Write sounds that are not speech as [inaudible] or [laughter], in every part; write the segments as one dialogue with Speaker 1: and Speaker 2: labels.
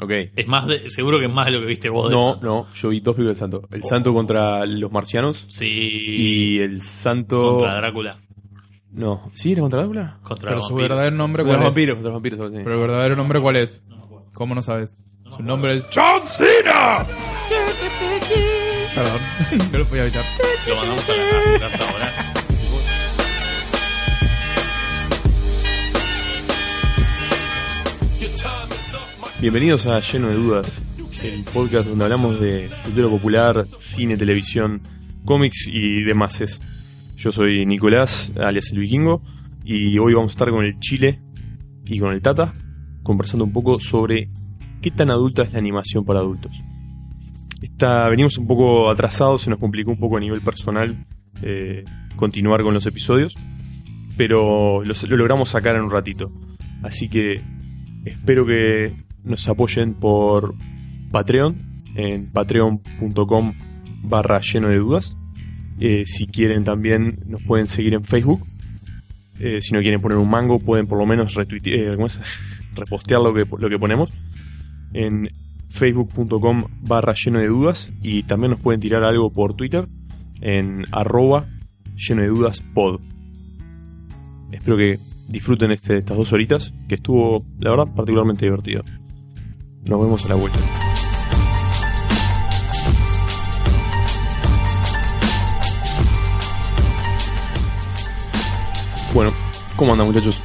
Speaker 1: Ok.
Speaker 2: Es más de- seguro que es más de lo que viste vos de
Speaker 1: No,
Speaker 2: Santo.
Speaker 1: no, yo vi dos películas del Santo. El
Speaker 2: Oh.
Speaker 1: Santo contra los marcianos
Speaker 2: Sí.
Speaker 1: y el Santo...
Speaker 2: Contra Drácula.
Speaker 1: No, ¿sí era contra Drácula?
Speaker 2: Contra
Speaker 3: Pero
Speaker 2: los
Speaker 3: su
Speaker 2: vampiros.
Speaker 3: verdadero nombre,
Speaker 1: Contra
Speaker 3: ¿cuál
Speaker 1: los
Speaker 3: es?
Speaker 1: vampiros, contra los vampiros. algo así.
Speaker 3: Pero el verdadero nombre, ¿cuál es?
Speaker 2: No me acuerdo.
Speaker 3: ¿Cómo no sabes? Su nombre es John Cena. Perdón, [laughs] no lo podía evitar.
Speaker 2: Lo mandamos a la- a su casa ahora.
Speaker 1: Bienvenidos a Lleno de Dudas, el podcast donde hablamos de cultura popular, cine, televisión, cómics y demás. Yo soy Nicolás, alias el vikingo, y hoy vamos a estar con el Chile y con el Tata conversando un poco sobre qué tan adulta es la animación para adultos. Está, venimos un poco atrasados, se nos complicó un poco a nivel personal eh, continuar con los episodios, pero los- lo logramos sacar en un ratito. Así que Espero que nos apoyen por Patreon, en patreon.com barra lleno de dudas. Eh, si quieren también nos pueden seguir en Facebook. Eh, si no quieren poner un mango, pueden por lo menos retuite- eh, ¿cómo es? [laughs] repostear lo que, lo que ponemos en facebook.com barra lleno de dudas y también nos pueden tirar algo por Twitter en arroba lleno de dudas pod. Espero que disfruten este- estas dos horitas, que estuvo, la verdad, particularmente divertido. Nos vemos a la vuelta. Bueno, ¿cómo andan muchachos?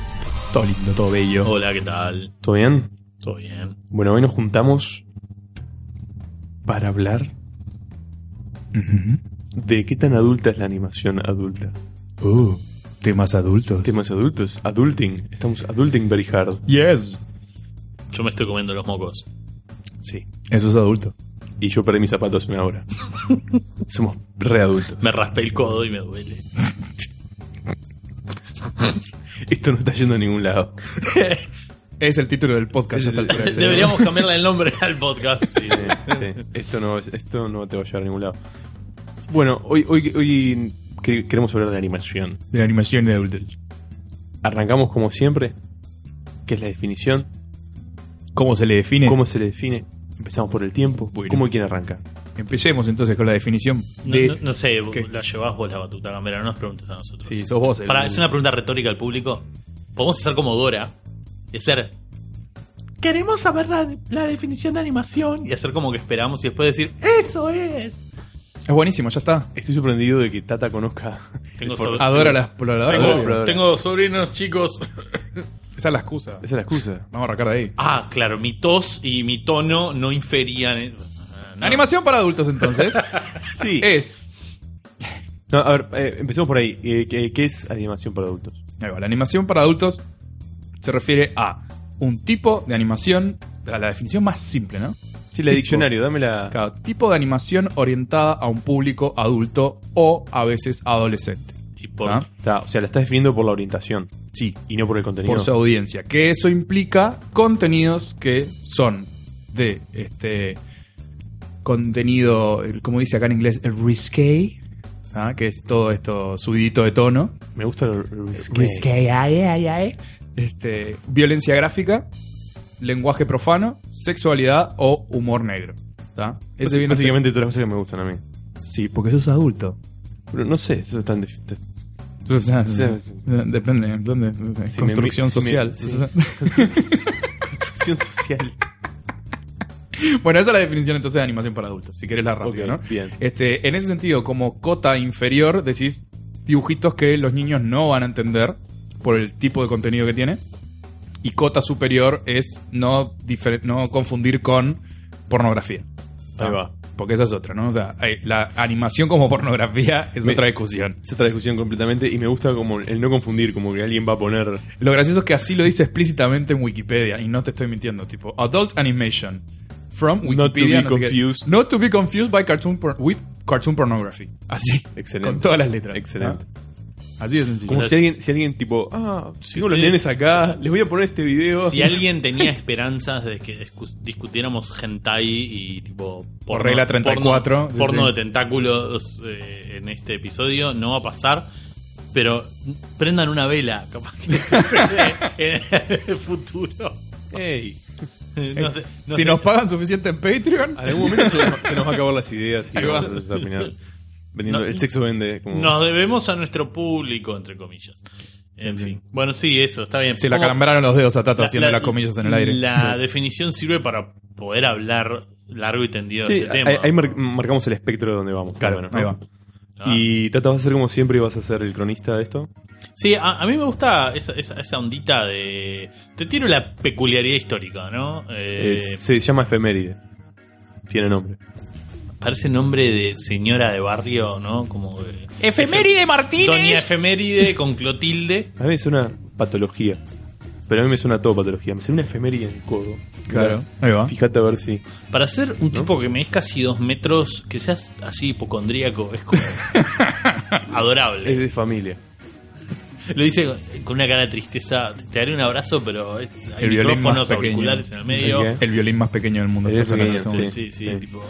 Speaker 3: Todo lindo, todo bello.
Speaker 2: Hola, ¿qué tal?
Speaker 1: ¿Todo bien?
Speaker 2: ¿Todo bien?
Speaker 1: Bueno, hoy nos juntamos para hablar de qué tan adulta es la animación adulta.
Speaker 3: Uh, temas adultos.
Speaker 1: Temas adultos, adulting. Estamos adulting very hard.
Speaker 3: Yes.
Speaker 2: Yo me estoy comiendo los mocos.
Speaker 1: Sí.
Speaker 3: Eso es adulto.
Speaker 1: Y yo perdí mis zapatos hace una hora. [laughs] Somos re adultos.
Speaker 2: Me raspé el codo y me duele.
Speaker 1: Esto no está yendo a ningún lado.
Speaker 3: Es el título del podcast. ya está el ¿eh? precio,
Speaker 2: [laughs]
Speaker 3: ¿no?
Speaker 2: Deberíamos cambiarle el nombre al podcast. sí.
Speaker 1: Sí, sí. Esto, no, es- esto no te va a llevar a ningún lado. Bueno, hoy, hoy, hoy que- queremos hablar de animación.
Speaker 3: De animación de adultos.
Speaker 1: Arrancamos como siempre, que es la definición.
Speaker 3: ¿Cómo se le define?
Speaker 1: ¿Cómo se le define? Empezamos por el tiempo.
Speaker 3: Bueno.
Speaker 1: ¿Cómo y quién arranca?
Speaker 3: Empecemos entonces con la definición.
Speaker 2: No,
Speaker 3: de...
Speaker 2: no- no sé,
Speaker 3: ¿Qué?
Speaker 2: la llevás vos la batuta, Gambera, no nos preguntes a nosotros.
Speaker 3: Sí, sos vos. el-
Speaker 2: Pará, es una pregunta retórica al público. Podemos hacer como Dora y hacer. Queremos saber la, la definición de animación. Y hacer como que esperamos y después decir, ¡Eso es!
Speaker 3: Es buenísimo, ya está.
Speaker 1: Estoy sorprendido de que Tata conozca.
Speaker 2: Tengo
Speaker 1: el formato. Ah,
Speaker 2: sobre-
Speaker 3: Adora las exploradoras.
Speaker 1: Tengo-
Speaker 2: sobrinos chicos.
Speaker 3: Esa es la excusa.
Speaker 1: Esa es la excusa.
Speaker 3: Vamos a arrancar de ahí.
Speaker 2: Ah, claro, mi tos y mi tono no inferían. en- Ah, no.
Speaker 3: Animación para adultos [laughs] entonces.
Speaker 1: Sí.
Speaker 3: es.
Speaker 1: Eh, No, a ver, eh, empecemos por ahí. Eh, ¿qué, qué es animación para adultos?
Speaker 3: Ahí va, La animación para adultos se refiere a un tipo de animación, la, la definición más simple, ¿no?
Speaker 1: Sí, la de diccionario, dame la.
Speaker 3: Cada tipo de animación orientada a un público adulto o a veces adolescente.
Speaker 2: Y por-
Speaker 3: ¿Ah?
Speaker 1: Está, o sea, la estás definiendo por la orientación
Speaker 3: Sí,
Speaker 1: y no por el contenido.
Speaker 3: por su audiencia. Que eso implica contenidos que son de este contenido, el- como dice acá en inglés, el risque, ¿ah? que es todo esto subidito de tono.
Speaker 1: Me gusta el risque.
Speaker 3: Risqué, ay, ay, ay. Este, violencia gráfica, lenguaje profano, sexualidad o humor negro. ¿tá? Ese viene a
Speaker 1: Pues
Speaker 3: ser-
Speaker 1: Básicamente todas las cosas que me gustan a mí.
Speaker 3: Sí, porque sos adulto.
Speaker 1: Pero no sé, eso es tan. dif- t-
Speaker 3: O sea,
Speaker 1: Sí.
Speaker 3: depende, ¿dónde?
Speaker 1: si me-
Speaker 3: Construcción
Speaker 1: si me-
Speaker 3: social.
Speaker 1: sí. Construcción [laughs] social.
Speaker 3: [laughs] Bueno, esa es la definición entonces de animación para adultos, si querés la rápido,
Speaker 1: Ok,
Speaker 3: ¿no?
Speaker 1: bien.
Speaker 3: Este, en ese sentido, como cota inferior, decís dibujitos que los niños no van a entender por el tipo de contenido que tiene. Y cota superior es no, difer- no confundir con pornografía. Ah.
Speaker 1: Ahí va.
Speaker 3: Porque esa es otra, ¿no? O sea, hay- la animación como pornografía es
Speaker 1: Me-
Speaker 3: otra discusión.
Speaker 1: Es otra discusión completamente y me gusta como el no confundir, como que alguien va a poner.
Speaker 3: Lo gracioso es que así lo dice explícitamente en Wikipedia, y no te estoy mintiendo, tipo, Adult Animation. From
Speaker 1: Not to be
Speaker 3: Wikipedia, no sé qué.
Speaker 1: confused.
Speaker 3: Not to be confused by cartoon por- with cartoon pornography. Así.
Speaker 1: Excelente.
Speaker 3: Con todas las letras.
Speaker 1: Excelente.
Speaker 3: ¿Ah? Así de sencillo.
Speaker 1: Como
Speaker 2: Gracias.
Speaker 1: si alguien, si alguien tipo, ah, sigo los
Speaker 2: Sí.
Speaker 1: nenes acá, les voy a poner este video.
Speaker 2: Si alguien tenía esperanzas de que discu- discutiéramos hentai y tipo porno,
Speaker 3: regla 34,
Speaker 2: porno,
Speaker 3: sí,
Speaker 2: porno
Speaker 3: sí.
Speaker 2: de tentáculos eh, en este episodio, no va a pasar. Pero prendan una vela, capaz que sucede en el futuro.
Speaker 1: Ey.
Speaker 2: No sé- no
Speaker 3: Eh, si
Speaker 2: sé. Ah,
Speaker 3: nos pagan suficiente en Patreon,
Speaker 1: En [laughs] algún momento se, nos- se nos va a acabar las ideas y
Speaker 3: Ahí va.
Speaker 1: vamos a terminar vendiendo.
Speaker 2: No.
Speaker 1: el sexo vende. Como,
Speaker 2: Nos debemos a nuestro público, entre comillas. En
Speaker 1: Sí, sí.
Speaker 2: fin. Bueno, sí, eso, está bien.
Speaker 3: se la
Speaker 2: ¿Cómo-
Speaker 3: calambraron los dedos a Tato haciendo las comillas en el aire. [laughs]
Speaker 2: La definición sirve para poder hablar largo y tendido
Speaker 1: Sí,
Speaker 2: de este tema.
Speaker 1: ahí, ahí mar- marcamos el espectro de donde vamos.
Speaker 3: Claro,
Speaker 1: más o
Speaker 3: ahí
Speaker 1: menos,
Speaker 3: va.
Speaker 1: ¿no?
Speaker 2: Ah.
Speaker 1: Y Tata, vas a ser como siempre y vas a ser el cronista de esto.
Speaker 2: Sí, a, a mí me gusta esa, esa, esa ondita de... Te tiro la peculiaridad histórica, ¿no? Eh,
Speaker 1: Es- se llama efeméride. Tiene nombre.
Speaker 2: Parece nombre de señora de barrio, ¿no? Como de...
Speaker 4: Efeméride
Speaker 2: Efe-
Speaker 4: Martínez.
Speaker 2: Doña Efeméride con Clotilde.
Speaker 1: A mí me suena patología. Pero a mí me suena todo patología. Me suena una efeméride en el codo.
Speaker 3: Claro, ahí va.
Speaker 1: Fíjate a ver si.
Speaker 2: Para ser un tipo que me es casi dos metros, que seas así hipocondríaco, es
Speaker 3: [laughs]
Speaker 2: como... adorable.
Speaker 1: Es de familia.
Speaker 2: Lo dice con una cara de tristeza. Te daré un abrazo, pero es- hay
Speaker 3: El violín más
Speaker 2: micrófonos
Speaker 3: pequeño.
Speaker 2: auriculares en el medio.
Speaker 1: Ok.
Speaker 3: El violín más pequeño del mundo.
Speaker 1: El
Speaker 3: Estás
Speaker 1: pequeño,
Speaker 3: hablando
Speaker 2: Sí,
Speaker 3: de
Speaker 1: sí.
Speaker 3: esto.
Speaker 2: sí, sí,
Speaker 1: Sí.
Speaker 2: tipo.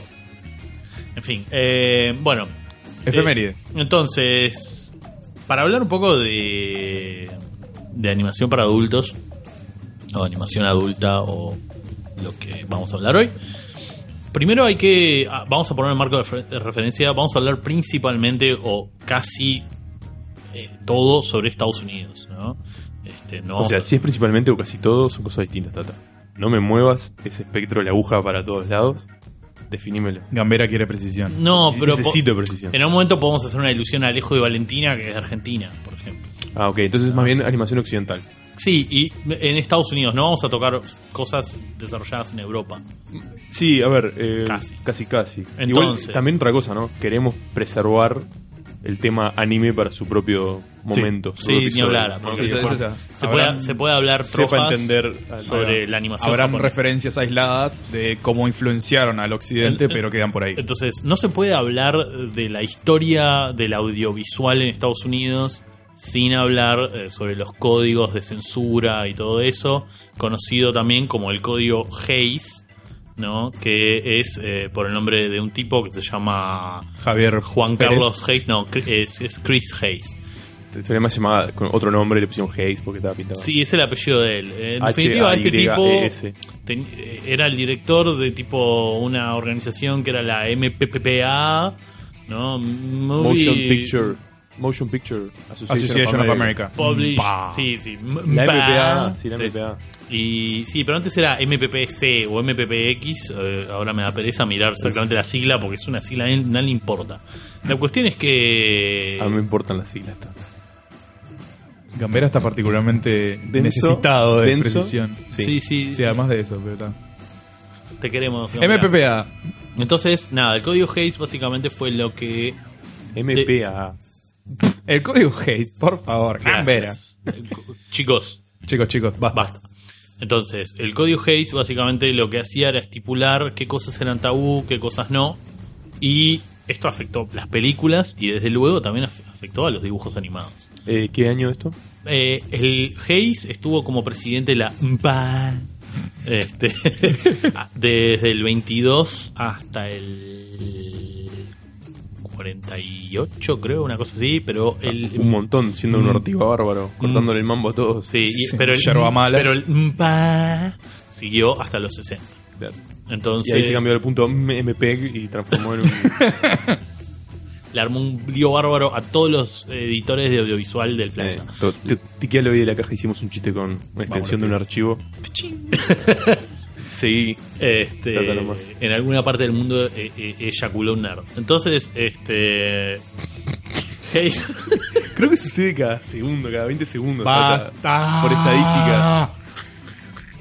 Speaker 2: En fin, eh, bueno.
Speaker 3: Efeméride.
Speaker 2: Eh, entonces, para hablar un poco de, de animación para adultos, o animación adulta, o lo que vamos a hablar hoy, primero hay que. ah, Vamos a poner el marco de refer- de referencia, vamos a hablar principalmente o casi eh, todo sobre Estados Unidos, ¿no? Este, no
Speaker 1: O
Speaker 2: vamos
Speaker 1: sea,
Speaker 2: a-
Speaker 1: si es principalmente o casi todo, son cosas distintas, Tata. No me muevas ese espectro, la aguja para todos lados. Definímelo.
Speaker 3: Gambera quiere precisión.
Speaker 2: no,
Speaker 1: Neces-
Speaker 2: pero po-
Speaker 1: Necesito precisión.
Speaker 2: en un momento podemos hacer una ilusión a Alejo y Valentina, que es de Argentina, por ejemplo.
Speaker 1: Ah, ok. Entonces, más bien animación occidental.
Speaker 2: Sí, y en Estados Unidos, no vamos a tocar cosas desarrolladas en Europa.
Speaker 1: Sí, a ver, eh,
Speaker 2: Casi.
Speaker 1: casi, casi. casi.
Speaker 2: Entonces.
Speaker 1: Igual, también otra cosa, ¿no? Queremos preservar el tema anime para su propio momento. su
Speaker 2: Sí,
Speaker 1: propio
Speaker 2: ni
Speaker 1: episodio,
Speaker 2: hablar,
Speaker 1: ¿no?
Speaker 2: porque
Speaker 1: Que
Speaker 2: después
Speaker 1: se-
Speaker 2: Se,
Speaker 3: Habrán-
Speaker 2: puede, se puede hablar
Speaker 1: sepa
Speaker 2: tropas
Speaker 1: entender
Speaker 2: sobre la animación
Speaker 3: Habrán
Speaker 2: japonesa.
Speaker 3: referencias aisladas de cómo influenciaron al occidente,
Speaker 2: El- el-
Speaker 3: pero quedan por ahí.
Speaker 2: Entonces, no se puede hablar de la historia del audiovisual en Estados Unidos sin hablar eh, sobre los códigos de censura y todo eso, conocido también como el código Hayes, ¿no? que es eh, por el nombre de un tipo que se llama
Speaker 3: Javier
Speaker 2: Juan
Speaker 3: Pérez.
Speaker 2: Carlos Hayes, no, Cri- es, es Chris Hayes.
Speaker 1: Se le más llamada con otro nombre, le pusieron Hayes porque estaba pintado.
Speaker 2: Sí, es el apellido de él. En definitiva, este tipo
Speaker 1: H-A-Y-E-S.
Speaker 2: ten- eh, era el director de tipo una organización que era la MPPPA, ¿no? Movie-
Speaker 1: Motion Picture. Motion Picture
Speaker 3: Association of America.
Speaker 2: Publish-
Speaker 3: Pa.
Speaker 2: sí, sí.
Speaker 1: La
Speaker 2: MPPA.
Speaker 1: MPA, sí, la
Speaker 2: Sí.
Speaker 1: MPA.
Speaker 2: Y sí, pero antes era MPPC o MPPX. eh, ahora me da pereza mirar exactamente la sigla porque es una sigla, a él no le importa. La cuestión es que.
Speaker 1: A mí me importan las siglas. tanto.
Speaker 3: Mm. Gambera está particularmente necesitado de
Speaker 1: denso.
Speaker 3: precisión.
Speaker 2: Sí, sí,
Speaker 3: Sí, además de eso, pero está.
Speaker 2: te queremos.
Speaker 3: MPPA.
Speaker 2: Entonces, nada, el código Hayes básicamente fue lo que.
Speaker 1: MPA.
Speaker 3: El código Hayes, por favor. Gambera.
Speaker 2: Gracias. Chicos,
Speaker 3: Chicos, chicos, basta.
Speaker 2: basta. Entonces, el código Hayes básicamente lo que hacía era estipular qué cosas eran tabú, qué cosas no. Y esto afectó las películas y desde luego también af- afectó a los dibujos animados.
Speaker 1: Eh, ¿Qué año esto?
Speaker 2: Eh, el Hayes estuvo como presidente de la MPA este, [laughs] desde el 22 hasta el 48, creo, una cosa así, pero el
Speaker 3: Ah,
Speaker 2: Mm.
Speaker 1: Un montón, siendo un ortigo bárbaro, cortándole el mambo a todos.
Speaker 2: Sí, y-
Speaker 3: Sí,
Speaker 2: pero el,
Speaker 3: yerba mala.
Speaker 2: pero el mpa siguió hasta los 60.
Speaker 1: Claro. Y
Speaker 2: Entonces,
Speaker 1: ahí se cambió el punto MPEG y transformó
Speaker 2: [laughs]
Speaker 1: en un.
Speaker 2: le armó un lío bárbaro a todos los editores de audiovisual del
Speaker 1: Eh,
Speaker 2: planeta.
Speaker 1: to- te- Tiqué lo vi de la caja, hicimos un chiste con una extensión de un archivo. [laughs] Seguí.
Speaker 2: Este,
Speaker 1: Trátalo más.
Speaker 2: en alguna parte del mundo eh, eh, eyaculó un nerd. Entonces, este. [laughs] Hayes.
Speaker 1: Creo que sucede cada segundo, cada 20 segundos. o sea, cada- Por estadística.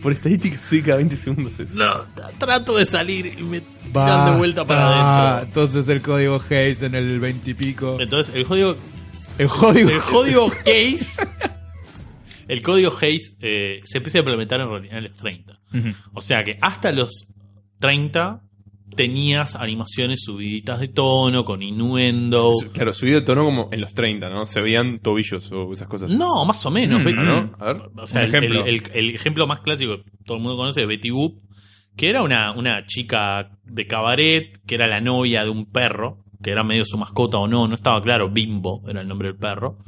Speaker 1: Por estadística sucede cada 20 segundos eso.
Speaker 2: no, trato de salir y me tiran
Speaker 3: Basta.
Speaker 2: de vuelta para adentro.
Speaker 3: Entonces el código Hayes en el 20 y pico.
Speaker 2: Entonces, el código
Speaker 3: El código.
Speaker 1: [laughs]
Speaker 2: El código Hayes. El código Hayes eh, se empieza a implementar en realidad en los 30.
Speaker 3: Ujú.
Speaker 2: O sea que hasta los 30 tenías animaciones subiditas de tono, con innuendo.
Speaker 1: Claro, subido de tono como en los 30, ¿no? Se veían tobillos o esas cosas.
Speaker 2: No, más o menos.
Speaker 3: Mm,
Speaker 2: Ve-
Speaker 1: Ah, ¿no? A ver.
Speaker 2: O sea,
Speaker 3: Un
Speaker 2: el, el-
Speaker 3: ejemplo.
Speaker 2: el- el ejemplo más clásico que todo el mundo conoce es Betty Boop, que era una, una chica de cabaret, que era la novia de un perro, que era medio su mascota o no, no estaba claro, Bimbo era el nombre del perro.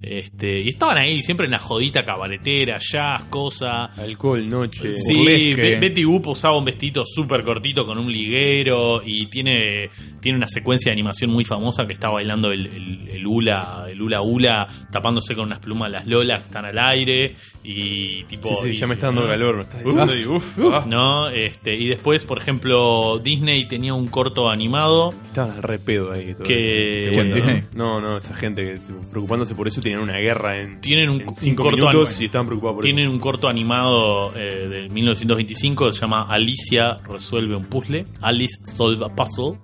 Speaker 2: Este, y estaban ahí siempre en la jodita cabaretera, jazz, cosa.
Speaker 1: Alcohol, noche.
Speaker 2: Sí,
Speaker 3: burlesque.
Speaker 2: Be- Betty Boop usaba un vestido súper cortito con un liguero y tiene, tiene una secuencia de animación muy famosa que está bailando el, el, el hula, el hula hula, tapándose con unas plumas las lolas que están al aire y tipo...
Speaker 1: Sí, sí,
Speaker 2: y-
Speaker 1: ya me está
Speaker 2: Ah.
Speaker 1: dando calor. Me está
Speaker 3: Uf,
Speaker 1: diciendo, y uf,
Speaker 3: uf.
Speaker 1: ah,
Speaker 2: ¿no? Este, y después, por ejemplo, Disney tenía un corto animado
Speaker 1: Estabas re pedo ahí. todo
Speaker 2: Que-
Speaker 1: esto. Te cuento,
Speaker 3: ¿Quién?
Speaker 1: ¿no? no, no, esa gente que tipo, preocupándose por eso tenían una guerra en,
Speaker 2: Tienen un-
Speaker 1: en
Speaker 2: un
Speaker 1: cinco
Speaker 2: corto
Speaker 1: minutos
Speaker 2: anual.
Speaker 1: y estaban preocupados por
Speaker 2: Tienen un corto animado eh, del 1925 que se llama Alicia resuelve un puzzle, Alice solve a puzzle,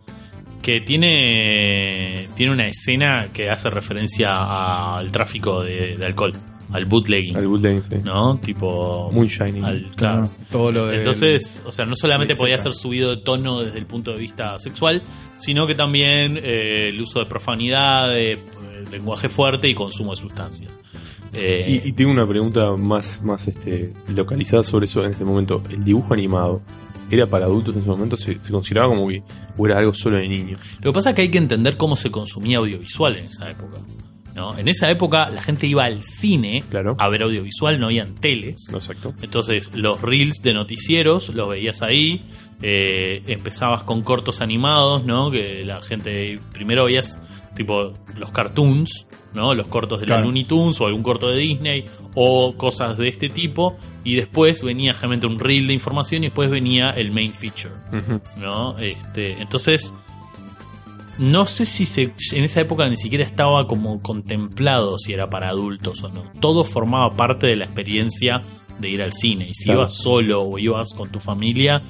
Speaker 2: que tiene, tiene una escena que hace referencia al tráfico de, de alcohol, al bootlegging,
Speaker 1: eso. Al bootleg, sí.
Speaker 2: ¿no? Tipo...
Speaker 1: Moonshining.
Speaker 2: al- claro.
Speaker 3: Todo lo de.
Speaker 2: Entonces, o sea, no solamente
Speaker 3: Sí,
Speaker 2: podía
Speaker 3: claro.
Speaker 2: ser subido de tono desde el punto de vista sexual, sino que también eh, el uso de profanidad, de, eh, lenguaje fuerte y consumo de sustancias. Eh,
Speaker 1: Y, y tengo una pregunta más, más este, localizada sobre eso en ese momento. ¿El dibujo animado era para adultos en ese momento? ¿Se, se consideraba como que o era algo solo de niños?
Speaker 2: Lo que pasa es que hay que entender cómo se consumía audiovisual en esa época. ¿no? En esa época la gente iba al cine
Speaker 1: Claro.
Speaker 2: a ver audiovisual, no habían teles.
Speaker 1: No, exacto.
Speaker 2: Entonces los reels de noticieros los veías ahí, eh, empezabas con cortos animados, ¿no? Que la gente primero veías tipo los cartoons, ¿no? Los cortos de
Speaker 3: Claro.
Speaker 2: los Looney Tunes o algún corto de Disney o cosas de este tipo y después venía generalmente un reel de información y después venía el main feature.
Speaker 1: Ujú.
Speaker 2: ¿no? Este, entonces, no sé si se, en esa época ni siquiera estaba como contemplado si era para adultos o no. Todo formaba parte de la experiencia de ir al cine. Y si
Speaker 1: Claro.
Speaker 2: ibas solo o ibas con tu familia,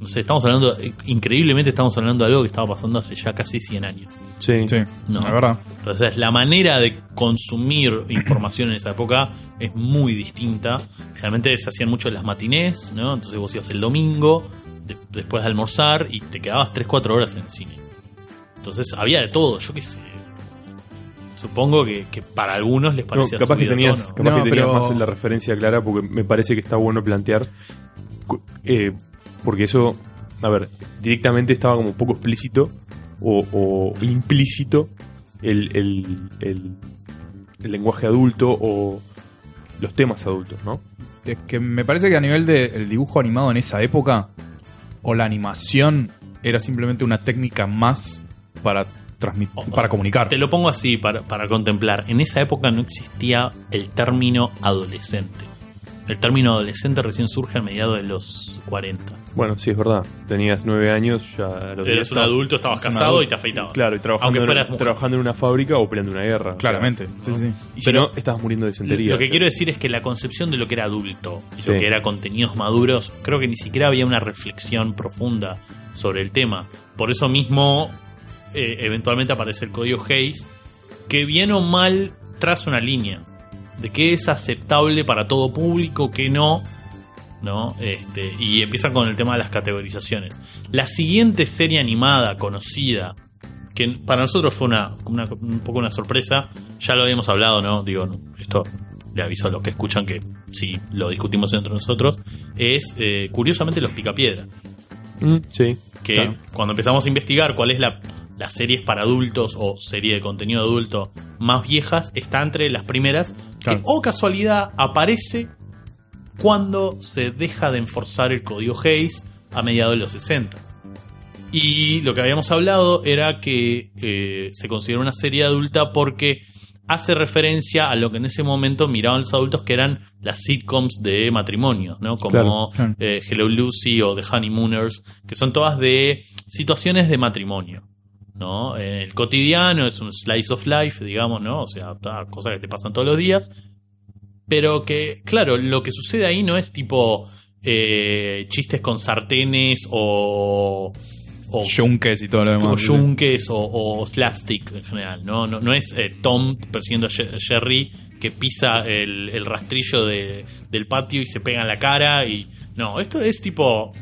Speaker 2: no sé, estamos hablando, increíblemente estamos hablando de algo que estaba pasando hace ya casi 100 años.
Speaker 1: Sí.
Speaker 3: Sí,
Speaker 2: No.
Speaker 3: la verdad.
Speaker 2: Entonces, la manera de consumir información en esa época es muy distinta. Realmente se hacían mucho las matinés, ¿no? Entonces vos ibas el domingo, de- después de almorzar, y te quedabas 3-4 horas en el cine. Entonces había de todo, yo qué sé. Supongo que, que para algunos les
Speaker 1: No,
Speaker 2: parecía
Speaker 1: capaz que
Speaker 2: subido de
Speaker 1: tenías,
Speaker 2: tono.
Speaker 1: capaz que
Speaker 3: No,
Speaker 1: tenías
Speaker 3: pero-
Speaker 1: más la referencia clara porque me parece que está bueno plantear. cu- eh, porque eso, a ver, directamente estaba como poco explícito o, o implícito el, el- el- el lenguaje adulto o los temas adultos, ¿no?
Speaker 3: Es que me parece que a nivel del dibujo animado en esa época, o la animación, era simplemente una técnica más para transmitir,
Speaker 2: O-
Speaker 3: para comunicar.
Speaker 2: Te lo pongo así para, para contemplar. En esa época no existía el término adolescente. El término adolescente recién surge a mediados de los 40.
Speaker 1: Bueno, sí, es verdad. Tenías nueve años, ya a los diez
Speaker 2: Eras un
Speaker 1: estabas-
Speaker 2: adulto, estabas
Speaker 3: Eras un
Speaker 2: casado
Speaker 3: adulto.
Speaker 2: y te afeitabas.
Speaker 1: Claro, y
Speaker 2: Aunque
Speaker 1: trabajando, en,
Speaker 2: fueras mujer.
Speaker 1: trabajando en una fábrica o peleando una guerra. o sea,
Speaker 3: Claramente. Sí, sí.
Speaker 1: y si
Speaker 2: Pero-
Speaker 1: no, estabas muriendo de sendería.
Speaker 2: Lo que quiero decir es que la concepción de lo que era adulto y lo
Speaker 1: Sí.
Speaker 2: que era contenidos maduros, creo que ni siquiera había una reflexión profunda sobre el tema. Por eso mismo, eh, eventualmente aparece el código Hayes, que bien o mal traza una línea de qué es aceptable para todo público, qué no, ¿no? Este, y empieza con el tema de las categorizaciones. La siguiente serie animada conocida, que para nosotros fue una, una- un poco una sorpresa, ya lo habíamos hablado, ¿no? Digo, no, esto le aviso a los que escuchan que sí, lo discutimos entre nosotros, es eh, curiosamente los Picapiedra
Speaker 1: Mm, sí.
Speaker 2: que
Speaker 1: Claro.
Speaker 2: cuando empezamos a investigar cuál es la las series para adultos o serie de contenido adulto más viejas está entre las primeras
Speaker 3: Claro.
Speaker 2: que o casualidad aparece cuando se deja de enforzar el código Hayes a mediados de los 60. Y lo que habíamos hablado era que eh, se considera una serie adulta porque hace referencia a lo que en ese momento miraban los adultos que eran las sitcoms de matrimonio, ¿no?
Speaker 1: Claro,
Speaker 2: Como
Speaker 3: claro.
Speaker 2: eh, Hello Lucy o The Honeymooners, que son todas de situaciones de matrimonio, ¿no? Eh, El cotidiano es un slice of life, digamos, ¿no? O sea, ta- cosas que te pasan todos los días, pero que, claro, lo que sucede ahí no es tipo eh, chistes con sartenes o... o
Speaker 3: Yunkes y todo lo
Speaker 2: como
Speaker 3: demás.
Speaker 2: yunques o, o slapstick en general. No, no, no es eh, Tom persiguiendo a Ye- Jerry que pisa el, el rastrillo de- del patio y se pega en la cara. y No, esto es tipo...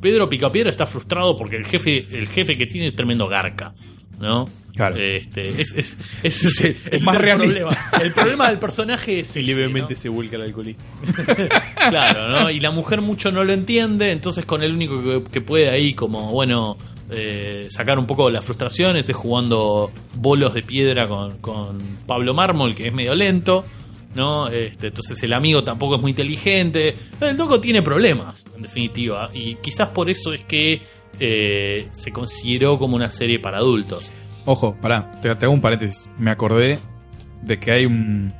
Speaker 2: Pedro Picapiedra está frustrado porque el jefe, el jefe que tiene es tremendo garca. ¿No?
Speaker 3: Claro.
Speaker 2: Este, es, [laughs] es, ese es el, ese
Speaker 3: más
Speaker 2: el
Speaker 3: realista.
Speaker 2: problema. El problema del personaje es ese, ¿no?
Speaker 1: se vuelca el alcoholismo.
Speaker 2: Claro, ¿no? Y la mujer mucho no lo entiende, entonces con el único que, que puede ahí, como, bueno, eh, sacar un poco las frustraciones, es jugando bolos de piedra con, con Pablo Mármol, que es medio lento, ¿no? Este, entonces el amigo tampoco es muy inteligente. El loco tiene problemas, en definitiva, y quizás por eso es que eh, se consideró como una serie para adultos.
Speaker 3: Ojo, pará, te, te hago un paréntesis. Me acordé de que hay un.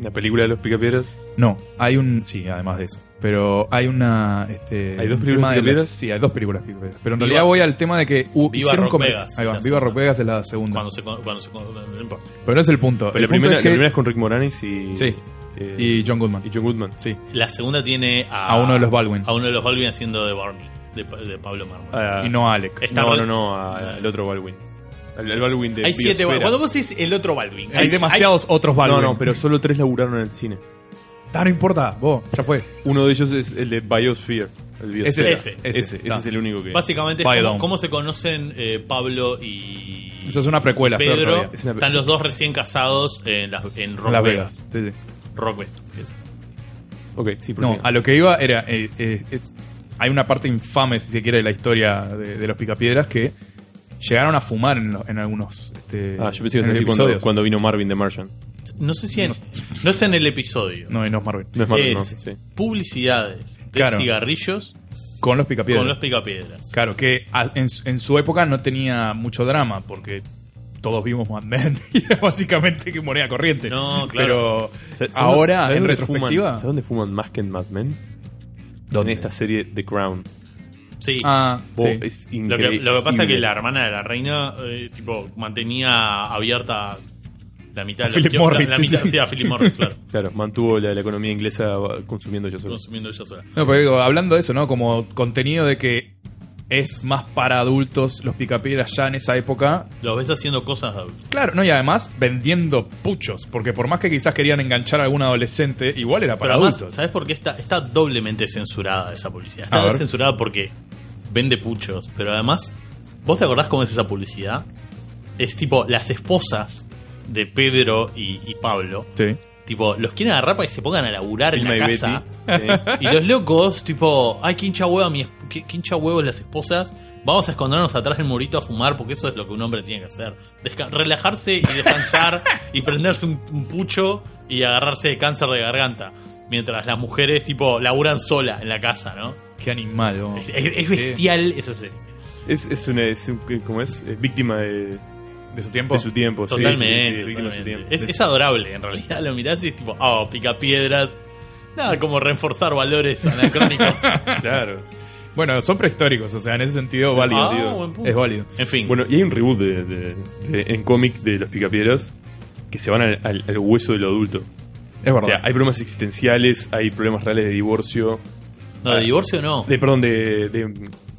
Speaker 1: La película de los picapiedras.
Speaker 3: No, hay un. Sí, además de eso. Pero hay una. Este,
Speaker 1: ¿Hay dos
Speaker 3: un
Speaker 1: películas
Speaker 3: tema de
Speaker 1: picapiedras?
Speaker 3: las- sí, hay dos películas picapiedras. Pero en
Speaker 2: Viva-
Speaker 3: realidad voy al tema de que. uh,
Speaker 2: Viva
Speaker 3: hicieron
Speaker 2: Rock
Speaker 3: comer-
Speaker 2: Vegas,
Speaker 3: Ahí va,
Speaker 2: la
Speaker 3: Viva
Speaker 2: segunda.
Speaker 3: Rock Vegas es la segunda.
Speaker 2: Cuando se, con- cuando se con- no importa.
Speaker 3: Pero no es el punto.
Speaker 1: Pero la
Speaker 3: el punto
Speaker 1: primera,
Speaker 3: es
Speaker 1: la
Speaker 3: que-
Speaker 1: primera es con Rick Moranis y,
Speaker 3: Sí.
Speaker 1: eh, y,
Speaker 3: Y John Goodman.
Speaker 1: John Goodman.
Speaker 3: Sí.
Speaker 2: La segunda tiene a,
Speaker 3: A uno de los Baldwin.
Speaker 2: a uno de los Baldwin haciendo de Barney, de, Pa- de Pablo Mármol.
Speaker 1: Ah,
Speaker 3: Y no a Alec.
Speaker 2: Está
Speaker 1: no,
Speaker 2: re-
Speaker 1: no, no, a- al otro Baldwin. Al, al Baldwin de
Speaker 2: Hay siete
Speaker 1: Biosfera.
Speaker 2: Baldwin. Cuando vos decís el otro Baldwin,
Speaker 3: Hay demasiados otros Baldwin.
Speaker 1: No, no, pero solo tres laburaron en el cine.
Speaker 3: Ah, no importa. Vos, ya fue.
Speaker 1: Uno de ellos es el de Biosphere. El Biosfera.
Speaker 2: esa,
Speaker 1: ese,
Speaker 3: ese,
Speaker 1: ese,
Speaker 3: está.
Speaker 1: es el único que.
Speaker 2: Básicamente es
Speaker 3: Bye,
Speaker 2: como,
Speaker 3: Dom.
Speaker 2: cómo se conocen eh, Pablo y
Speaker 3: Eso es una precuela. peor
Speaker 2: Pedro.
Speaker 3: todavía.
Speaker 1: Es una-
Speaker 2: Están los dos recién casados en, las- en Rock
Speaker 3: Las
Speaker 2: Vegas.
Speaker 3: Vegas. Sí, sí.
Speaker 2: Rock Vegas, que es-
Speaker 1: Ok, sí,
Speaker 3: No,
Speaker 1: porque-
Speaker 3: a lo que iba era. eh, eh, es, hay una parte infame, si se quiere, de la historia de, de los Picapiedras que llegaron a fumar en, lo- en algunos. Este,
Speaker 1: Ah, yo pensé que
Speaker 3: en
Speaker 1: era así cuando,
Speaker 3: episodios.
Speaker 1: cuando vino Marvin de Martian.
Speaker 2: No sé si en,
Speaker 3: No
Speaker 2: no,
Speaker 3: sé.
Speaker 2: es en el episodio.
Speaker 3: No, y no es Marvin.
Speaker 1: No es Marvin,
Speaker 2: Es
Speaker 1: no. Sí.
Speaker 2: publicidades de
Speaker 3: Claro.
Speaker 2: cigarrillos
Speaker 3: Con los Picapiedras.
Speaker 2: con los picapiedras.
Speaker 3: Claro, que a- en, su- en su época no tenía mucho drama porque todos vimos Mad Men [laughs] y era básicamente que moneda corriente.
Speaker 2: No, claro.
Speaker 3: Pero
Speaker 1: ¿Sabes
Speaker 3: ahora,
Speaker 1: dónde-
Speaker 3: en
Speaker 1: sabes dónde fuman-
Speaker 3: retrospectiva.
Speaker 1: ¿Sabes dónde fuman más que en Mad Men? En esta serie The Crown.
Speaker 2: Sí.
Speaker 3: Ah,
Speaker 1: Vos,
Speaker 3: sí.
Speaker 1: es
Speaker 2: Lo que, lo que pasa es que
Speaker 1: increíble.
Speaker 2: la hermana de la reina eh, tipo mantenía abierta la mitad de
Speaker 3: Philip
Speaker 2: kioscos, la-
Speaker 3: Morris,
Speaker 2: la
Speaker 3: sí,
Speaker 2: mitad-
Speaker 3: sí.
Speaker 2: sí, a Philip Morris,
Speaker 3: [laughs]
Speaker 2: claro,
Speaker 1: Claro, mantuvo la, la economía inglesa va- consumiendo ellos solos.
Speaker 2: consumiendo ella sola.
Speaker 3: No, pero digo, hablando de eso, ¿no? Como contenido de que es más para adultos los picapiedras ya en esa época.
Speaker 2: Los ves haciendo cosas de adultos.
Speaker 3: Claro, no, y además vendiendo puchos, porque por más que quizás querían enganchar a algún adolescente, igual era para
Speaker 2: Pero además,
Speaker 3: adultos.
Speaker 2: ¿sabes por qué está, está doblemente censurada esa publicidad?
Speaker 3: A
Speaker 2: Está
Speaker 3: ver.
Speaker 2: censurada porque vende puchos, pero además, ¿vos te acordás cómo es esa publicidad? Es tipo las esposas de Pedro y, y Pablo,
Speaker 3: Sí.
Speaker 2: tipo, los quieren agarrar para que se pongan a laburar en
Speaker 1: Vilma y
Speaker 2: la casa.
Speaker 1: Betty, eh,
Speaker 2: Y los locos, tipo, ay, qué hincha huevo, a mi, esp- qué- qué hincha huevo las esposas. Vamos a escondernos atrás del murito a fumar porque eso es lo que un hombre tiene que hacer. Desca- relajarse y descansar y prenderse un, un pucho y agarrarse de cáncer de garganta. Mientras las mujeres, tipo, laburan sola en la casa, ¿no?
Speaker 3: Qué animal, ¿no?
Speaker 2: Es, es- es bestial esa serie.
Speaker 1: es, es una. Es, un- eh, ¿Cómo es? Es víctima de,
Speaker 3: ¿De su tiempo?
Speaker 1: de su tiempo. sí, sí, sí, víctima
Speaker 2: Totalmente.
Speaker 1: de su
Speaker 2: totalmente.
Speaker 1: tiempo.
Speaker 2: Es, es adorable, en realidad. Lo mirás y es tipo, oh, pica piedras. Nada como reforzar valores
Speaker 1: [laughs]
Speaker 2: anacrónicos.
Speaker 1: Claro.
Speaker 3: Bueno, son prehistóricos, o sea, en ese sentido, válido.
Speaker 2: Ah,
Speaker 1: tío.
Speaker 2: buen punto.
Speaker 3: Es válido.
Speaker 2: En fin.
Speaker 1: Bueno, y hay un reboot de, de- de- en cómic de los picapiedras que se van al, al- al hueso de lo adulto.
Speaker 3: Es
Speaker 1: O sea, hay problemas existenciales, hay problemas reales de divorcio.
Speaker 2: no,
Speaker 1: ah.
Speaker 2: de divorcio no.
Speaker 1: De, perdón, de, de, mm,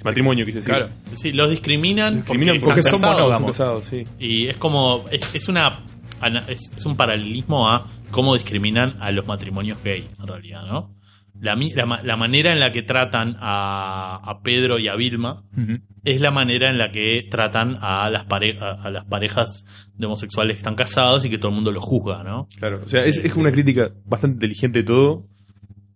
Speaker 1: matrimonio, quise decir.
Speaker 3: claro.
Speaker 2: Sí, sí, los discriminan,
Speaker 1: Discriminan
Speaker 2: porque,
Speaker 3: son
Speaker 2: están casados.
Speaker 3: monógamos.
Speaker 1: son casados, sí.
Speaker 2: Y es como. Es, es una. ana- Es, es un paralelismo a cómo discriminan a los matrimonios gay, en realidad, ¿no? La, mi- la ma- la manera en la que tratan a, a Pedro y a Vilma
Speaker 3: Ujú.
Speaker 2: es la manera en la que tratan a las, pare- a, a las parejas de homosexuales que están casados y que todo el mundo los juzga, ¿no?
Speaker 1: Claro. O sea, es, es una crítica bastante inteligente de todo.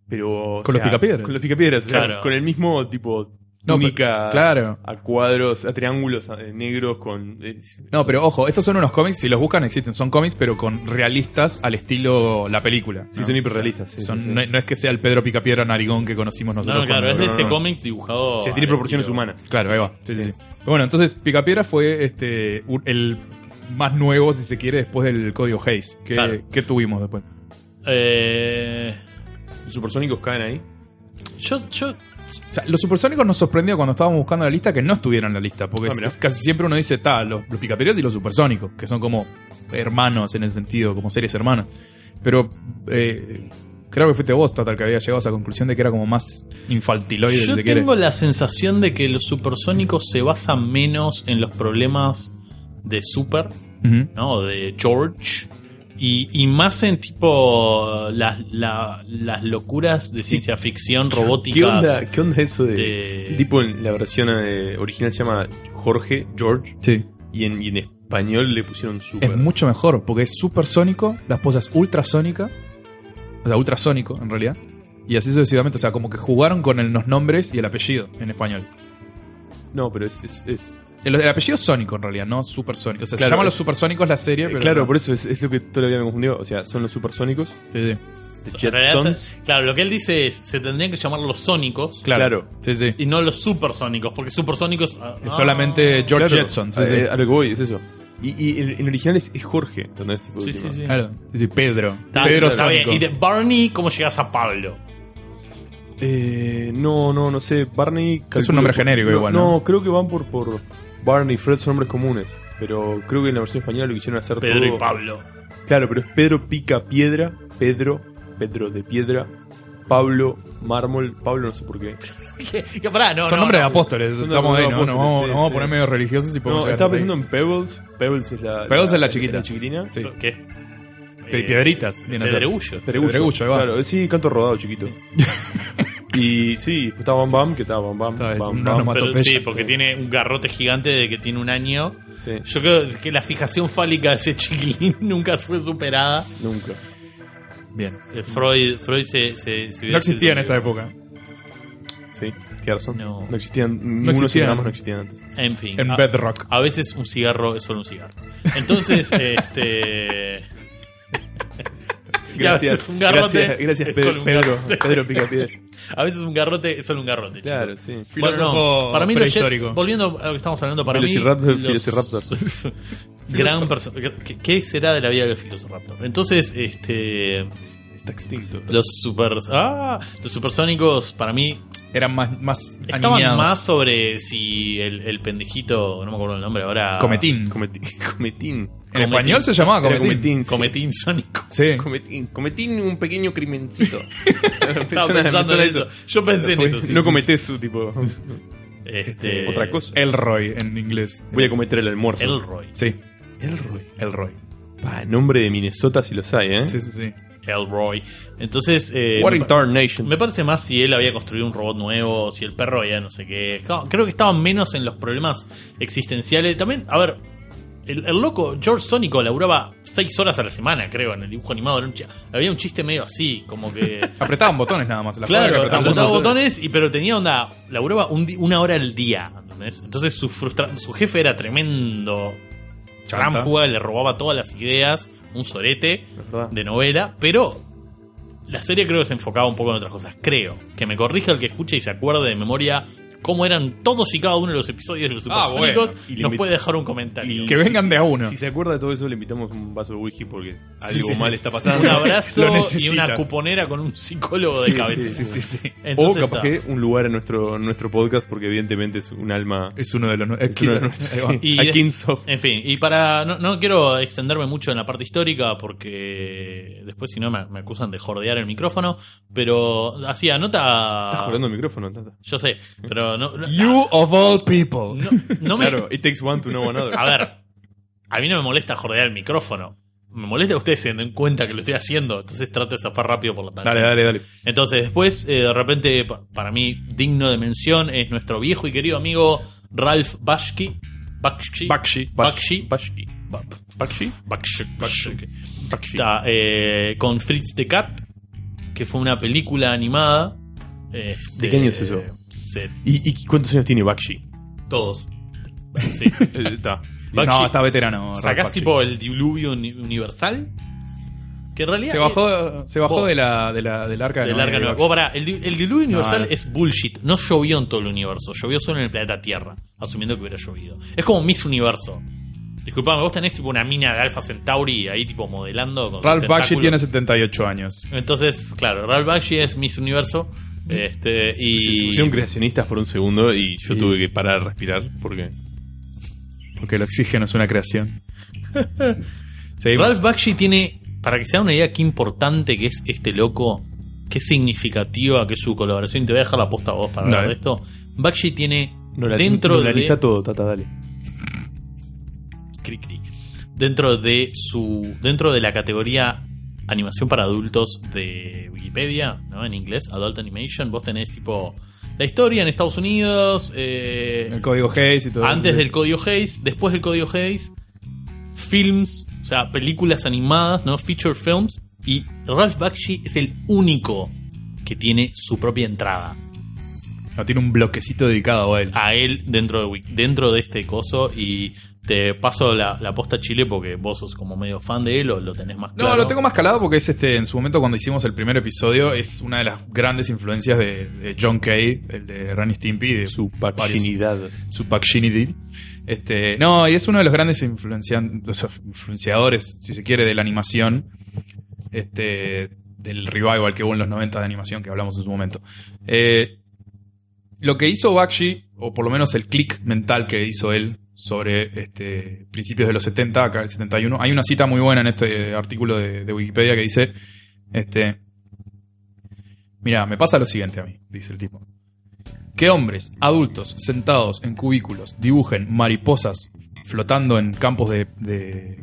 Speaker 1: Pero. o
Speaker 3: Con los
Speaker 1: sea,
Speaker 3: picapiedras.
Speaker 1: Con los picapiedras, o sea,
Speaker 2: Claro.
Speaker 1: con el mismo tipo.
Speaker 3: No,
Speaker 1: túnica
Speaker 3: pero- claro.
Speaker 1: A cuadros, a triángulos a- eh, negros con. es-
Speaker 3: No, pero ojo, estos son unos cómics, si los buscan existen, son cómics, pero con realistas al estilo la película.
Speaker 1: sí,
Speaker 3: ¿no?
Speaker 1: son hiperrealistas. sí,
Speaker 3: Son-
Speaker 1: sí, sí.
Speaker 3: No, no es que sea el Pedro Picapiedra narigón que conocimos nosotros.
Speaker 2: No, claro, es
Speaker 3: cuando-
Speaker 2: de
Speaker 1: no,
Speaker 2: ese
Speaker 1: no.
Speaker 2: cómic dibujado.
Speaker 1: Sí, tiene
Speaker 2: al
Speaker 1: proporciones
Speaker 2: estilo-
Speaker 1: humanas.
Speaker 3: Claro, ahí va. Sí, sí, sí. Bueno, entonces Picapiedra fue este un- el más nuevo, si se quiere, después del código Hayes. ¿Qué,
Speaker 2: Claro.
Speaker 3: qué tuvimos después?
Speaker 2: Eh,
Speaker 1: Los supersónicos caen ahí.
Speaker 2: yo, yo
Speaker 3: O sea, los supersónicos nos sorprendió cuando estábamos buscando la lista que no estuvieron en la lista, porque
Speaker 1: Ah,
Speaker 3: es-
Speaker 1: mirá.
Speaker 3: es casi siempre uno dice, ta, los, los picapiedras y los supersónicos, que son como hermanos en el sentido, como series hermanas. Pero eh, creo que fuiste vos, Tata, el que había llegado a esa conclusión de que era como más infantiloide, si
Speaker 2: Yo
Speaker 3: se quiere.
Speaker 2: tengo la sensación de que los supersónicos se basan menos en los problemas de Super,
Speaker 3: Ujú.
Speaker 2: ¿no? De George. Y, y más en tipo las, la- las locuras de ciencia ficción robóticas.
Speaker 1: ¿Qué onda, ¿Qué onda eso de,
Speaker 2: de-
Speaker 1: el tipo en la versión eh, original se llama Jorge, George,
Speaker 3: Sí,
Speaker 1: y en, y en español le pusieron super.
Speaker 3: es mucho mejor, porque es supersónico, la esposa es ultrasónica, o sea, ultrasónico en realidad, y así sucesivamente, o sea, como que jugaron con el- los nombres y el apellido en español.
Speaker 1: No, pero es, es, es
Speaker 3: El, el apellido es Sónico, en realidad, no Supersónico. O sea, se
Speaker 1: Claro,
Speaker 3: llaman
Speaker 1: es-
Speaker 3: los Supersónicos la serie,
Speaker 1: Eh,
Speaker 3: pero.
Speaker 1: claro, por eso es, es lo que todavía me confundió. O sea, son los supersónicos,
Speaker 3: Sí, sí.
Speaker 1: The
Speaker 2: En realidad,
Speaker 1: Jetsons.
Speaker 2: claro, lo que él dice es, se tendrían que llamar los sónicos
Speaker 3: Claro.
Speaker 1: Claro.
Speaker 3: Sí, sí.
Speaker 2: y no los supersónicos, porque supersónicos... ah,
Speaker 3: Es solamente George
Speaker 1: Claro,
Speaker 3: Jetson. Sí,
Speaker 1: a,
Speaker 3: sí.
Speaker 1: a lo que voy, es eso. Y, y en, en original es, es Jorge, ¿entendés? Tipo,
Speaker 2: Sí,
Speaker 1: tipo,
Speaker 2: sí, sí.
Speaker 3: Claro. Sí, sí, Pedro.
Speaker 2: Está-
Speaker 3: Pedro
Speaker 2: está bien.
Speaker 3: Sónico.
Speaker 2: Y de Barney, ¿cómo llegas a Pablo?
Speaker 1: Eh, no, no, no sé. Barney. calculo
Speaker 3: nombre
Speaker 1: por-
Speaker 3: genérico
Speaker 1: no,
Speaker 3: igual, ¿no?
Speaker 1: ¿no? creo que van por, por Barney y Fred son nombres comunes. Pero creo que en la versión española lo quisieron hacer
Speaker 2: Pedro
Speaker 3: Uh.
Speaker 1: todo-
Speaker 2: y Pablo. [laughs]
Speaker 1: Claro, pero es Pedro pica piedra, Pedro, Pedro de piedra, Pablo mármol, Pablo no sé por qué.
Speaker 2: Que, que pará, no,
Speaker 3: Son
Speaker 2: no,
Speaker 3: nombres
Speaker 2: no.
Speaker 3: de apóstoles.
Speaker 1: Son
Speaker 3: Estamos
Speaker 1: nombres
Speaker 3: ahí,
Speaker 1: de
Speaker 3: ¿no? Nos
Speaker 1: apóstoles,
Speaker 3: vamos,
Speaker 1: sí,
Speaker 3: nos vamos a
Speaker 1: sí.
Speaker 3: poner medio religiosos y podemos
Speaker 1: No,
Speaker 3: llegar
Speaker 1: estaba
Speaker 3: por ahí.
Speaker 1: pensando en Pebbles. Pebbles es la.
Speaker 3: Pebbles es la chiquita.
Speaker 1: La chiquitina.
Speaker 3: Sí.
Speaker 2: ¿Qué? Eh,
Speaker 3: Pe- piedritas, viene a ser.
Speaker 2: Pedregullo.
Speaker 1: Peregullo.
Speaker 3: Peregullo, ahí va.
Speaker 1: Claro, sí, canto rodado, chiquito. y sí, después estaba Bam Bam, que estaba Bam Bam.
Speaker 3: Está, es
Speaker 1: Bam
Speaker 3: un
Speaker 1: Bam.
Speaker 3: onomatopeya.
Speaker 2: Pero, sí, porque
Speaker 1: Sí.
Speaker 2: tiene un garrote gigante de que tiene un año.
Speaker 1: Sí,
Speaker 2: Yo creo que la fijación fálica de ese [laughs] chiquilín nunca fue superada.
Speaker 1: nunca.
Speaker 3: Bien.
Speaker 2: Eh, Freud, Freud se, se- se
Speaker 3: No existía en
Speaker 2: se-
Speaker 3: esa época.
Speaker 1: Sí, tienes razón.
Speaker 2: No.
Speaker 1: no existían.
Speaker 3: No
Speaker 1: No
Speaker 3: existían.
Speaker 1: existían. no existían antes.
Speaker 2: En fin.
Speaker 3: En
Speaker 2: a,
Speaker 3: Bedrock.
Speaker 2: a veces un cigarro es solo un cigarro.
Speaker 3: [laughs]
Speaker 2: Entonces, este. Y a veces un garrote
Speaker 1: Gracias, gracias
Speaker 2: es solo
Speaker 1: Pedro,
Speaker 2: un
Speaker 1: Pedro,
Speaker 2: garrote.
Speaker 1: Pedro pica
Speaker 2: [laughs]
Speaker 1: piedra.
Speaker 2: A veces un garrote es solo un garrote.
Speaker 1: Claro,
Speaker 2: chicos.
Speaker 1: sí.
Speaker 2: Bueno, no,
Speaker 3: Filósofo
Speaker 2: para mí los Jet-
Speaker 3: prehistórico.
Speaker 2: volviendo a lo que estamos hablando, para mí.
Speaker 1: Velociraptor,
Speaker 2: los-
Speaker 1: Velociraptor.
Speaker 2: [laughs] gran persona. ¿Qué, qué será de la vida del Velociraptor? Entonces, este.
Speaker 1: Está extinto.
Speaker 2: Los super. Ah, los supersónicos, para mí,
Speaker 3: Eran más, más
Speaker 2: Estaban
Speaker 3: aniñados.
Speaker 2: más sobre si el, el pendejito, no me acuerdo el nombre ahora.
Speaker 3: Cometín.
Speaker 1: Cometín. Cometín.
Speaker 3: En
Speaker 2: Cometín.
Speaker 3: español se llamaba
Speaker 1: Era
Speaker 3: Cometín.
Speaker 1: Cometín. sí.
Speaker 2: Ah, Cometín Sónico.
Speaker 3: [laughs] Sí.
Speaker 1: Cometín. Cometín un pequeño
Speaker 2: [laughs]
Speaker 1: crimencito.
Speaker 2: Estaba
Speaker 1: Persona-
Speaker 2: pensando en
Speaker 1: persona
Speaker 2: eso. Yo pensé en eso. sí,
Speaker 1: no
Speaker 2: sí.
Speaker 1: cometés su tipo.
Speaker 2: Este,
Speaker 1: Otra cosa.
Speaker 3: Elroy en inglés.
Speaker 1: Voy a cometer el almuerzo.
Speaker 2: Elroy.
Speaker 3: Sí.
Speaker 1: Elroy.
Speaker 3: Elroy.
Speaker 1: Pa, nombre de Minnesota si los hay, ¿eh?
Speaker 3: Sí, sí, sí.
Speaker 2: Elroy. Entonces. eh,
Speaker 1: What
Speaker 2: me
Speaker 1: in
Speaker 2: pa-
Speaker 1: tarnation?
Speaker 2: me parece más si él había construido un robot nuevo, si el perro había no sé qué. Ca- Creo que estaban menos en los problemas existenciales. También, a ver, el, el loco George Sónico laburaba seis horas a la semana, creo, en el dibujo animado. Era un chi- Había un chiste medio así, como
Speaker 3: [laughs]
Speaker 2: que
Speaker 3: Apretaban botones nada más. La joda que
Speaker 2: claro,
Speaker 3: apretaban
Speaker 2: apretaba
Speaker 3: botones.
Speaker 2: botones, y, pero tenía onda, laburaba un di- una hora al día. ¿entendés? Entonces su, frustra su jefe era tremendo
Speaker 3: Chanta.
Speaker 2: tránfuga, le robaba todas las ideas, un sorete
Speaker 1: Es verdad.
Speaker 2: de novela, pero la serie creo que se enfocaba un poco en otras cosas. Creo que me corrija el que escuche y se acuerde de memoria cómo eran todos y cada uno de los episodios de los
Speaker 3: Ah,
Speaker 2: Supersónicos.
Speaker 1: bueno. Y le
Speaker 2: Nos
Speaker 1: invito-
Speaker 2: puede dejar un comentario.
Speaker 3: Que vengan de a uno.
Speaker 1: Si se acuerda de todo eso, le invitamos un vaso de whisky porque
Speaker 3: Sí,
Speaker 1: algo
Speaker 3: sí, sí.
Speaker 1: mal está pasando. [laughs]
Speaker 2: Un abrazo
Speaker 3: Lo
Speaker 2: y
Speaker 3: necesita.
Speaker 2: una cuponera con un psicólogo de
Speaker 1: Sí,
Speaker 2: cabeza.
Speaker 3: Sí, sí, sí.
Speaker 1: o
Speaker 2: Entonces,
Speaker 1: capaz
Speaker 2: está.
Speaker 1: que un lugar en nuestro, en nuestro podcast porque evidentemente es un alma...
Speaker 3: Es uno de los nue-
Speaker 1: Es uno de
Speaker 3: Ahí va.
Speaker 1: nuestros.
Speaker 2: Y-
Speaker 1: Sí. A Kings of-
Speaker 2: En fin, y para. No, no quiero extenderme mucho en la parte histórica porque después, si no, me, me acusan de jordear el micrófono. Pero así,
Speaker 1: Estás
Speaker 2: anota.
Speaker 1: jugando el micrófono, Tata.
Speaker 2: Yo sé, pero no. No,
Speaker 3: You of all people.
Speaker 2: no- no me.
Speaker 1: Claro, it takes one to know another.
Speaker 2: A ver, a mí no me molesta jordear el micrófono. Me molesta que ustedes se den cuenta que lo estoy haciendo. Entonces trato de zafar rápido por la tarde.
Speaker 3: Dale, dale, dale.
Speaker 2: Entonces, después, eh, de repente, pa- para mí, digno de mención es nuestro viejo y querido amigo Ralph Bashki. Bakshi.
Speaker 3: Bakshi.
Speaker 2: Bakshi.
Speaker 1: Bashki.
Speaker 2: Ba-
Speaker 1: Bakshi.
Speaker 2: Bakshi. Bakshi.
Speaker 1: Bakshi.
Speaker 2: Está, eh, con Fritz the Cat, que fue una película animada. este,
Speaker 1: ¿De qué año es eso?
Speaker 2: se-
Speaker 1: ¿Y, y cuántos años tiene Bakshi? [laughs]
Speaker 2: todos. Sí.
Speaker 1: Eh, Está.
Speaker 2: Bakshi.
Speaker 3: No, está veterano. Ralph
Speaker 2: ¿Sacás
Speaker 3: Bakshi.
Speaker 2: tipo el diluvio uni- universal? Que en realidad.
Speaker 3: Se bajó, se bajó de la, de la, del arca
Speaker 2: es-
Speaker 3: de
Speaker 2: del
Speaker 3: Noé,
Speaker 2: arca
Speaker 3: Bakshi.
Speaker 2: nueva. Vos, pará, el, di- el diluvio universal
Speaker 3: No, no.
Speaker 2: es bullshit. No llovió en todo el universo. Llovió solo en el planeta Tierra. Asumiendo que hubiera llovido. Es como Miss Universo. Disculpame, vos tenés tipo una mina de Alpha Centauri ahí tipo modelando. Con
Speaker 3: Ralph Bakshi
Speaker 2: tentáculos.
Speaker 3: tiene 78 años.
Speaker 2: Entonces, claro, Ralph Bakshi es Miss Universo. Este,
Speaker 1: Se
Speaker 2: y.
Speaker 1: pusieron creacionistas por un segundo y yo
Speaker 3: Y-
Speaker 1: tuve que parar a respirar porque...
Speaker 3: Porque el oxígeno es una creación. Seguimos.
Speaker 2: Ralph Bakshi tiene, para que se hagan una idea qué importante que es este loco, qué significativa que es su colaboración, y te voy a dejar la posta a vos para hablar
Speaker 3: Dale.
Speaker 2: de esto. Bakshi tiene
Speaker 1: No, la-
Speaker 2: dentro
Speaker 1: no, la
Speaker 2: de.
Speaker 1: analiza todo, Tata, dale.
Speaker 2: Cri, cri. dentro de su dentro de la categoría animación para adultos de Wikipedia, ¿no? En inglés, Adult Animation, vos tenés tipo la historia en Estados Unidos, eh,
Speaker 3: El código Hayes y todo.
Speaker 2: antes
Speaker 3: eso.
Speaker 2: del código Hayes, después del código Hayes, films, o sea, películas animadas, ¿no? Feature films. Y Ralph Bakshi es el único que tiene su propia entrada.
Speaker 3: No, tiene un bloquecito dedicado a él.
Speaker 2: a él dentro de, Wik- dentro de este coso y te paso la, la posta a Chile porque vos sos como medio fan de él o lo tenés más
Speaker 3: No,
Speaker 2: claro.
Speaker 3: lo tengo más calado porque es este, en su momento cuando hicimos el primer episodio, es una de las grandes influencias de, de John Kay, el de Ren y Stimpy, de
Speaker 1: Su
Speaker 3: varios-
Speaker 1: paginidad.
Speaker 3: su Bakshinidid. Este, no, y es uno de los grandes influencian- o sea, influenciadores, si se quiere, de la animación. Este, del revival que hubo en los 90 de animación que hablamos en su momento. Eh, lo que hizo Bakshi, o por lo menos el click mental que hizo él sobre este, principios de los 70, acá el 71, hay una cita muy buena en este artículo de, de Wikipedia que dice, este, mira, me pasa lo siguiente a mí, dice el tipo. Que hombres adultos sentados en cubículos dibujen mariposas flotando en campos de, de- de-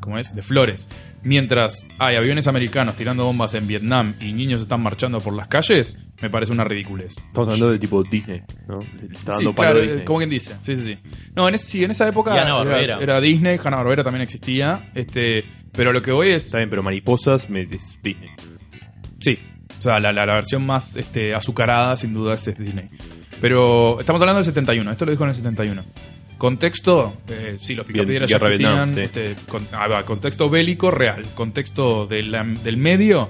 Speaker 3: ¿cómo es? de flores, mientras hay aviones americanos tirando bombas en Vietnam y niños están marchando por las calles, me parece una ridiculez.
Speaker 1: Estamos hablando de tipo Disney, ¿no? Le Está
Speaker 3: Sí,
Speaker 1: dando palo
Speaker 3: claro,
Speaker 1: a Disney.
Speaker 3: eh, como quien dice. Sí, sí, sí. No, en ese- sí, en esa época
Speaker 2: Y Hanna-Barbera.
Speaker 3: era, era Disney, Hanna Barbera también existía, este, pero lo que voy es
Speaker 1: Está bien, pero mariposas me es Disney.
Speaker 3: Sí. O sea, la, la- la versión más este, azucarada, sin duda, es Disney. Pero estamos hablando del 71. Esto lo dijo en el 71. Contexto, eh, sí, los
Speaker 1: Bien,
Speaker 3: picapiedras ya
Speaker 1: guerra de Vietnam,
Speaker 3: existían, este, con- ahí va, contexto bélico real. Contexto de la- del medio,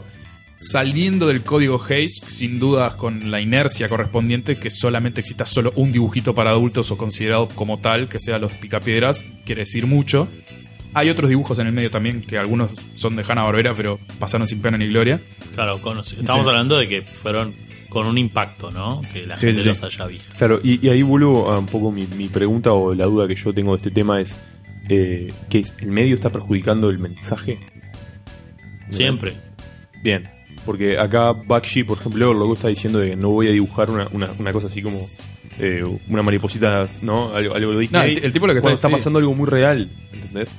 Speaker 3: saliendo del código Hayes, sin dudas con la inercia correspondiente, que solamente exista solo un dibujito para adultos o considerado como tal, que sea los picapiedras, quiere decir mucho. Hay otros dibujos en el medio también, que algunos son de Hanna Barbera, pero pasaron sin pena ni gloria.
Speaker 2: Claro, con- estamos hablando de que fueron con un impacto, ¿no? Que la
Speaker 3: Sí,
Speaker 2: gente
Speaker 3: sí,
Speaker 2: los
Speaker 3: sí.
Speaker 2: haya visto.
Speaker 1: Claro, y, y ahí vuelvo a un poco mi, mi pregunta o la duda que yo tengo de este tema es eh, que es- el medio está perjudicando el mensaje.
Speaker 2: Siempre.
Speaker 1: Bien, porque acá Bakshi, por ejemplo, lo que está diciendo de que no voy a dibujar una, una, una cosa así como eh, una mariposita, ¿no? Algo, algo de
Speaker 3: No,
Speaker 1: Disney.
Speaker 3: el, el tipo lo que
Speaker 1: Cuando está
Speaker 3: sí.
Speaker 1: pasando algo muy real, ¿entendés?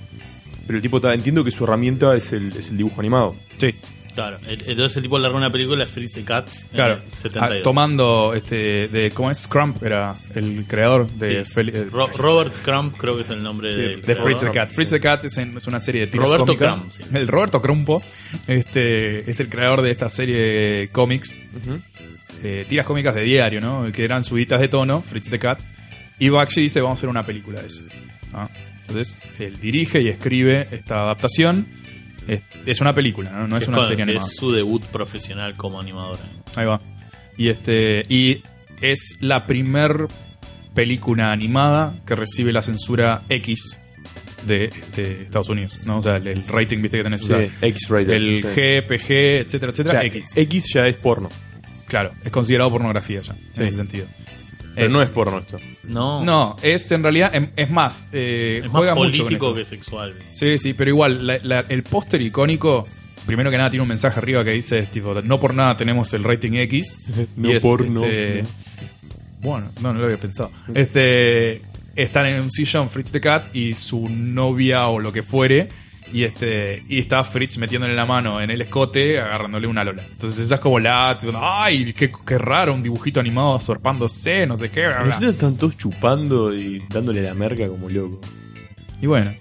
Speaker 1: Pero el tipo está, entiendo que su herramienta es el, es el dibujo animado.
Speaker 3: Sí,
Speaker 2: Claro. El- Entonces el tipo largó una película, Freeze the Cat, en
Speaker 3: claro.
Speaker 2: el 72.
Speaker 3: Ah, tomando este de cómo es Crump era el creador de
Speaker 2: Sí.
Speaker 3: Fel- eh,
Speaker 2: Ro- Robert Crump creo que es el nombre
Speaker 1: Sí,
Speaker 2: del
Speaker 3: de Fritz the
Speaker 2: creador.
Speaker 3: Cat. Fritz the Cat es, en- es una serie de tiras
Speaker 2: Roberto
Speaker 3: cómicas.
Speaker 2: Crump, sí.
Speaker 3: El Roberto Crumpo este, es el creador de esta serie de cómics, de tiras cómicas de diario, ¿no? Que eran subidas de tono, Fritz the Cat. Y Bakshi dice, vamos a hacer una película de eso. ¿no? Entonces, él dirige y escribe esta adaptación. Es, es una película, ¿no? No es una
Speaker 2: con-
Speaker 3: serie
Speaker 2: que
Speaker 3: animada.
Speaker 2: Es su debut profesional como animadora.
Speaker 3: Ahí va. Y este. Y es la primer película animada que recibe la censura X de, este, Estados Unidos. ¿no? O sea, el, el rating, viste que tenés. o sea,
Speaker 1: X-Rated.
Speaker 3: el
Speaker 1: Sí.
Speaker 3: GPG, etcétera,
Speaker 1: O
Speaker 3: etcétera.
Speaker 1: sea,
Speaker 3: X.
Speaker 1: X. ya es porno.
Speaker 3: Claro, es considerado pornografía ya,
Speaker 1: Sí.
Speaker 3: en ese sentido.
Speaker 1: Pero
Speaker 3: Eh,
Speaker 1: no es porno esto.
Speaker 2: No,
Speaker 3: No, es en realidad, em- es más, eh,
Speaker 2: es más
Speaker 3: juega mucho con
Speaker 2: político
Speaker 3: eso.
Speaker 2: que sexual.
Speaker 3: Sí, sí, pero igual, la- la- el póster icónico, primero que nada, tiene un mensaje arriba que dice, tipo, no por nada tenemos el rating X.
Speaker 1: No
Speaker 3: Y es,
Speaker 1: porno.
Speaker 3: este, Bueno, no, no lo había pensado. Este, están en un sillón Fritz the Cat y su novia o lo que fuere. Y, este, y está Fritz metiéndole la mano en el escote, agarrándole una lola. Entonces esa es como la... tipo, ¡Ay, qué, qué raro! Un dibujito animado sorpándose, no sé qué. bla, bla".
Speaker 1: Nosotros están todos chupando y dándole la merca como loco.
Speaker 3: Y bueno,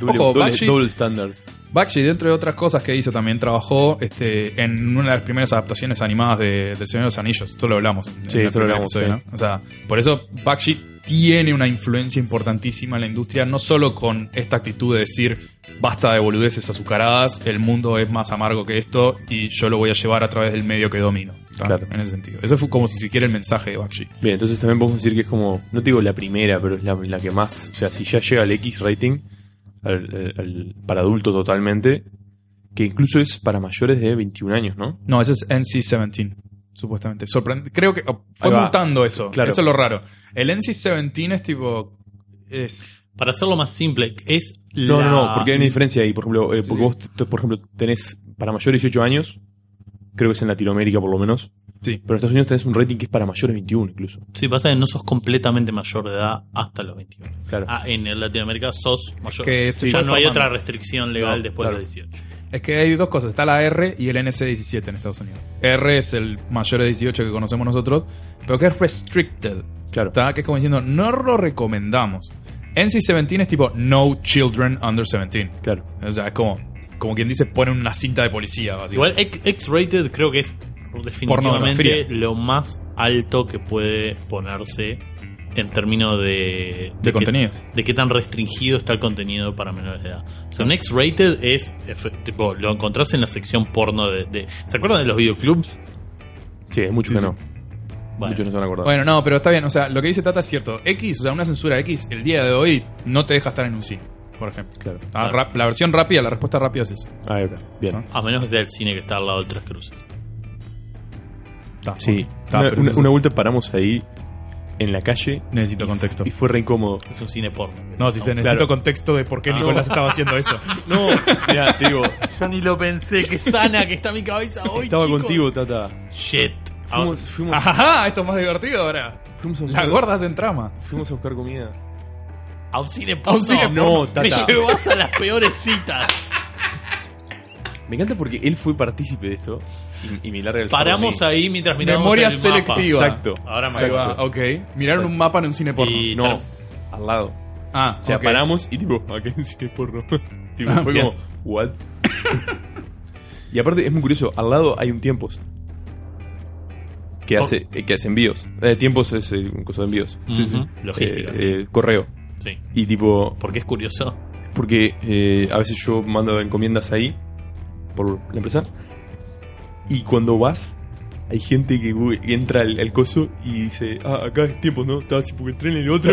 Speaker 1: Doble,
Speaker 3: Ojo,
Speaker 1: doble-
Speaker 3: Bakshi-
Speaker 1: double standards.
Speaker 3: Bakshi, dentro de otras cosas que hizo, también trabajó este, en una de las primeras adaptaciones animadas de, del Señor de los Anillos. Esto lo hablamos en, en
Speaker 1: Sí,
Speaker 3: el
Speaker 1: eso lo
Speaker 3: primer
Speaker 1: hablamos,
Speaker 3: episodio,
Speaker 1: sí.
Speaker 3: ¿no? O sea, por eso Bakshi tiene una influencia importantísima en la industria, no solo con esta actitud de decir basta de boludeces azucaradas, el mundo es más amargo que esto y yo lo voy a llevar a través del medio que domino. ¿tá?
Speaker 1: Claro.
Speaker 3: En ese sentido. Ese fue como si siquiera el mensaje de Bakshi.
Speaker 1: Bien, entonces también podemos decir que es como, no te digo la primera, pero es la, la que más, o sea, si ya llega al X rating, al- al- al- para adulto totalmente, que incluso es para mayores de 21 años, ¿no?
Speaker 3: No, ese es NC-17, supuestamente. Sorprendente. Creo que oh, fue
Speaker 1: Ahí va.
Speaker 3: mutando eso.
Speaker 1: Claro.
Speaker 3: Eso es lo raro. El NC-17 es tipo... Es...
Speaker 2: Para hacerlo más simple, es
Speaker 1: No, no,
Speaker 2: la-
Speaker 1: no, porque hay una diferencia ahí, por ejemplo, eh, porque
Speaker 3: Sí.
Speaker 1: vos, t- por ejemplo, tenés para mayores de 18 años, creo que es en Latinoamérica por lo menos,
Speaker 3: Sí.
Speaker 1: pero en Estados Unidos tenés un rating que es para mayores de 21 incluso.
Speaker 2: Sí, pasa que no sos completamente mayor de edad hasta los 21.
Speaker 1: Claro.
Speaker 2: Ah, en el Latinoamérica sos mayor.
Speaker 3: Que se
Speaker 2: ya
Speaker 3: fue
Speaker 2: no hay
Speaker 3: formando.
Speaker 2: otra restricción legal
Speaker 1: No,
Speaker 2: después
Speaker 1: claro.
Speaker 2: de los 18.
Speaker 3: Es que hay dos cosas, está la R y el NC17 en Estados Unidos. R es el mayor de 18 que conocemos nosotros, pero que es restricted,
Speaker 1: claro.
Speaker 3: ¿está? Que es como diciendo, no lo recomendamos. NC17 es tipo no children under 17.
Speaker 1: Claro.
Speaker 3: O sea, es como, como quien dice, ponen una cinta de policía,
Speaker 2: Igual
Speaker 3: básicamente.
Speaker 2: X- X-rated creo que es definitivamente
Speaker 3: Pornografía.
Speaker 2: lo más alto que puede ponerse en términos de,
Speaker 3: de
Speaker 2: qué-
Speaker 3: contenido.
Speaker 2: de qué tan restringido está el contenido para menores de edad. O sea, un X-rated es, efe- tipo, lo encontrás en la sección porno de, de- ¿Se acuerdan de los videoclubs?
Speaker 1: Sí, es mucho
Speaker 3: Sí,
Speaker 1: que
Speaker 3: sí.
Speaker 1: no.
Speaker 2: Bueno,
Speaker 1: Muchos no se van a acordar.
Speaker 3: Bueno, no, pero está bien. O sea, lo que dice Tata es cierto. X, o sea, una censura X, el día de hoy no te deja estar en un sí, por ejemplo.
Speaker 1: Claro.
Speaker 3: Ah, rap- la versión rápida, la respuesta rápida es esa.
Speaker 1: Ahí está. Bien.
Speaker 3: ¿No?
Speaker 2: a menos que sea el cine que está al lado de Tres Cruces.
Speaker 3: Está,
Speaker 1: Sí. Ah,
Speaker 3: ok. Está,
Speaker 1: Una,
Speaker 3: pero
Speaker 1: una-
Speaker 3: eso-
Speaker 1: una vuelta paramos ahí en la calle
Speaker 3: Necesito contexto.
Speaker 1: y fue re incómodo.
Speaker 2: Es un cine porno.
Speaker 3: No, si se necesita
Speaker 1: claro.
Speaker 3: contexto de por qué
Speaker 2: Ah.
Speaker 3: Nicolás estaba
Speaker 1: [laughs]
Speaker 3: haciendo eso.
Speaker 1: No, mira, te [laughs] digo,
Speaker 2: Yo ni lo pensé, que [laughs] sana que está mi cabeza hoy.
Speaker 1: estaba
Speaker 2: chicos.
Speaker 1: contigo, Tata. Ah,
Speaker 2: Shit.
Speaker 1: Fuimos, fuimos,
Speaker 3: Ajá, esto es más divertido ahora.
Speaker 1: fuimos a
Speaker 3: La
Speaker 1: buscar,
Speaker 3: gorda se entrama.
Speaker 1: fuimos a buscar comida.
Speaker 2: A, a un cine porno.
Speaker 3: A un cine
Speaker 1: No,
Speaker 3: porno.
Speaker 2: Me
Speaker 1: Tata.
Speaker 2: llevas a las peores citas.
Speaker 1: Me encanta porque él fue partícipe de esto y, y me larga el fardo
Speaker 2: Paramos
Speaker 1: a mí.
Speaker 2: ahí mientras miramos
Speaker 3: Memoria
Speaker 2: el mapa.
Speaker 3: selectiva.
Speaker 1: Exacto.
Speaker 2: Ahora me
Speaker 3: Ahí va,
Speaker 2: acuerdo.
Speaker 3: ok. Miraron un mapa en un cine porno.
Speaker 2: Y-
Speaker 1: No, al lado.
Speaker 3: Ah,
Speaker 1: O sea,
Speaker 3: ok.
Speaker 1: paramos y tipo, acá [laughs] sí que es porno. tipo,
Speaker 3: Ah,
Speaker 1: fue
Speaker 3: bien.
Speaker 1: como, ¿what? y aparte es muy curioso, al lado hay un tiempos. Que
Speaker 2: Por-
Speaker 1: hace, eh, que hace envíos. Eh, tiempos es eh, un coso de envíos.
Speaker 2: Sí, sí. Logística,
Speaker 1: Eh,
Speaker 2: sí.
Speaker 1: eh, correo.
Speaker 2: Sí.
Speaker 1: Y tipo,
Speaker 2: Porque es curioso.
Speaker 1: porque eh, a veces yo mando encomiendas ahí, por la empresa. Y cuando vas, hay gente que gu- que entra al, al coso y dice, ah, acá es tiempos, ¿no? Estaba así porque entré en el [laughs] otro.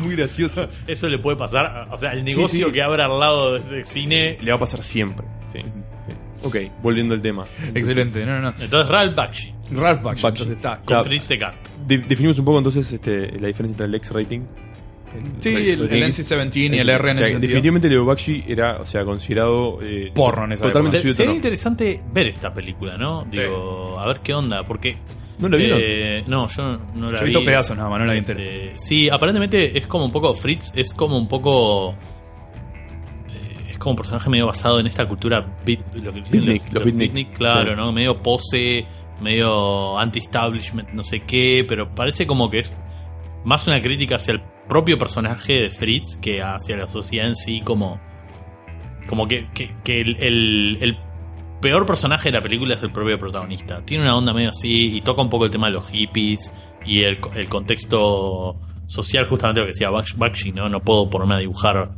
Speaker 1: muy gracioso.
Speaker 2: Eso le puede pasar. O sea, el
Speaker 1: Sí,
Speaker 2: negocio
Speaker 1: sí.
Speaker 2: que abra al lado de ese cine.
Speaker 1: Le va a pasar siempre. Ok, volviendo al tema.
Speaker 3: Excelente. No, no, no.
Speaker 2: Entonces, Ralph Bakshi.
Speaker 3: Ralph Bakshi,
Speaker 1: Bakshi.
Speaker 3: entonces está.
Speaker 2: Con
Speaker 1: Claro.
Speaker 2: Fritz de Cat.
Speaker 1: De- definimos un poco entonces este, la diferencia entre el X rating.
Speaker 3: Sí, el, el NC-17 y el R en
Speaker 1: O sea,
Speaker 3: ese sentido.
Speaker 1: Definitivamente Leo Bakshi era, o sea, considerado. eh,
Speaker 3: Porro en esa
Speaker 1: Totalmente
Speaker 3: época.
Speaker 2: Se-
Speaker 1: subido
Speaker 2: Sería
Speaker 1: de tono.
Speaker 2: interesante ver esta película, ¿no?
Speaker 3: Sí.
Speaker 2: Digo, a ver qué onda. Porque.
Speaker 1: ¿No lo vieron?
Speaker 2: eh, no, yo no- no la
Speaker 3: Yo he visto
Speaker 2: vi.
Speaker 3: pedazos nada más, no la vi entera.
Speaker 2: Este, sí, aparentemente es como un poco. Fritz es como un poco. eh, Es como un personaje medio basado en esta cultura beat, lo que dicen
Speaker 1: Beatnik, los beatnik.
Speaker 2: claro,
Speaker 1: Sí.
Speaker 2: ¿no? Medio pose, medio anti-establishment, no sé qué, pero parece como que es más una crítica hacia el propio personaje de Fritz que hacia la sociedad en sí, como, como que, que- que el, el- el peor personaje de la película es el propio protagonista. Tiene una onda medio así y toca un poco el tema de los hippies y el, co- el contexto social, justamente lo que decía Baksh- Bakshi, ¿no? No puedo ponerme a dibujar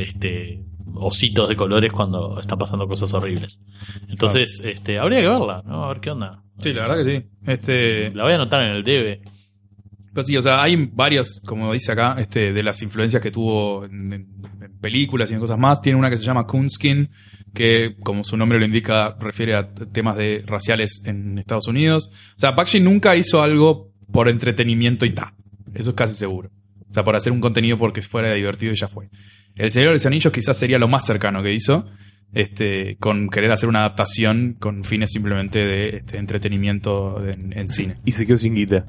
Speaker 2: este ositos de colores cuando están pasando cosas horribles. Entonces, este, habría que verla, ¿no? A ver qué onda. Eh,
Speaker 3: Sí, la verdad que sí. Este,
Speaker 2: La voy a anotar en el debe.
Speaker 3: Pero sí, o sea, hay varias, como dice acá, este, de las influencias que tuvo en, en- en películas y en cosas más. Tiene una que se llama Coonskin, que como su nombre lo indica, refiere a t- temas de raciales en Estados Unidos. O sea, Bakshi nunca hizo algo por entretenimiento y ta. Eso es casi seguro. O sea, por hacer un contenido porque fuera divertido y ya fue. El Señor de los Anillos quizás sería lo más cercano que hizo, este, con querer hacer una adaptación con fines simplemente de este, entretenimiento en, en cine.
Speaker 1: Y se quedó sin guita.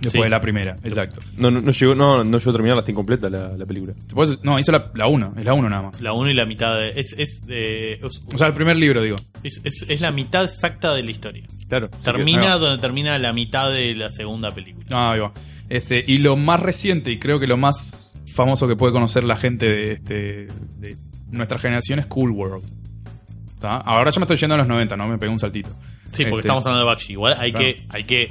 Speaker 3: Después
Speaker 2: Sí.
Speaker 3: de la primera, exacto.
Speaker 1: No, no, no llegó, no, no llegó a terminar, la está incompleta la, la película.
Speaker 3: Por eso- no, hizo la 1, es la 1 nada más.
Speaker 2: La 1 y la mitad de- es, es, eh, es-
Speaker 3: O sea, el primer libro, digo.
Speaker 2: es- es- es la mitad exacta de la historia.
Speaker 1: Claro. así que-
Speaker 2: Termina
Speaker 3: ahí va.
Speaker 2: donde termina la mitad de la segunda película.
Speaker 3: Ah, ahí va. Este, y lo más reciente, y creo que lo más famoso que puede conocer la gente de, este, de nuestra generación es Cool World. ¿Tá? Ahora yo me estoy yendo a los 90, ¿no? Me pegué un saltito.
Speaker 2: Sí, porque
Speaker 3: Este,
Speaker 2: estamos hablando de Bakshi. Igual hay,
Speaker 3: Claro.
Speaker 2: que, hay que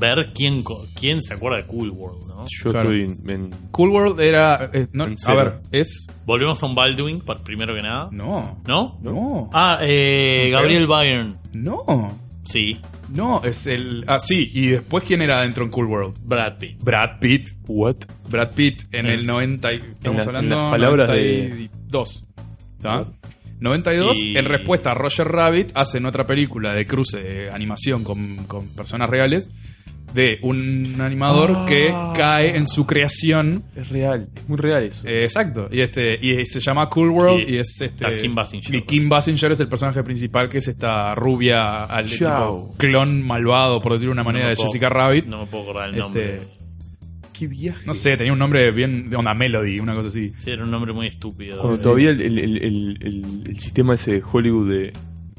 Speaker 2: ver quién, co- quién se acuerda de Cool World, ¿no?
Speaker 1: yo
Speaker 3: Claro.
Speaker 1: estoy en, en-
Speaker 3: Cool World era... eh, no,
Speaker 1: En
Speaker 3: a
Speaker 1: cero.
Speaker 3: ver, es...
Speaker 2: Volvemos a un Baldwin, por- primero que nada.
Speaker 3: No.
Speaker 2: ¿No?
Speaker 3: No.
Speaker 2: Ah, eh, Gabriel Byrne.
Speaker 3: No.
Speaker 2: Sí,
Speaker 3: No, es el... Ah, sí. ¿Y después quién era dentro en Cool World?
Speaker 2: Brad Pitt.
Speaker 3: Brad Pitt.
Speaker 1: What?
Speaker 3: Brad Pitt en
Speaker 2: Sí.
Speaker 3: el 90 y- estamos
Speaker 1: la- en
Speaker 3: hablando
Speaker 1: las palabras de-
Speaker 3: 92 ¿tá? 92
Speaker 2: Y-
Speaker 3: en respuesta a Roger Rabbit hacen otra película de cruce de animación con, con personas reales de un animador
Speaker 1: Ah.
Speaker 3: que cae en su creación
Speaker 1: Es real, es muy real eso.
Speaker 3: Eh, exacto y este y se llama Cool World y,
Speaker 2: Y
Speaker 3: es este
Speaker 2: está Kim Basinger.
Speaker 3: y Kim Basinger es el personaje principal que es esta rubia al
Speaker 1: Chao.
Speaker 3: tipo clon malvado por decirlo de una manera
Speaker 2: me
Speaker 3: de
Speaker 2: puedo-
Speaker 3: Jessica Rabbit
Speaker 2: No me puedo acordar el
Speaker 3: Este,
Speaker 2: nombre.
Speaker 1: Qué viaje.
Speaker 3: no sé tenía un nombre bien de onda Melody una cosa así
Speaker 2: Sí, era un nombre muy estúpido.
Speaker 1: Cuando todavía el, el- el- el- el- el sistema ese de Hollywood de.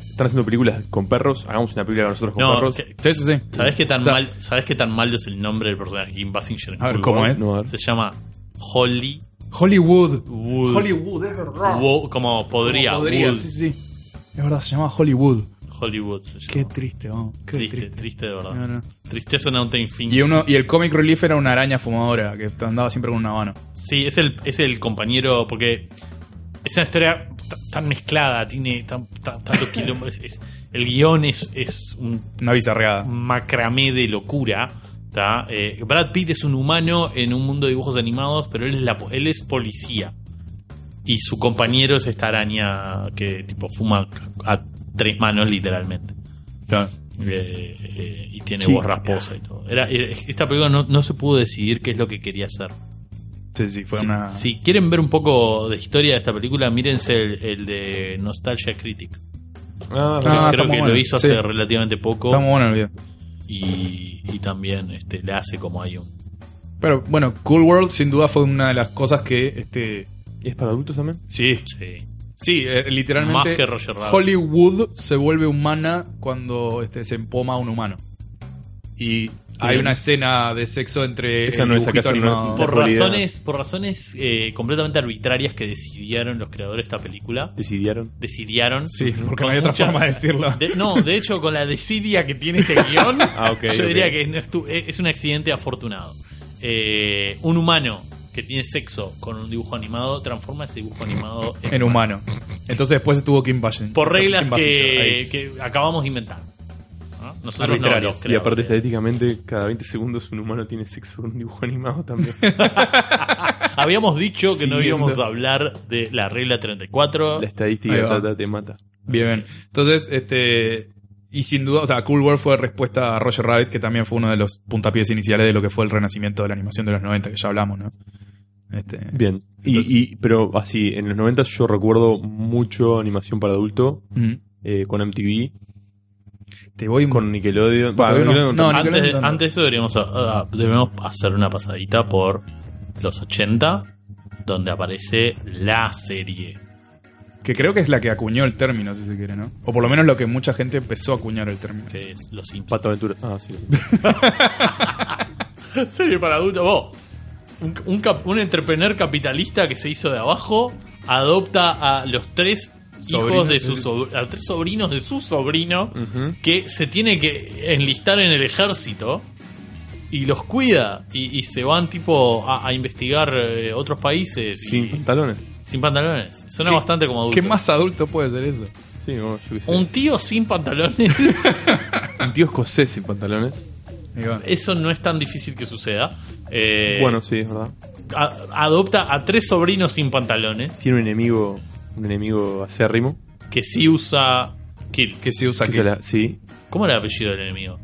Speaker 1: Están haciendo películas con perros, hagamos una película nosotros con
Speaker 2: No,
Speaker 1: perros.
Speaker 2: que-
Speaker 3: Sí, sí, sí.
Speaker 2: ¿Sabes qué tan
Speaker 3: O sea-
Speaker 2: mal, sabes qué tan malo es el nombre del personaje Kim Basinger? en
Speaker 3: A ver,
Speaker 2: Cool
Speaker 3: ¿cómo
Speaker 2: World?
Speaker 3: es?
Speaker 1: No, a ver.
Speaker 2: Se llama Holly
Speaker 3: Hollywood.
Speaker 2: Wood.
Speaker 3: Hollywood, es verdad.
Speaker 2: Wo- como podría.
Speaker 3: Como podría,
Speaker 2: Wood.
Speaker 3: sí, sí, sí. Es verdad, se llamaba Hollywood.
Speaker 2: Hollywood. se
Speaker 3: Qué
Speaker 2: llamaba.
Speaker 3: triste, vamos. Qué
Speaker 2: triste,
Speaker 3: triste.
Speaker 2: triste, de verdad.
Speaker 3: No, no.
Speaker 2: Tristeza no te infin.
Speaker 3: Y, uno, y el comic relief era una araña fumadora que andaba siempre con una mano.
Speaker 2: Sí, es el, es el compañero, porque es una historia ta- tan mezclada, tiene tan, tan- tanto quilombo. es- es- el guión es, es un
Speaker 3: Una bizarreada.
Speaker 2: macramé de locura. ¿tá? Eh, Brad Pitt es un humano en un mundo de dibujos animados, pero él es, la po- él es policía. Y su compañero es esta araña que tipo fuma a tres manos literalmente. Eh, eh, y tiene
Speaker 1: Sí.
Speaker 2: voz rasposa y todo. Era, era- esta película no, no se pudo decidir qué es lo que quería hacer.
Speaker 3: Sí, sí, fue
Speaker 2: si,
Speaker 3: una.
Speaker 2: si quieren ver un poco de historia de esta película, mírense el, el de Nostalgia Critic.
Speaker 1: Ah, mirá.
Speaker 3: Ah, está
Speaker 2: Creo
Speaker 3: muy
Speaker 2: que
Speaker 3: bueno.
Speaker 2: lo hizo hace
Speaker 1: Sí.
Speaker 2: relativamente poco
Speaker 3: Está muy bueno el video.
Speaker 2: y, y también este, le hace como hay un...
Speaker 3: Pero bueno, Cool World sin duda fue una de las cosas que. este
Speaker 1: ¿Es para adultos también?
Speaker 3: Sí,
Speaker 2: sí.
Speaker 3: sí, eh, literalmente.
Speaker 2: Más que Roger Rabbit.
Speaker 3: Hollywood se vuelve humana cuando este, se empoma a un humano. Y hay una escena de sexo entre.
Speaker 1: Esa
Speaker 3: el
Speaker 1: no es
Speaker 3: dibujito
Speaker 1: acaso, no es
Speaker 3: animado.
Speaker 1: La
Speaker 2: Por
Speaker 1: realidad.
Speaker 2: razones, por razones eh, completamente arbitrarias que decidieron los creadores de esta película,
Speaker 1: Decidieron.
Speaker 2: decidieron...
Speaker 3: Sí, porque
Speaker 2: con
Speaker 3: no hay otra
Speaker 2: mucha-
Speaker 3: forma de decirlo.
Speaker 2: de- no, de hecho, con la desidia que tiene este
Speaker 3: [laughs]
Speaker 2: guión,
Speaker 1: Ah, ok,
Speaker 2: [laughs] yo
Speaker 1: ok.
Speaker 2: diría que no estu- eh, es, es un accidente afortunado. Eh, un humano que tiene sexo con un dibujo animado transforma ese dibujo animado en,
Speaker 3: En humano. Entonces después estuvo Kim Basinger.
Speaker 2: por reglas
Speaker 3: Kim Basinger, ahí.
Speaker 2: que, que acabamos de inventar. ¿Ah? Nosotros no, eh,
Speaker 3: Arbitrarias.
Speaker 2: los
Speaker 1: Y aparte,
Speaker 2: creadores.
Speaker 1: estadísticamente, cada 20 segundos un humano tiene sexo con un dibujo animado también.
Speaker 2: Habíamos dicho que no
Speaker 3: Siguiendo.
Speaker 2: íbamos a hablar de la regla 34.
Speaker 1: La
Speaker 3: Ahí
Speaker 1: estadística
Speaker 3: va.
Speaker 1: ta, ta, te mata.
Speaker 3: Bien, bien. Entonces, este. Y sin duda, o sea, Cool World fue respuesta a Roger Rabbit, que también fue uno de los puntapiés iniciales de lo que fue el renacimiento de la animación de los 90, que ya hablamos, ¿no? Este,
Speaker 1: Bien.
Speaker 3: Entonces-
Speaker 1: y, y- pero así, en los 90 yo recuerdo mucho animación para adulto
Speaker 3: Mm.
Speaker 1: eh, con MTV,
Speaker 3: Te voy
Speaker 1: con Nickelodeon. Pa,
Speaker 3: Todavía no-
Speaker 1: Nickelodeon
Speaker 3: Mm. no,
Speaker 2: antes, de,
Speaker 3: Nickelodeon no.
Speaker 2: antes de eso deberíamos, ah, ah, deberíamos hacer una pasadita por los 80, donde aparece la serie.
Speaker 3: Que creo que es la que acuñó el término, si se quiere, ¿no? O por lo menos lo que mucha gente empezó a acuñar el término.
Speaker 2: Que es Los Simpsons.
Speaker 1: Pato Aventura. Ah, sí.
Speaker 2: [laughs] serie para adultos. Vos, un, un, cap- un entrepreneur capitalista que se hizo de abajo adopta a los tres hijos
Speaker 3: Sobrinos.
Speaker 2: de sus sobr- a tres sobrinos de su sobrino.
Speaker 1: Ujú.
Speaker 2: que se tiene que enlistar en el ejército y los cuida y, y se van tipo a, a investigar eh, otros países y-
Speaker 1: Sin pantalones.
Speaker 2: sin pantalones. Suena
Speaker 3: ¿Qué-
Speaker 2: bastante como adulto.
Speaker 3: ¿Qué más adulto puede ser eso?
Speaker 1: Sí, bueno, yo qué sé.
Speaker 2: Un tío sin pantalones, [laughs]
Speaker 1: Un tío escocés sin pantalones.
Speaker 3: Ahí va.
Speaker 2: eso no es tan difícil que suceda. Eh,
Speaker 1: Bueno, sí, es verdad.
Speaker 2: a- adopta a tres sobrinos sin pantalones
Speaker 1: Tiene un enemigo, un enemigo acérrimo.
Speaker 2: que sí usa kill.
Speaker 3: Que se usa
Speaker 1: que
Speaker 3: aquí.
Speaker 1: se la- sí.
Speaker 2: ¿Cómo era el apellido del enemigo?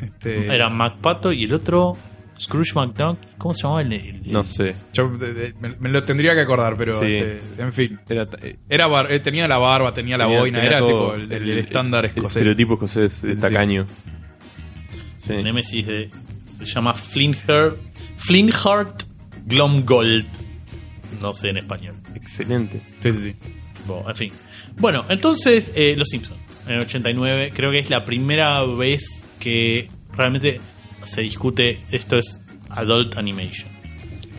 Speaker 3: Este,
Speaker 2: Era MacPato y el otro Scrooge McDuck. ¿Cómo se llamaba el, el-
Speaker 1: No sé.
Speaker 3: Yo de- de- me, me lo tendría que acordar, pero
Speaker 1: Sí.
Speaker 3: este, en fin.
Speaker 1: Era, ta- eh,
Speaker 3: Era bar- eh, tenía la barba, tenía la
Speaker 1: tenía-
Speaker 3: boina,
Speaker 1: tenía
Speaker 3: era
Speaker 1: todo
Speaker 3: tipo el, el- el estándar
Speaker 1: el
Speaker 3: escocés.
Speaker 1: estereotipo escocés de
Speaker 3: Sí.
Speaker 1: tacaño. Sí.
Speaker 2: El Némesis de- se llama Flintheart, Flintheart Glomgold. No sé en español.
Speaker 1: Excelente.
Speaker 3: Sí, sí, sí.
Speaker 2: Tipo, en fin. Bueno, entonces, eh, Los Simpsons. En el 89, creo que es la primera vez que realmente se discute esto es adult animation.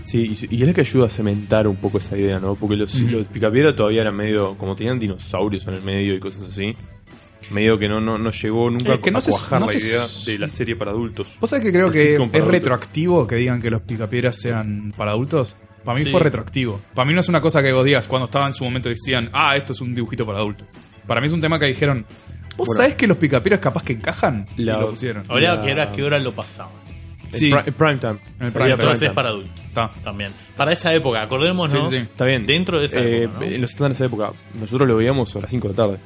Speaker 1: Sí, y, y es la que ayuda a cementar un poco esa idea, ¿no? Porque los,
Speaker 3: Ujú.
Speaker 1: los picapiedra todavía eran medio, como tenían dinosaurios en el medio y cosas así, medio que no, no, no llegó nunca
Speaker 3: Eh, que
Speaker 1: a
Speaker 3: no se-
Speaker 1: cuajar
Speaker 3: no
Speaker 1: la
Speaker 3: se-
Speaker 1: idea de la serie para adultos.
Speaker 3: ¿Vos sabés que creo
Speaker 1: El
Speaker 3: que
Speaker 1: sitcom para
Speaker 3: es
Speaker 1: adultos.
Speaker 3: retroactivo que digan que los picapiedras sean para adultos? Para mí
Speaker 2: Sí.
Speaker 3: fue retroactivo. Para mí no es una cosa que vos digas cuando estaba en su momento decían, ah, esto es un dibujito para adultos. Para mí es un tema que dijeron, ¿vos
Speaker 1: Bueno.
Speaker 3: sabés que los picapiedras capaz que encajan? Y
Speaker 1: La- Ah,
Speaker 3: lo pusieron.
Speaker 2: Ahora
Speaker 1: La-
Speaker 2: que era que hora lo pasaba.
Speaker 3: Sí.
Speaker 1: En, pri- en prime time.
Speaker 3: En
Speaker 1: Salía
Speaker 3: el prime time.
Speaker 1: prime
Speaker 2: Entonces es para adultos
Speaker 3: Está.
Speaker 2: también. Para esa época, acordémonos.
Speaker 3: Sí, sí, sí.
Speaker 1: Está bien.
Speaker 2: Dentro de esa
Speaker 1: Eh,
Speaker 2: época, ¿no?
Speaker 1: En los 70 de esa época, nosotros lo veíamos a las 5 de la tarde.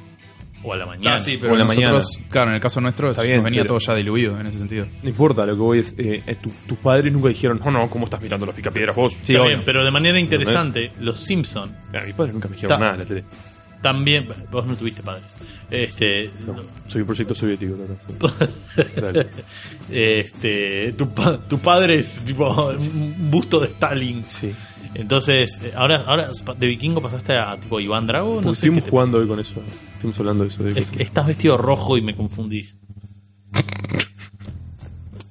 Speaker 2: O a la mañana.
Speaker 3: Ah, sí,
Speaker 1: O
Speaker 3: pero
Speaker 1: en la
Speaker 3: nosotros, claro, en el caso nuestro
Speaker 1: Está bien,
Speaker 3: nos venía
Speaker 1: pero-
Speaker 3: todo ya diluido en ese sentido.
Speaker 1: No importa, lo que voy es, eh, eh, tu- tus padres nunca dijeron, no, no, ¿cómo estás mirando los picapiedras vos?
Speaker 3: Sí,
Speaker 2: Está
Speaker 3: obvio.
Speaker 2: bien, pero de manera interesante, Los Simpsons
Speaker 1: Mira, mis padres nunca me dijeron
Speaker 2: Está.
Speaker 1: nada en la tele.
Speaker 2: también. Vos no tuviste padres. Este,
Speaker 1: No, soy un proyecto soviético. no,
Speaker 2: [laughs]
Speaker 1: no. Dale.
Speaker 2: Este, tu, pa- tu padre es tipo un busto de Stalin.
Speaker 1: Sí.
Speaker 2: Entonces, eh, ahora, ahora de vikingo pasaste a tipo Iván Drago. No sé qué
Speaker 1: estuvimos
Speaker 2: te
Speaker 1: jugando hoy con eso. Estuvimos hablando de eso. de
Speaker 2: pasa. Es
Speaker 1: cosas.
Speaker 2: que estás vestido rojo y me confundís.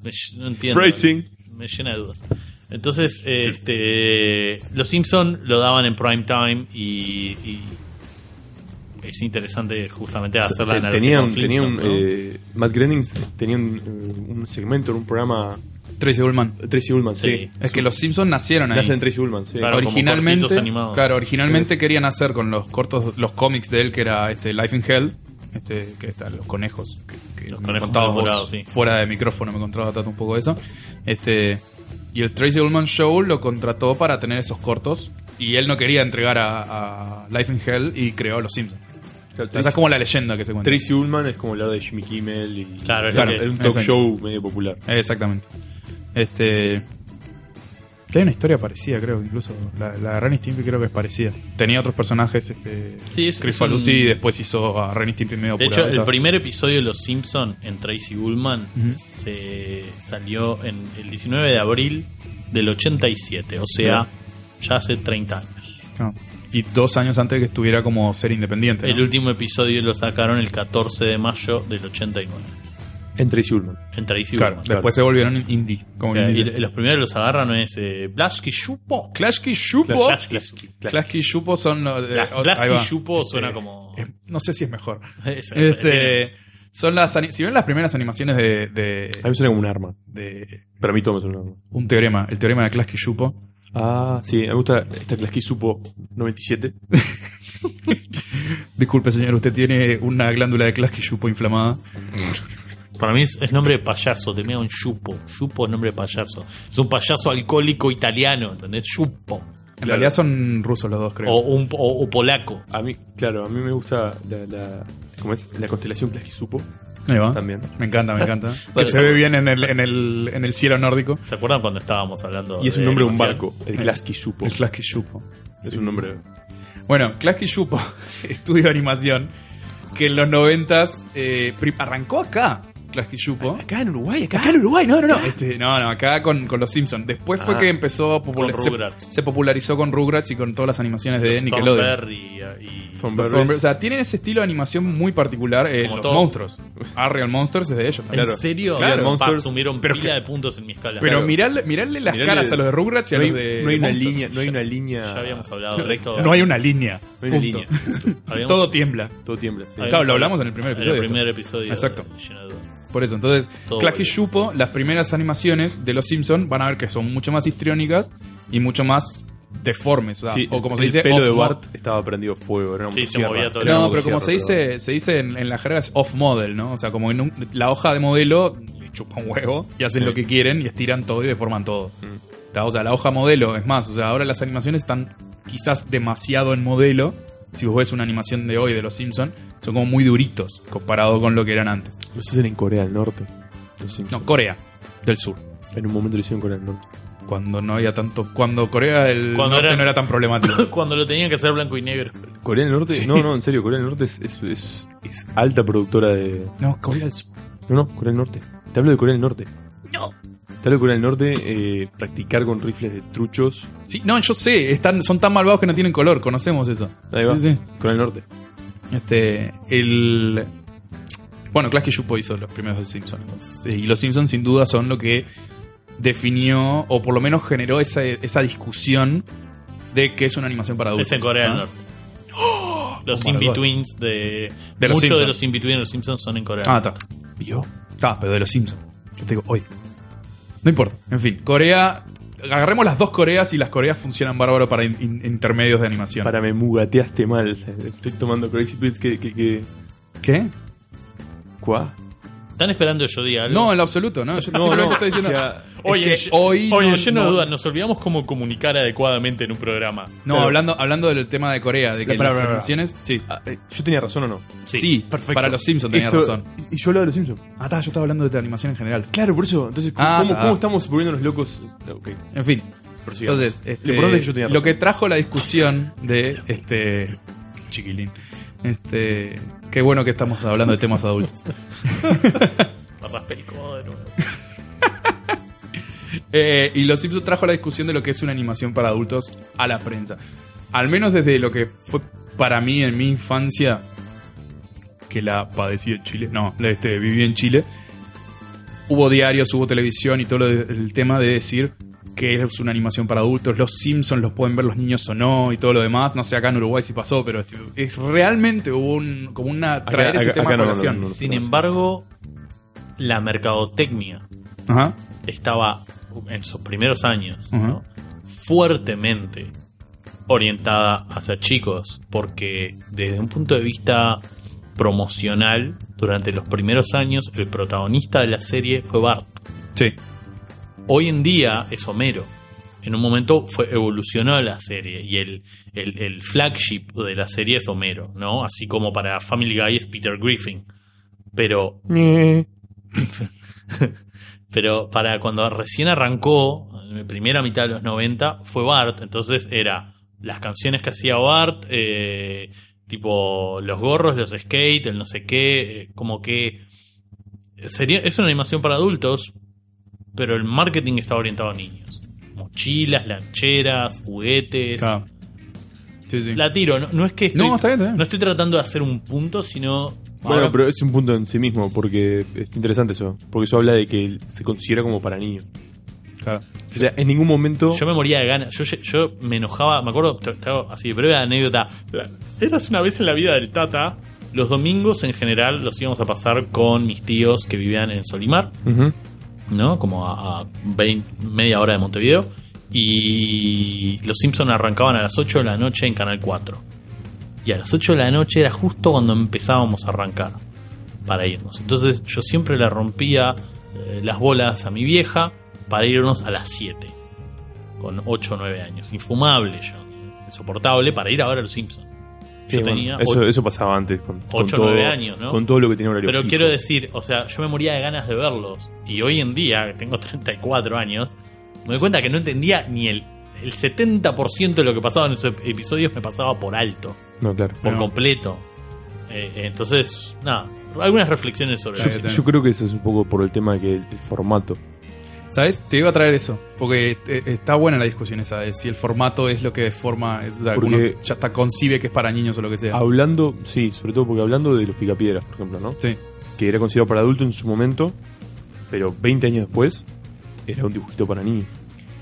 Speaker 2: Me ll- no entiendo.
Speaker 1: Phrasing.
Speaker 2: Me llena de dudas. Entonces, este, los Simpson lo daban en prime time y, y es interesante justamente
Speaker 1: O sea,
Speaker 2: hacer la
Speaker 1: te-
Speaker 2: analogía
Speaker 1: tenían,
Speaker 2: con
Speaker 1: tenían,
Speaker 2: Flintstones, ¿no?
Speaker 1: eh, Matt Groening tenía un, eh, un segmento en un programa eh,
Speaker 3: Tracy Ullman.
Speaker 1: Tracy Ullman, sí.
Speaker 2: Sí.
Speaker 3: Es que los Simpsons nacieron ahí.
Speaker 1: Nacen en Tracy Ullman, sí.
Speaker 2: Claro. como
Speaker 3: originalmente,
Speaker 2: cortitos animados.
Speaker 3: claro, originalmente querían hacer con los cortos, los cómics de él, que era este Life in Hell, este, que están los conejos, que, que
Speaker 2: Los
Speaker 3: me
Speaker 2: conejos
Speaker 3: contabas vos
Speaker 2: malhumorados, sí.
Speaker 3: fuera de micrófono, me contabas tanto un poco de eso. Este, y el Tracy Ullman Show lo contrató para tener esos cortos, y él no quería entregar a, a Life in Hell y creó a los Simpsons.
Speaker 1: Claro,
Speaker 3: Esa es
Speaker 1: Tracy,
Speaker 3: como la leyenda que se cuenta.
Speaker 1: Tracy Ullman es como hablar de Jimmy Kimmel y
Speaker 2: Claro, es
Speaker 1: Claro,
Speaker 2: lo que-
Speaker 1: era un talk
Speaker 3: exacto.
Speaker 1: show medio popular.
Speaker 3: Exactamente. Este. Que hay una historia parecida, creo, incluso. La, la de Ren y Stimpy creo que es parecida. Tenía otros personajes, este.
Speaker 2: Sí, es-
Speaker 3: Chris
Speaker 2: es
Speaker 3: Falusi
Speaker 2: un-
Speaker 3: y después hizo a Ren y Stimpy medio
Speaker 2: De hecho,
Speaker 3: purata.
Speaker 2: el primer episodio de Los Simpson en Tracy Ullman
Speaker 3: Ujú.
Speaker 2: se salió en el 19 de abril del 87, o sea, ya hace 30 años.
Speaker 3: No. Y dos años antes de que estuviera como ser independiente. ¿no?
Speaker 2: El último episodio lo sacaron el 14 de mayo del 89
Speaker 1: En Tracy Ullman.
Speaker 2: en Tracy
Speaker 3: Claro,
Speaker 2: Ullman.
Speaker 3: después se volvieron indie. Como
Speaker 2: Eh,
Speaker 3: bien
Speaker 2: y
Speaker 3: dice.
Speaker 2: los primeros que los agarran es eh, Blasky Shupo.
Speaker 3: Clashki Shupo.
Speaker 2: Blas- Blasky.
Speaker 3: Clashki Shupo son los. eh,
Speaker 2: Blas-
Speaker 3: oh, ahí
Speaker 2: Blasky
Speaker 3: va.
Speaker 2: Shupo suena
Speaker 1: Este,
Speaker 3: Eh,
Speaker 2: como.
Speaker 3: eh, No sé si es mejor.
Speaker 2: es-
Speaker 3: Este. Son las. ani- Si ven las primeras animaciones de- de-
Speaker 1: A mí me suena como un arma.
Speaker 3: de
Speaker 1: Para mí todo me suena un arma.
Speaker 3: un teorema, el teorema de Klasky Shupo.
Speaker 1: Ah, sí, me gusta esta Klasky Supo 97.
Speaker 3: Disculpe, señor, usted tiene una glándula de Klasky Shupo inflamada.
Speaker 2: Para mí es, es nombre de payaso, termina con Shupo. Shupo es nombre de payaso. Es un payaso alcohólico italiano, ¿entendés? Shupo.
Speaker 3: En realidad son rusos los dos, creo.
Speaker 2: O, un, o- o polaco.
Speaker 1: A mí, claro, a mí me gusta la, la, ¿cómo es? la constelación Klasky Supo
Speaker 3: Ahí va.
Speaker 1: también.
Speaker 3: Me encanta,
Speaker 2: [laughs]
Speaker 3: me encanta. que
Speaker 2: Vale,
Speaker 3: se ve
Speaker 2: estamos-
Speaker 3: bien en el, en el, en el cielo nórdico.
Speaker 2: ¿Se acuerdan cuando estábamos hablando?
Speaker 1: Y es un nombre de un
Speaker 2: animación?
Speaker 1: barco, el Klasky Supo.
Speaker 3: El Klasky Shupo.
Speaker 1: Es Eh, un nombre.
Speaker 3: Bueno, Klasky Shupo, [laughs] estudio de animación, que en los noventas eh, pri- arrancó acá. Klasky Shupo.
Speaker 1: Acá en Uruguay, acá, en Uruguay, no, no, no.
Speaker 3: Este, no, no, acá con, con los Simpsons. Después fue
Speaker 1: Ah.
Speaker 3: que empezó a popularizar.
Speaker 2: Con
Speaker 3: Se,
Speaker 2: Rugrats.
Speaker 3: se popularizó con Rugrats y con todas las animaciones de
Speaker 2: Tom
Speaker 3: Nickelodeon.
Speaker 2: Berry y- y-
Speaker 1: Tom
Speaker 3: Los
Speaker 1: Berries.
Speaker 3: Thornberrys, O sea, tienen ese estilo de animación muy particular. eh,
Speaker 2: Como
Speaker 3: los
Speaker 2: todo.
Speaker 3: monstruos. Unreal Ah, Monsters es de ellos también.
Speaker 1: Claro.
Speaker 2: ¿En serio?
Speaker 1: Claro.
Speaker 2: Pa,
Speaker 1: Monsters,
Speaker 2: sumieron
Speaker 3: pero
Speaker 2: pila
Speaker 3: que-
Speaker 2: de puntos en mi escala.
Speaker 3: Pero
Speaker 1: Claro.
Speaker 3: mirarle, mirarle las
Speaker 1: Mirarle-
Speaker 3: caras a los de Rugrats y a
Speaker 1: No hay,
Speaker 3: los de.
Speaker 1: no hay una
Speaker 3: Monsters.
Speaker 1: línea, no hay una línea.
Speaker 2: Ya habíamos hablado de esto.
Speaker 3: Ah, No hay una línea.
Speaker 1: No hay una
Speaker 3: punto.
Speaker 1: línea.
Speaker 2: Habíamos-
Speaker 3: Todo tiembla.
Speaker 1: Todo tiembla. sí.
Speaker 2: habíamos
Speaker 3: Claro,
Speaker 2: hablado-
Speaker 3: lo hablamos en el primer
Speaker 2: en
Speaker 3: episodio.
Speaker 2: el primer episodio.
Speaker 3: Exacto.
Speaker 2: de Lleno de Dudas.
Speaker 3: Por eso, entonces,
Speaker 2: Todo
Speaker 3: Clack y
Speaker 2: bien.
Speaker 3: Shupo, las primeras animaciones de los Simpsons van a ver que son mucho más histriónicas y mucho más deformes. O, sea,
Speaker 1: Sí,
Speaker 3: o como se
Speaker 1: el
Speaker 3: dice.
Speaker 1: pelo de
Speaker 3: off-mo-
Speaker 1: Bart estaba prendido fuego. Era una
Speaker 2: Sí, se
Speaker 1: motosierra.
Speaker 2: movía todo el
Speaker 1: Era una
Speaker 3: No, pero como se
Speaker 1: motosierra, pero-
Speaker 3: dice, se dice en, en la jerga es off-model, ¿no? O sea, como en un- la hoja de modelo le chupa un huevo y hacen
Speaker 1: Sí.
Speaker 3: lo que quieren y estiran todo y deforman todo.
Speaker 1: Mm.
Speaker 3: Está, O sea, la hoja modelo, es más, o sea, ahora las animaciones están quizás demasiado en modelo. Si vos ves una animación de hoy de los Simpsons, son como muy duritos comparado con lo que eran antes.
Speaker 1: Los hacen en Corea del Norte. Los Simpsons.
Speaker 3: No, Corea del Sur.
Speaker 1: En un momento lo hicieron en Corea del Norte.
Speaker 3: Cuando no había tanto. Cuando Corea del
Speaker 2: Cuando
Speaker 3: Norte
Speaker 2: era-
Speaker 3: no era tan
Speaker 1: [laughs]
Speaker 2: [laughs]
Speaker 3: problemático.
Speaker 2: Cuando lo tenían que hacer blanco y negro.
Speaker 1: Corea del Norte,
Speaker 3: Sí.
Speaker 1: no, no, en serio, Corea del Norte es, es, es- es alta productora de.
Speaker 3: No, Corea del Sur.
Speaker 1: No, no, Corea del Norte. Te hablo de Corea del Norte. No. Te hablo de Corea del Norte, eh, practicar con rifles de truchos.
Speaker 3: Sí, no, yo sé, están, son tan malvados que no tienen color, conocemos eso.
Speaker 1: Ahí va.
Speaker 3: Sí, sí.
Speaker 1: Corea del Norte.
Speaker 3: Este, el. Bueno, Klasky Shupo hizo los primeros de Simpsons. entonces. Eh, Y los Simpsons, sin duda, son lo que definió, o por lo menos generó esa, esa discusión de que es una animación para adultos.
Speaker 2: Es en Corea del
Speaker 3: ¿no? [gasps]
Speaker 2: Norte. Los
Speaker 3: Oh my God.
Speaker 2: in-betweens de.
Speaker 3: De los
Speaker 2: muchos
Speaker 3: Simpsons.
Speaker 2: de los in-betweens de los Simpsons son en Corea.
Speaker 3: Ah, está. ¿Vio? Está, pero de los Simpsons. Yo te digo, hoy. No importa. En fin, Corea. Agarremos las dos Coreas y las Coreas funcionan bárbaro para in- in- intermedios de animación.
Speaker 1: Para me mugateaste mal. Estoy tomando Crazy Pills que. que, que...
Speaker 3: ¿Qué?
Speaker 1: ¿Cuá?
Speaker 2: ¿Están esperando que yo diga algo?
Speaker 3: No, en lo absoluto, no. Yo
Speaker 1: No,
Speaker 3: simplemente
Speaker 1: no,
Speaker 3: estoy diciendo.
Speaker 1: o sea,
Speaker 2: Oye,
Speaker 3: es
Speaker 2: ye-
Speaker 3: que hoy
Speaker 2: oye,
Speaker 3: no-
Speaker 2: lleno
Speaker 3: no-
Speaker 2: de dudas, nos olvidamos cómo comunicar adecuadamente en un programa.
Speaker 3: No,
Speaker 1: Claro.
Speaker 3: hablando, hablando del tema de Corea, de que
Speaker 1: Pará,
Speaker 3: las
Speaker 1: pará, pará.
Speaker 3: animaciones. Sí.
Speaker 1: ah, eh, ¿Yo tenía razón o no?
Speaker 3: Sí,
Speaker 1: perfecto.
Speaker 3: para los Simpsons tenías
Speaker 1: Esto-
Speaker 3: razón.
Speaker 1: Y y yo hablo de los Simpsons.
Speaker 3: Ah, está, yo estaba hablando de animación en general.
Speaker 1: Claro, por eso. Entonces, ¿cómo,
Speaker 3: Ah,
Speaker 1: cómo-
Speaker 3: ah.
Speaker 1: cómo estamos volviéndonos locos? Ah, Ok,
Speaker 3: En fin,
Speaker 1: prosigamos.
Speaker 3: entonces, este,
Speaker 1: Lo importante es que yo tenía
Speaker 3: lo
Speaker 1: razón.
Speaker 3: que trajo la discusión de este chiquilín. Este, qué bueno que estamos hablando de temas adultos.
Speaker 2: Raspé el codo de nuevo.
Speaker 3: Eh, y los Simpsons trajo la discusión de lo que es una animación para adultos a la prensa. Al menos desde lo que fue para mí en mi infancia, que la padecí en Chile, no, la, este, viví en Chile, hubo diarios, hubo televisión y todo lo de- el tema de decir, que es una animación para adultos. Los Simpsons los pueden ver los niños o no y todo lo demás. No sé acá en Uruguay si pasó, pero este, es realmente hubo un, como una
Speaker 1: Acá-
Speaker 3: traer ese
Speaker 1: acá-
Speaker 3: tema
Speaker 1: acá
Speaker 3: a
Speaker 1: no, no,
Speaker 3: colación.
Speaker 1: no, no.
Speaker 2: Sin embargo, la mercadotecnia
Speaker 3: Ajá.
Speaker 2: estaba en sus primeros años
Speaker 3: Ujú.
Speaker 2: ¿no? fuertemente orientada hacia chicos, porque desde un punto de vista promocional, durante los primeros años el protagonista de la serie fue Bart.
Speaker 3: Sí.
Speaker 2: Hoy en día es Homero. En un momento fue, evolucionó la serie y el, el- el flagship de la serie es Homero, ¿no? Así como para Family Guy es Peter Griffin. Pero pero para cuando recién arrancó, en la primera mitad de los 90, fue Bart. Entonces era las canciones que hacía Bart, eh, tipo los gorros, los skate, el no sé qué, eh, como que... Sería, es una animación para adultos, pero el marketing está orientado a niños. Mochilas, lancheras, juguetes.
Speaker 3: Claro. Sí, sí.
Speaker 2: La tiro, no, no es que estoy,
Speaker 3: No, está bien, está bien.
Speaker 2: no estoy tratando de hacer un punto, sino...
Speaker 1: Bueno,
Speaker 3: Ahora-
Speaker 1: pero es un punto en sí mismo, porque es interesante eso. Porque eso habla de que se considera como para niños.
Speaker 3: Claro.
Speaker 1: O sea, en ningún momento.
Speaker 2: Yo me moría de ganas. Yo, yo me enojaba. Me acuerdo, te- te hago así, breve anécdota. Eras una vez en la vida del Tata. Los domingos en general los íbamos a pasar con mis tíos que vivían en Solimar,
Speaker 1: Ujú.
Speaker 2: ¿no? Como a, a 20 media hora de Montevideo. Y los Simpsons arrancaban a las 8 de la noche en Canal 4. Y a las 8 de la noche era justo cuando empezábamos a arrancar para irnos. Entonces yo siempre le rompía eh, las bolas a mi vieja para irnos a las 7. Con 8 o 9 años. Infumable yo. Insoportable para ir ahora a los Simpsons.
Speaker 1: Sí,
Speaker 2: Yo
Speaker 1: bueno,
Speaker 2: tenía
Speaker 1: eso,
Speaker 2: ocho-
Speaker 1: eso pasaba antes. Con, con
Speaker 2: ocho,
Speaker 1: todo-
Speaker 2: nueve años, ¿no?
Speaker 1: Con todo lo que tenía horario
Speaker 2: Pero
Speaker 1: fijo.
Speaker 2: quiero decir, o sea, yo me moría de ganas de verlos. Y hoy en día, que tengo [laughs] 34 años, me doy cuenta que no entendía ni el, el 70% de lo que pasaba en esos episodios me pasaba por alto,
Speaker 1: No, claro.
Speaker 2: por
Speaker 3: No.
Speaker 2: completo. Eh, eh, entonces, nada, algunas reflexiones sobre
Speaker 3: Sí,
Speaker 2: eso.
Speaker 1: Yo creo que eso es un poco por el tema de que el, el formato.
Speaker 3: ¿Sabes? Te iba a traer eso, porque eh, está buena la discusión esa de si el formato es lo que deforma, es, o sea,
Speaker 1: Porque-
Speaker 3: uno ya hasta concibe que es para niños o lo que sea.
Speaker 1: Hablando, sí, sobre todo porque hablando de los picapiedras, por ejemplo, ¿no?
Speaker 3: Sí.
Speaker 1: Que era considerado para adulto en su momento, pero 20 años después, era un dibujito para niños.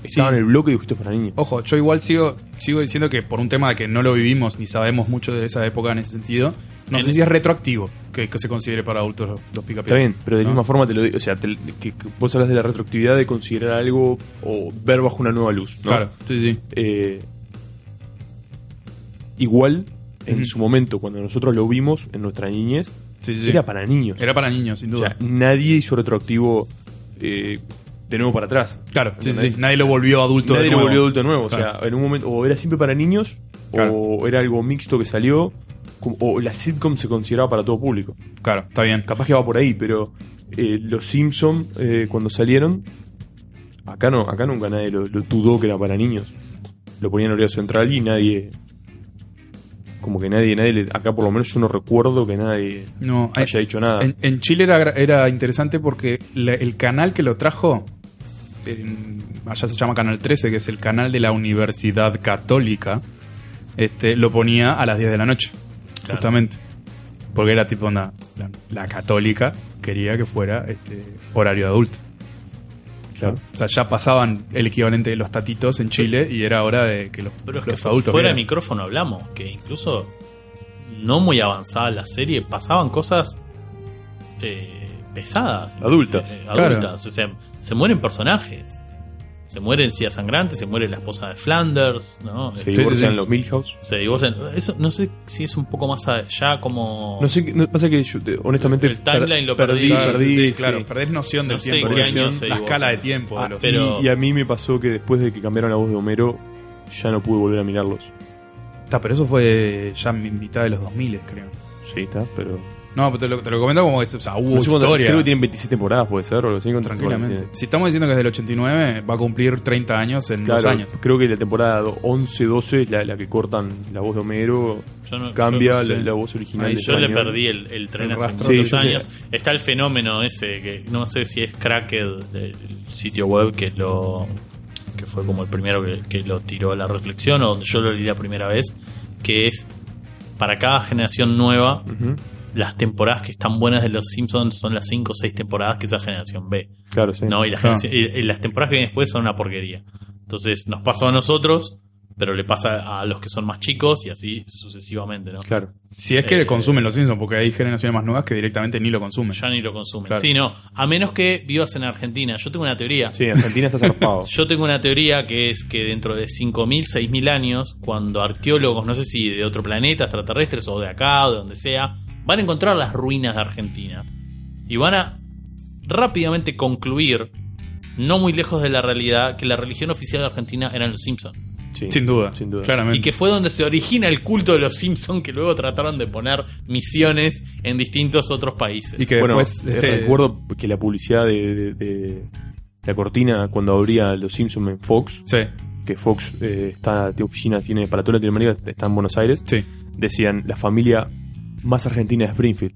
Speaker 1: Estaba en el bloque de dibujitos para niños.
Speaker 3: Ojo, yo igual sigo, sigo diciendo que por un tema de que no lo vivimos ni sabemos mucho de esa época en ese sentido, no
Speaker 2: En-
Speaker 3: sé si es retroactivo que, que se considere para adultos los, los pica
Speaker 1: Está bien, pero de la
Speaker 3: No.
Speaker 1: misma forma te lo digo. O sea, te- que, que vos hablas de la retroactividad de considerar algo o ver bajo una nueva luz, ¿no?
Speaker 3: Claro, sí, sí.
Speaker 1: Eh, igual, en
Speaker 3: Ujú.
Speaker 1: su momento, cuando nosotros lo vimos en nuestra niñez,
Speaker 3: sí, sí.
Speaker 1: era para niños.
Speaker 3: Era para niños, sin
Speaker 1: O
Speaker 3: duda.
Speaker 1: sea, nadie hizo retroactivo eh, de nuevo para atrás.
Speaker 3: claro, sí, sí,
Speaker 1: ¿entendés?
Speaker 3: sí. Nadie lo volvió adulto.
Speaker 1: nadie
Speaker 3: de
Speaker 1: lo
Speaker 3: nuevo.
Speaker 1: volvió adulto de nuevo. O
Speaker 3: Claro.
Speaker 1: sea, en un momento, o era siempre para niños,
Speaker 3: Claro.
Speaker 1: o era algo mixto que salió, como- o la sitcom se consideraba para todo público.
Speaker 3: Claro, está bien.
Speaker 1: Capaz que va por ahí, pero eh, los Simpson eh, cuando salieron, acá no, acá nunca nadie lo, lo dudó que era para niños. Lo ponían en horario central y nadie. Como que nadie, nadie le- acá por lo menos yo no recuerdo que nadie
Speaker 3: No, hay-
Speaker 1: haya dicho
Speaker 2: Ah.
Speaker 1: nada.
Speaker 3: En, en Chile era, gra- era interesante porque la- el canal que lo trajo, en- allá se llama Canal 13, que es el canal de la Universidad Católica, este, lo ponía a las 10 de la noche,
Speaker 2: Claro.
Speaker 3: justamente. Porque era tipo onda, la, la católica quería que fuera este, horario de adulto.
Speaker 1: Claro.
Speaker 3: O sea, ya pasaban el equivalente de los tatitos en Chile y era hora de que los,
Speaker 2: Pero es
Speaker 3: los
Speaker 2: que
Speaker 3: adultos...
Speaker 2: fuera de
Speaker 3: vieran.
Speaker 2: micrófono hablamos, que incluso no muy avanzada la serie, pasaban cosas eh, pesadas.
Speaker 1: Adultas.
Speaker 2: Eh,
Speaker 3: Claro.
Speaker 2: adultas. O sea, se mueren personajes. Se mueren Cia Sangrante, se muere la esposa de Flanders, ¿no? Este,
Speaker 1: Se
Speaker 3: sí,
Speaker 1: divorcian
Speaker 3: sí.
Speaker 1: los Milhouse.
Speaker 2: Se divorcian. Eso no sé si es un poco más allá como...
Speaker 1: No sé, qué- no, pasa que yo, te- honestamente.
Speaker 2: El timeline lo perdí,
Speaker 3: Claro,
Speaker 1: perdí,
Speaker 3: sí, sí,
Speaker 1: sí.
Speaker 3: claro, perdés noción del
Speaker 2: No sé
Speaker 3: tiempo,
Speaker 1: qué
Speaker 3: la
Speaker 1: año
Speaker 2: se
Speaker 3: escala de
Speaker 2: divorciaron.
Speaker 3: tiempo. de
Speaker 1: Ah,
Speaker 3: los-
Speaker 2: pero-
Speaker 1: y, y a mí me pasó que después de que cambiaron la voz de Homero, ya no pude volver a mirarlos.
Speaker 3: Está, pero eso fue ya en mitad de los 2000, creo.
Speaker 1: Sí, está, pero.
Speaker 3: No, pero te lo, te lo comento como que o sea, hubo
Speaker 1: No sé cuánto-
Speaker 3: historia.
Speaker 1: creo que tienen 26 temporadas, puede ser, o algo así. ¿cuántas
Speaker 3: Tranquilamente.
Speaker 1: temporadas tienen?
Speaker 3: Si estamos diciendo que es del 89, va a cumplir 30 años en dos
Speaker 1: Claro,
Speaker 3: años.
Speaker 1: creo que la temporada do- 11, 12 es la, la que cortan la voz de Homero,
Speaker 2: Yo no-
Speaker 1: cambia
Speaker 3: sí.
Speaker 1: la, la voz original.
Speaker 3: Ahí
Speaker 1: de
Speaker 2: Yo le
Speaker 1: español.
Speaker 2: perdí el, el tren
Speaker 3: El
Speaker 2: hace
Speaker 3: rastro.
Speaker 2: muchos
Speaker 1: Sí, sí, sí.
Speaker 2: años. Está el fenómeno ese que no sé si es Cracked, el sitio web que lo que fue como el primero que, que lo tiró a la reflexión o yo lo leí la primera vez, que es para cada generación nueva
Speaker 1: Ujú.
Speaker 2: las temporadas que están buenas de los Simpsons son las 5 o 6 temporadas que esa generación ve.
Speaker 1: Claro, sí.
Speaker 2: No, y, la
Speaker 3: Claro.
Speaker 2: generación- y- y las temporadas que vienen después son una porquería. Entonces nos pasó a nosotros, pero le pasa a los que son más chicos y así sucesivamente, ¿no?
Speaker 1: Claro.
Speaker 3: Si es que
Speaker 2: Eh,
Speaker 3: consumen los Simpsons, porque hay generaciones más nuevas que directamente ni lo consumen.
Speaker 2: Ya ni lo consumen.
Speaker 3: Claro.
Speaker 2: Sí, no. A menos que vivas en Argentina. Yo tengo una teoría.
Speaker 1: Sí, Argentina está
Speaker 2: [laughs]
Speaker 1: zarpado.
Speaker 2: Yo tengo una teoría que es que dentro de 5.000, 6.000 años, cuando arqueólogos, no sé si de otro planeta, extraterrestres o de acá o de donde sea, van a encontrar las ruinas de Argentina. Y van a rápidamente concluir, no muy lejos de la realidad, que la religión oficial de Argentina eran los Simpsons.
Speaker 1: Sí,
Speaker 3: Sin duda.
Speaker 1: Sin duda.
Speaker 3: Claramente.
Speaker 2: Y que fue donde se origina el culto de los Simpsons que luego trataron de poner misiones en distintos otros países.
Speaker 3: Y que
Speaker 1: bueno,
Speaker 3: después.
Speaker 1: eh,
Speaker 3: este,
Speaker 1: recuerdo que la publicidad de, de- de la cortina cuando abría Los Simpsons en Fox,
Speaker 3: Sí,
Speaker 1: que Fox eh, está, tiene oficina tiene para toda Latinoamérica, está en Buenos Aires,
Speaker 3: sí.
Speaker 1: decían la familia más argentina de Springfield.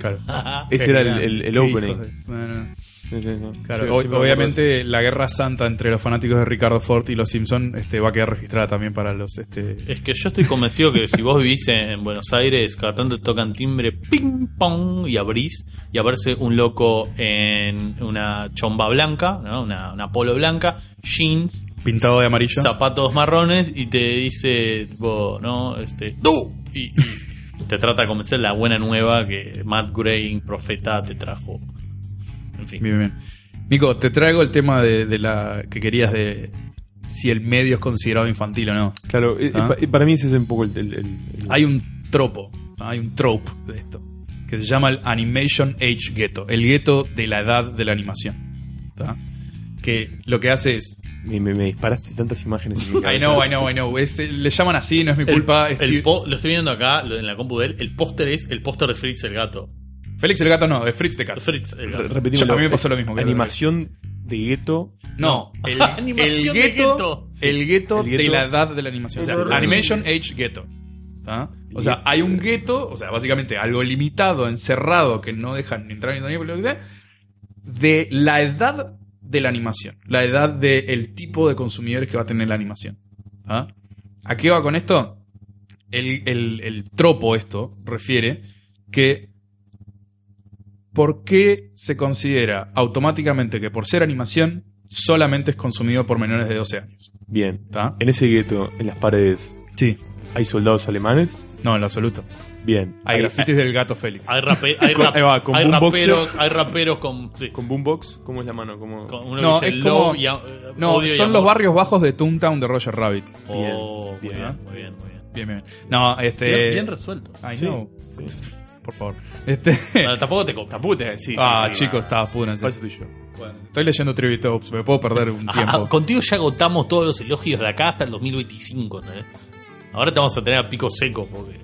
Speaker 3: Claro.
Speaker 2: [laughs]
Speaker 1: Ese era el, el- el
Speaker 3: Sí,
Speaker 1: opening.
Speaker 3: hijos de- bueno,
Speaker 1: Sí, sí, sí. Sí,
Speaker 3: claro. O-
Speaker 1: sí, me acuerdo
Speaker 3: obviamente la guerra santa entre los fanáticos de Ricardo Ford y los Simpson este, va a quedar registrada también para los este
Speaker 2: Es que yo estoy convencido que si vos vivís en, en Buenos Aires, cada tanto tocan timbre, ping pong, y abrís, y aparece un loco en una chomba blanca, ¿no? una, una polo blanca, jeans,
Speaker 3: pintado de amarillo.
Speaker 2: zapatos marrones, y te dice, tipo, ¿no? Este, tú, y, y te trata de convencer la buena nueva que Matt Gray, profeta, te trajo. En fin.
Speaker 3: Bien, bien. Nico, te traigo el tema de, de la que querías de si el medio es considerado infantil o no.
Speaker 1: Claro, eh, eh,
Speaker 3: Ah.
Speaker 1: pa- eh, para mí ese es un poco el... el- el- el-
Speaker 3: Hay un tropo, hay un trope de esto, que se llama el Animation Age Ghetto, el gueto de la edad de la animación. ¿tá? Que lo que hace es.
Speaker 1: me, me- me disparaste tantas
Speaker 3: [laughs]
Speaker 1: imágenes en mi
Speaker 3: I
Speaker 1: cabeza.
Speaker 3: know, I know, I know. es- le llaman así, no es mi
Speaker 2: El-
Speaker 3: culpa.
Speaker 2: el
Speaker 3: es ti-
Speaker 2: po- lo estoy viendo acá lo- en la compu de él. El póster es el póster de Fritz el gato.
Speaker 3: Félix el gato no, es Fritz de Cat.
Speaker 2: Fritz el
Speaker 1: Re-
Speaker 2: gato.
Speaker 3: [laughs]
Speaker 1: repetímelo.
Speaker 3: Yo- a mí me pasó
Speaker 1: Es
Speaker 3: lo mismo que
Speaker 1: Animación de gueto.
Speaker 3: No, el, el
Speaker 2: Animación de
Speaker 3: gueto
Speaker 2: gueto.
Speaker 3: el gueto
Speaker 1: El
Speaker 3: de
Speaker 1: gueto.
Speaker 3: la edad de la animación. O sea,
Speaker 1: Pero-
Speaker 3: animation age gueto. ¿Ah? O sea, hay un gueto, o sea, básicamente algo limitado, encerrado, que no dejan ni entrar ni salir, por lo que sea, de la edad de la animación, la edad del tipo de consumidores que va a tener la animación. ¿Ah? ¿A qué va con esto? El, el- el tropo esto refiere que ¿por qué se considera automáticamente que por ser animación solamente es consumido por menores de 12 años?
Speaker 1: Bien.
Speaker 3: ¿Está?
Speaker 1: En ese gueto, en las paredes,
Speaker 3: Sí.
Speaker 1: ¿hay soldados alemanes?
Speaker 3: No, en lo absoluto.
Speaker 1: Bien.
Speaker 3: Hay grafitis del gato Félix.
Speaker 2: Hay, rape- hay, rap-
Speaker 1: Ahí va, con
Speaker 2: hay
Speaker 1: boombox.
Speaker 2: raperos, hay raperos con, sí,
Speaker 1: ¿Con boombox? ¿Cómo es la mano? ¿Cómo...
Speaker 2: con uno
Speaker 3: No,
Speaker 2: que dice
Speaker 3: es como-
Speaker 2: love y a-
Speaker 3: No,
Speaker 2: odio y
Speaker 3: son los
Speaker 2: amor.
Speaker 3: barrios bajos de Toontown de Roger Rabbit.
Speaker 2: Oh,
Speaker 1: Bien, bien.
Speaker 2: muy bien, muy bien, muy bien.
Speaker 3: Bien, bien. No, este.
Speaker 2: Bien- bien resuelto.
Speaker 3: I
Speaker 1: Sí,
Speaker 3: know.
Speaker 1: sí.
Speaker 3: Por favor. Este.
Speaker 2: No, tampoco te copas.
Speaker 1: Tapute, sí. sí,
Speaker 3: ah,
Speaker 1: sí.
Speaker 3: chicos, estaba pura.
Speaker 1: Falso tuyo.
Speaker 3: Estoy leyendo Trivia Tops, me puedo perder
Speaker 2: Ah,
Speaker 3: un tiempo.
Speaker 2: contigo ya agotamos todos los elogios de acá hasta el 2025. ¿entendés? Ahora te vamos a tener a pico seco porque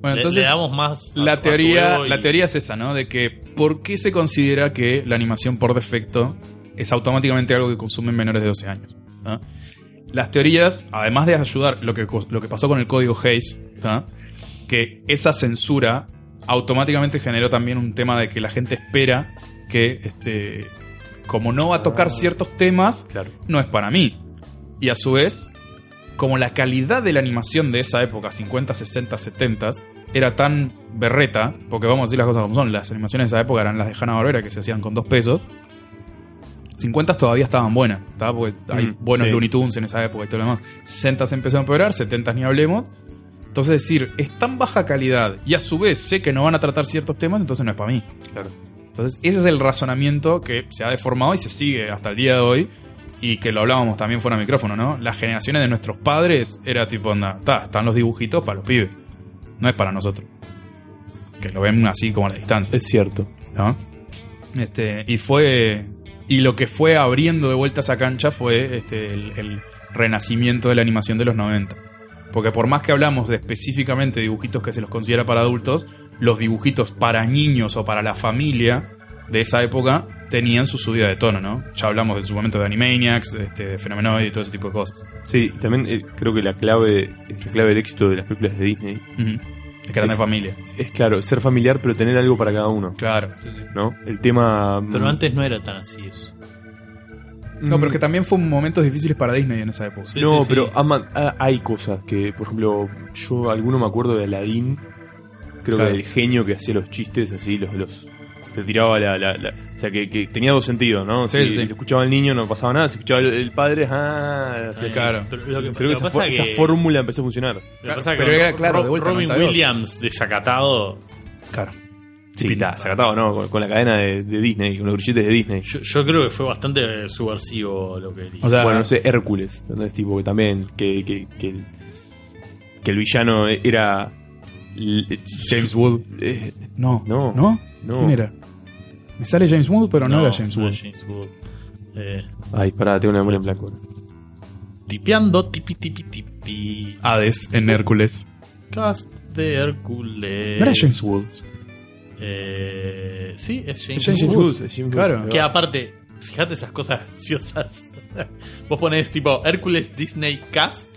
Speaker 3: Bueno,
Speaker 2: le-
Speaker 3: entonces.
Speaker 2: le damos más. a- a
Speaker 3: La
Speaker 2: tu
Speaker 3: teoría,
Speaker 2: ego y-
Speaker 3: la teoría es esa, ¿no? De que ¿por qué se considera que la animación por defecto es automáticamente algo que consumen menores de 12 años? ¿ah? Las teorías, además de ayudar, lo que, cos- lo que pasó con el código Hayes, ¿ah? que esa censura automáticamente generó también un tema de que la gente espera que, este, como no va a tocar
Speaker 1: Ah.
Speaker 3: ciertos temas,
Speaker 1: Claro.
Speaker 3: no es para mí. Y a su vez, como la calidad de la animación de esa época, 50, 60, 70, era tan berreta, porque vamos a decir las cosas como son, las animaciones de esa época eran las de Hanna-Barbera que se hacían con dos pesos. 50 todavía estaban buenas, ¿tá? porque hay
Speaker 1: Mm,
Speaker 3: buenos
Speaker 1: sí.
Speaker 3: Looney Tunes en esa época y todo lo demás. 60 se empezó a empeorar, 70 ni hablemos. Entonces decir, es tan baja calidad y a su vez sé que no van a tratar ciertos temas, entonces no es para mí.
Speaker 1: Claro.
Speaker 3: Entonces, ese es el razonamiento que se ha deformado y se sigue hasta el día de hoy. Y que lo hablábamos también fuera de micrófono, ¿no? Las generaciones de nuestros padres era tipo, onda, "Ta, están los dibujitos para los pibes. No es para nosotros. Que lo ven así como a la distancia,
Speaker 1: Es cierto.
Speaker 3: ¿no? Este, y fue. Y lo que fue abriendo de vuelta esa cancha fue este, el, el renacimiento de la animación de los 90. Porque por más que hablamos de específicamente dibujitos que se los considera para adultos, los dibujitos para niños o para la familia de esa época tenían su subida de tono, ¿no? Ya hablamos en su momento de Animaniacs, este, de Fenomenoid y todo ese tipo de cosas.
Speaker 1: Sí, también eh, creo que la clave, es la clave del éxito de las películas de Disney
Speaker 3: Ujú. Es que eran de
Speaker 1: Es-
Speaker 3: familia.
Speaker 1: es, claro, ser familiar pero tener algo para cada uno.
Speaker 3: Claro.
Speaker 1: ¿No? El tema. mm,
Speaker 2: Pero antes no era tan así eso.
Speaker 3: No, pero
Speaker 1: mm,
Speaker 3: que también fue momentos difíciles para Disney en esa época.
Speaker 2: Sí,
Speaker 1: no,
Speaker 2: sí, sí.
Speaker 1: pero ama- ah, hay cosas que, por ejemplo, yo alguno me acuerdo de Aladdin, creo
Speaker 3: Claro.
Speaker 1: que del genio que hacía los chistes así, los, los te tiraba la... la- la- o sea, que, que tenía dos sentidos, ¿no?
Speaker 3: Sí,
Speaker 1: si
Speaker 3: sí.
Speaker 1: lo escuchaba el niño no pasaba nada, si escuchaba el, el padre, ah, hacía así.
Speaker 3: claro.
Speaker 2: Pero lo que,
Speaker 1: Creo que
Speaker 2: lo
Speaker 1: esa,
Speaker 2: pasa
Speaker 1: fo-
Speaker 2: que-
Speaker 1: esa fórmula empezó a funcionar.
Speaker 2: lo que pasa que
Speaker 3: Pero
Speaker 2: con
Speaker 3: era claro,
Speaker 2: Ro-
Speaker 3: de vuelta,
Speaker 2: Robin
Speaker 3: 92.
Speaker 2: Williams desacatado.
Speaker 3: Claro.
Speaker 1: Sí, está, sacatado, ¿no? Con, con la cadena de, de Disney, con los grilletes de Disney.
Speaker 2: Yo, yo creo que fue bastante subversivo lo que él hizo.
Speaker 3: O sea,
Speaker 1: bueno, no sé, Hércules, ¿entendés? Tipo que también, que, que, que, el, que el villano era l-
Speaker 3: James Wood.
Speaker 1: eh,
Speaker 3: No.
Speaker 1: No.
Speaker 3: ¿No?
Speaker 1: No.
Speaker 3: ¿Quién era? Me sale James Wood, pero no, era James
Speaker 2: no
Speaker 3: Wood.
Speaker 2: era James Wood. Eh,
Speaker 1: ay, pará, tengo una memoria en blanco.
Speaker 2: tipeando, tipi, tipi, tipi.
Speaker 3: Hades en Hércules.
Speaker 2: Cast de Hércules.
Speaker 3: No era James Wood.
Speaker 2: Eh, sí, es James,
Speaker 3: Es James
Speaker 2: Wood.
Speaker 3: Wood. Claro.
Speaker 2: Que aparte, fíjate esas cosas graciosas. [laughs] Vos ponés tipo Hércules Disney Cast.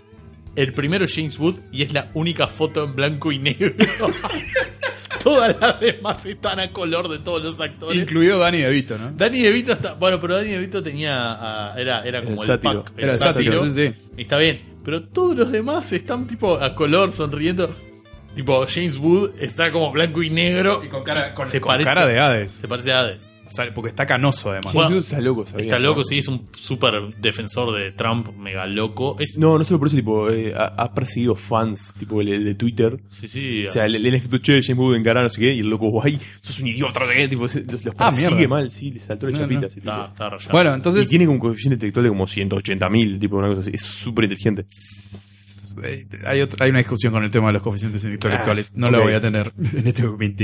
Speaker 2: El primero es James Wood y es la única foto en blanco y negro. [laughs] Todas las demás están a color de todos los
Speaker 3: Eh,
Speaker 2: actores.
Speaker 3: Incluido Danny DeVito, ¿no?
Speaker 2: Danny DeVito está. Bueno, pero Danny DeVito tenía. ah, era, era como el,
Speaker 1: El sátiro.
Speaker 2: pack, el
Speaker 3: Era
Speaker 2: sátiro.
Speaker 3: sátiro, sí, sí.
Speaker 2: Y Está bien. Pero todos los demás están tipo a color, sonriendo. Tipo, James Wood está como blanco y negro.
Speaker 3: Y con cara, con,
Speaker 2: Se
Speaker 3: con
Speaker 2: parece-
Speaker 3: cara de Hades.
Speaker 2: Se parece a Hades.
Speaker 3: Sale- Porque está canoso, además.
Speaker 2: Bueno,
Speaker 1: está loco, ¿sabías,
Speaker 2: Está
Speaker 1: no?
Speaker 2: loco, sí, es un súper defensor de Trump, mega loco. Es-
Speaker 1: No, no solo por eso, tipo, eh, ha, ha perseguido fans, tipo, el, el de Twitter.
Speaker 2: sí, sí.
Speaker 1: O sea, le, le han escrito, che, James Wood encará, no sé qué, y el loco, ay, sos un idiota, no sé qué", tipo, se- los, los
Speaker 3: Ah,
Speaker 1: persigue
Speaker 3: mierda.
Speaker 1: mal, sí, le saltó la
Speaker 3: No,
Speaker 1: chapita.
Speaker 3: no.
Speaker 1: ese tipo.
Speaker 2: está, está rayado.
Speaker 3: Bueno,
Speaker 1: y
Speaker 3: entonces.
Speaker 1: tiene como un coeficiente intelectual de como 180.000, tipo, una cosa así. Es súper inteligente.
Speaker 3: eh, Hay, otra- hay una discusión con el tema de los coeficientes intelectuales. No la
Speaker 1: ok.
Speaker 3: voy a tener [laughs] en este momento.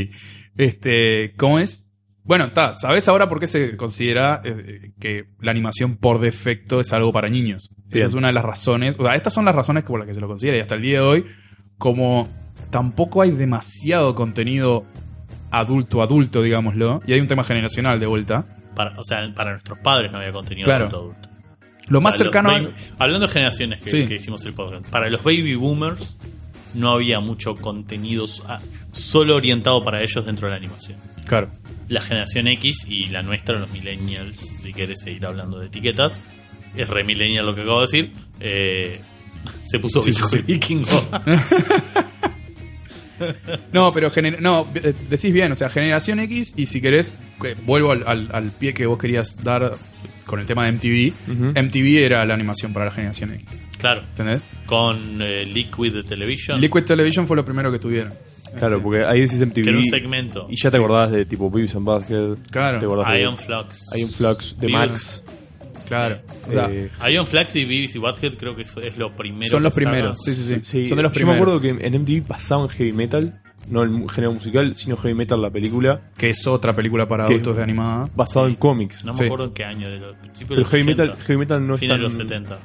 Speaker 3: Este, ¿Cómo es? Bueno, está. ¿Sabes ahora por qué se considera eh, que la animación por defecto es algo para niños?
Speaker 1: Bien.
Speaker 3: Esa es una de las razones. O sea, estas son las razones por las que se lo considera. Y hasta el día de hoy, como tampoco hay demasiado contenido adulto-adulto, digámoslo, y hay un tema generacional de vuelta.
Speaker 2: Para, o sea, para nuestros padres no había contenido
Speaker 3: Claro.
Speaker 2: adulto adulto.
Speaker 3: Lo más
Speaker 2: O sea, los
Speaker 3: cercano.
Speaker 2: baby- hablando de generaciones que,
Speaker 3: Sí.
Speaker 2: que hicimos el podcast, para los baby boomers no había mucho contenido s- ah, solo orientado para ellos dentro de la animación.
Speaker 3: Claro.
Speaker 2: La generación X y la nuestra, los millennials, si querés seguir hablando de etiquetas, es re millennial lo que acabo de decir, eh, se puso
Speaker 3: Sí,
Speaker 2: bicho
Speaker 3: sí, sí.
Speaker 2: el vikingo. [laughs]
Speaker 3: No, pero gener- no, eh, decís bien, o sea, generación X y si querés, que vuelvo al, al- al pie que vos querías dar con el tema de MTV.
Speaker 1: Ujú.
Speaker 3: MTV era la animación para la generación X,
Speaker 2: claro,
Speaker 3: ¿entendés?
Speaker 2: con eh, Liquid de Television,
Speaker 3: Liquid Television fue lo primero que tuvieron.
Speaker 1: Claro, porque ahí decís MTV.
Speaker 2: que era un segmento.
Speaker 1: Y ya te acordás de tipo Beavis and Butthead.
Speaker 3: Claro.
Speaker 1: Te acordás
Speaker 2: Ion
Speaker 1: de
Speaker 2: Flux.
Speaker 1: Ion Flux, de
Speaker 2: Beavis.
Speaker 1: Max.
Speaker 3: Claro. O sea,
Speaker 1: eh,
Speaker 2: Ion Flux y Beavis y Butthead creo que fue- es lo primero.
Speaker 3: son los
Speaker 2: que sacan.
Speaker 3: primeros. Sí, sí, sí,
Speaker 1: sí,
Speaker 3: Son de los
Speaker 1: yo me
Speaker 3: primeros.
Speaker 1: acuerdo que en MTV pasaban heavy metal, no el mu- género musical, sino heavy metal la película,
Speaker 3: que es otra película para
Speaker 1: Que-
Speaker 3: adultos de animada.
Speaker 1: basado en cómics.
Speaker 2: No me
Speaker 3: Sí.
Speaker 2: acuerdo en qué año, de los principios
Speaker 1: Pero
Speaker 2: de los
Speaker 1: heavy
Speaker 2: 80,
Speaker 1: metal, heavy metal no es
Speaker 2: fines
Speaker 1: tan...
Speaker 2: de los 70.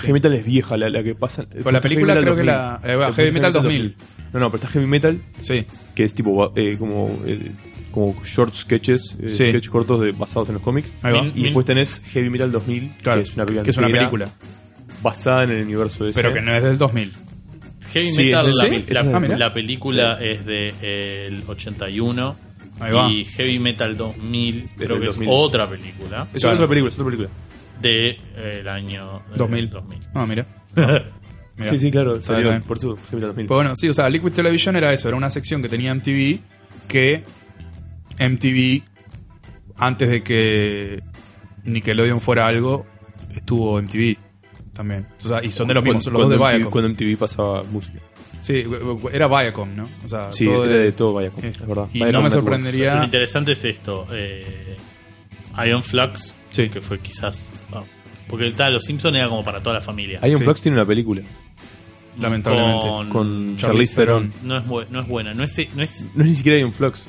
Speaker 1: Heavy metal es vieja, la, la que pasa...
Speaker 3: Pero Pues la película
Speaker 1: Heavy
Speaker 3: creo
Speaker 1: Metal
Speaker 3: que la- eh, va, Heavy Metal 2000.
Speaker 1: No, no, pero está heavy metal,
Speaker 3: Sí.
Speaker 1: que es tipo va- eh, como, eh, como short sketches, eh,
Speaker 3: Sí.
Speaker 1: sketches cortos de, basados en los cómics.
Speaker 3: Ahí va.
Speaker 1: Y
Speaker 2: Mil-
Speaker 1: después tenés Heavy Metal 2000,
Speaker 3: Claro,
Speaker 1: que es una película,
Speaker 3: que es una
Speaker 1: negra
Speaker 3: película.
Speaker 1: basada en el universo de
Speaker 3: Pero
Speaker 1: ese.
Speaker 3: que no es del 2000.
Speaker 2: Heavy
Speaker 1: Sí,
Speaker 2: Metal,
Speaker 1: es
Speaker 2: la,
Speaker 1: de-
Speaker 2: pe-
Speaker 1: sí,
Speaker 2: la-
Speaker 1: es de-
Speaker 3: ah, mirá.
Speaker 2: la película es de eh, el 81
Speaker 3: Ahí va.
Speaker 2: y Heavy Metal 2000 creo
Speaker 1: del
Speaker 2: que
Speaker 1: 2000.
Speaker 2: es otra película
Speaker 1: Es
Speaker 3: Claro.
Speaker 1: otra película, es otra película.
Speaker 2: de eh, el año eh,
Speaker 3: 2000.
Speaker 2: 2000.
Speaker 3: Ah,
Speaker 1: [laughs]
Speaker 3: mira. Mira.
Speaker 1: Sí, sí, claro,
Speaker 3: Está
Speaker 1: salió
Speaker 3: bien.
Speaker 1: por su Heavy Metal 2000.
Speaker 3: Pues bueno, sí, o sea, Liquid Television era eso, era una sección que tenía MTV que MTV, antes de que Nickelodeon fuera algo, estuvo MTV también. O sea, y son de los mismos, son los dos de
Speaker 1: cuando MTV,
Speaker 3: Viacom.
Speaker 1: cuando MTV pasaba música.
Speaker 3: Sí, gu- gu- era Viacom, ¿no? O sea,
Speaker 1: Sí,
Speaker 3: todo
Speaker 1: era
Speaker 3: de-
Speaker 1: de todo Viacom,
Speaker 3: eh,
Speaker 1: es verdad. Viacom
Speaker 3: Y no me
Speaker 1: Networks.
Speaker 2: Lo
Speaker 3: sorprendería...
Speaker 2: interesante es esto, eh, Ion Flux,
Speaker 3: Sí.
Speaker 2: que fue quizás... ah, porque el tal, Los Simpson era como para toda la familia.
Speaker 1: Iron
Speaker 3: Sí.
Speaker 1: Flux tiene una película
Speaker 3: lamentablemente.
Speaker 2: Con-
Speaker 1: con
Speaker 3: Charlize
Speaker 1: Charlize Theron.
Speaker 2: No, es bu- no es buena, no es... No es ah,
Speaker 1: No es ni siquiera Iron Flux.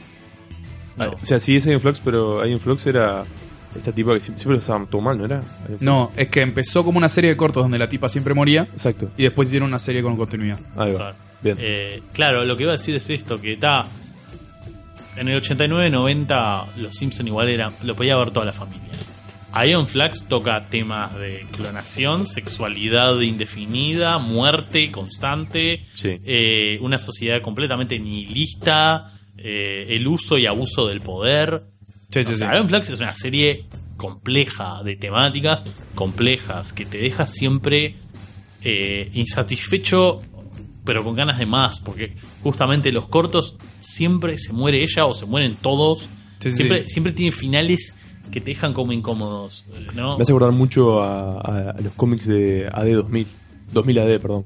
Speaker 2: no.
Speaker 1: O sea, sí es Iron Flux, pero Iron Flux era esta tipa que siempre, siempre lo estaban tomando, ¿no era? Iron Flux.
Speaker 3: No, es que empezó como una serie de cortos donde la tipa siempre moría
Speaker 1: Exacto.
Speaker 3: y después hicieron una serie con continuidad.
Speaker 1: Ahí va.
Speaker 2: Claro.
Speaker 1: Bien.
Speaker 2: Eh, claro, lo que iba a decir es esto, que está... En el 89-90 los Simpson igual era, lo podía ver toda la familia. Ion Flux toca temas de clonación, sexualidad indefinida, muerte constante,
Speaker 1: Sí.
Speaker 2: eh, una sociedad completamente nihilista, eh, el uso y abuso del poder.
Speaker 3: Sí,
Speaker 1: Ah,
Speaker 2: O sea, Iron Flux es una serie compleja de temáticas complejas que te deja siempre eh, insatisfecho pero con ganas de más porque justamente los cortos siempre se muere ella o se mueren todos
Speaker 3: Sí, sí,
Speaker 2: Siempre,
Speaker 3: sí.
Speaker 2: siempre tiene finales que te dejan como incómodos, ¿no?
Speaker 1: Me hace acordar mucho a, a- a los cómics de AD 2000. 2000 AD, perdón.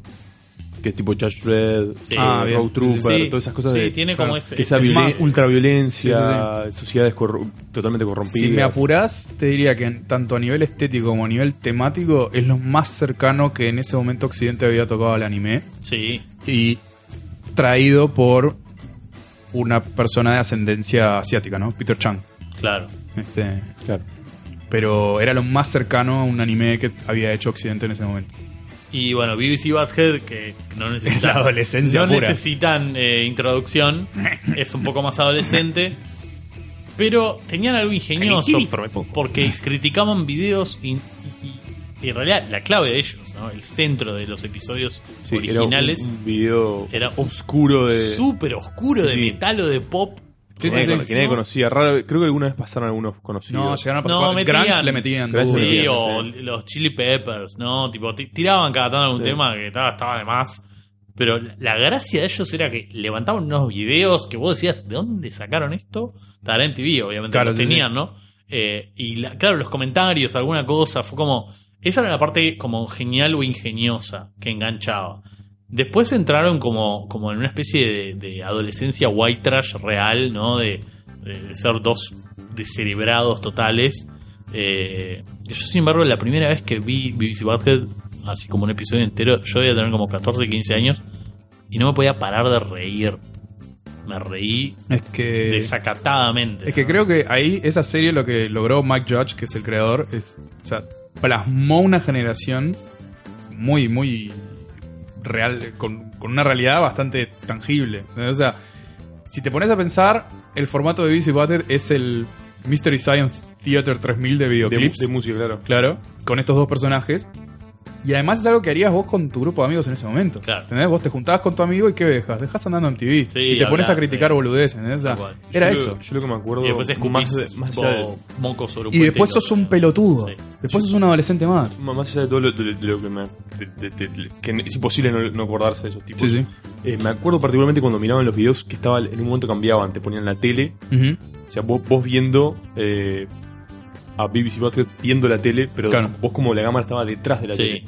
Speaker 1: Que es tipo Judge Dredd,
Speaker 2: Sí.
Speaker 1: eh,
Speaker 3: Ah, bien.
Speaker 1: Road Trooper,
Speaker 2: Sí,
Speaker 1: todas esas cosas
Speaker 2: sí,
Speaker 1: de
Speaker 2: tiene
Speaker 3: claro,
Speaker 2: como ese,
Speaker 1: que esa
Speaker 2: ese
Speaker 1: violen-
Speaker 2: más.
Speaker 1: ultraviolencia, sociedades corru- totalmente corrompidas.
Speaker 3: Si me apurás, te diría que en- tanto a nivel estético como a nivel temático es lo más cercano que en ese momento Occidente había tocado al anime
Speaker 2: Sí,
Speaker 3: y traído por una persona de ascendencia asiática, ¿no? Peter Chang.
Speaker 2: claro.
Speaker 3: Este,
Speaker 1: Claro.
Speaker 3: pero era lo más cercano a un anime que había hecho Occidente en ese momento.
Speaker 2: Y bueno, BBC Badhead, que
Speaker 1: [laughs]
Speaker 2: no necesitan,
Speaker 3: [laughs] La adolescencia
Speaker 2: no
Speaker 3: pura.
Speaker 2: necesitan
Speaker 1: [laughs]
Speaker 2: eh, introducción, es un poco más adolescente. Pero tenían algo ingenioso porque criticaban videos y, y- y- y en realidad la clave de ellos, ¿no? el centro de los episodios
Speaker 1: Sí, era un,
Speaker 2: originales,
Speaker 1: un video
Speaker 2: Era
Speaker 1: oscuro de.
Speaker 2: súper oscuro de
Speaker 1: Sí, sí.
Speaker 2: metal o de pop.
Speaker 3: Sí,
Speaker 1: que
Speaker 3: sí,
Speaker 1: nadie,
Speaker 3: sí.
Speaker 1: que nadie conocía. Raro, creo que alguna vez pasaron algunos conocidos.
Speaker 3: No, llegaron a
Speaker 2: No,
Speaker 3: pasar.
Speaker 2: metían.
Speaker 3: Grunge le metían.
Speaker 1: Grunge
Speaker 3: duro.
Speaker 1: le
Speaker 2: Sí,
Speaker 1: metían.
Speaker 2: o los Chili Peppers, ¿no? Tipo, ti- tiraban cada tanto algún
Speaker 1: Sí.
Speaker 2: tema que estaba, estaba de más. Pero la la gracia de ellos era que levantaban unos videos que vos decías, ¿de dónde sacaron esto? Para MTV, obviamente,
Speaker 3: Claro,
Speaker 2: los
Speaker 3: sí,
Speaker 2: tenían, ¿no? Eh, y la- claro, los comentarios, alguna cosa, fue como... Esa era la parte como genial o ingeniosa que enganchaba. Después entraron como, como en una especie de, de adolescencia white trash real, ¿no? De, de ser dos descerebrados totales. Eh, yo, sin embargo, la primera vez que vi BBC Badhead, así como un episodio entero, yo debía tener como 14, 15 años y no me podía parar de reír. Me reí
Speaker 3: Es que.
Speaker 2: desacatadamente.
Speaker 3: Eh, Es que
Speaker 2: ¿no?
Speaker 3: creo que ahí esa serie lo que logró Mike Judge, que es el creador, es, o sea, plasmó una generación muy, muy real, con, con una realidad bastante tangible. O sea, si te pones a pensar, el formato de BC Butter es el Mystery Science Theater 3000 de
Speaker 1: de, mu-
Speaker 3: videoclips,
Speaker 1: de música, claro.
Speaker 3: claro, con estos dos personajes. Y además es algo que harías vos con tu grupo de amigos en ese momento.
Speaker 2: Claro.
Speaker 3: ¿entendés? Vos te juntabas con tu amigo y ¿qué dejas? Dejas andando en TV.
Speaker 2: Sí,
Speaker 3: y te pones
Speaker 2: hablar,
Speaker 3: a criticar
Speaker 2: sí.
Speaker 3: boludeces. ¿entendés? O sea,
Speaker 2: Tal cual.
Speaker 3: era
Speaker 1: Yo
Speaker 3: eso.
Speaker 1: Lo, yo lo que me acuerdo.
Speaker 2: Y después escupís
Speaker 1: más, de- más allá de,
Speaker 2: tipo, mocos sobre un
Speaker 3: Y después
Speaker 2: puente,
Speaker 3: sos un
Speaker 2: ¿no?
Speaker 3: pelotudo.
Speaker 2: Sí.
Speaker 3: Después sos un adolescente más.
Speaker 1: más- más allá de todo lo, de- de lo que me. de- de- de- que es imposible no, no acordarse de esos tipos.
Speaker 3: sí.
Speaker 1: Eh, me acuerdo particularmente cuando miraban los videos que estaba en un momento cambiaban, te ponían la tele, o sea, vos, vos viendo eh, a BBC Basket viendo la tele, pero
Speaker 3: Claro.
Speaker 1: vos como la cámara estaba detrás de la
Speaker 2: Sí.
Speaker 1: tele.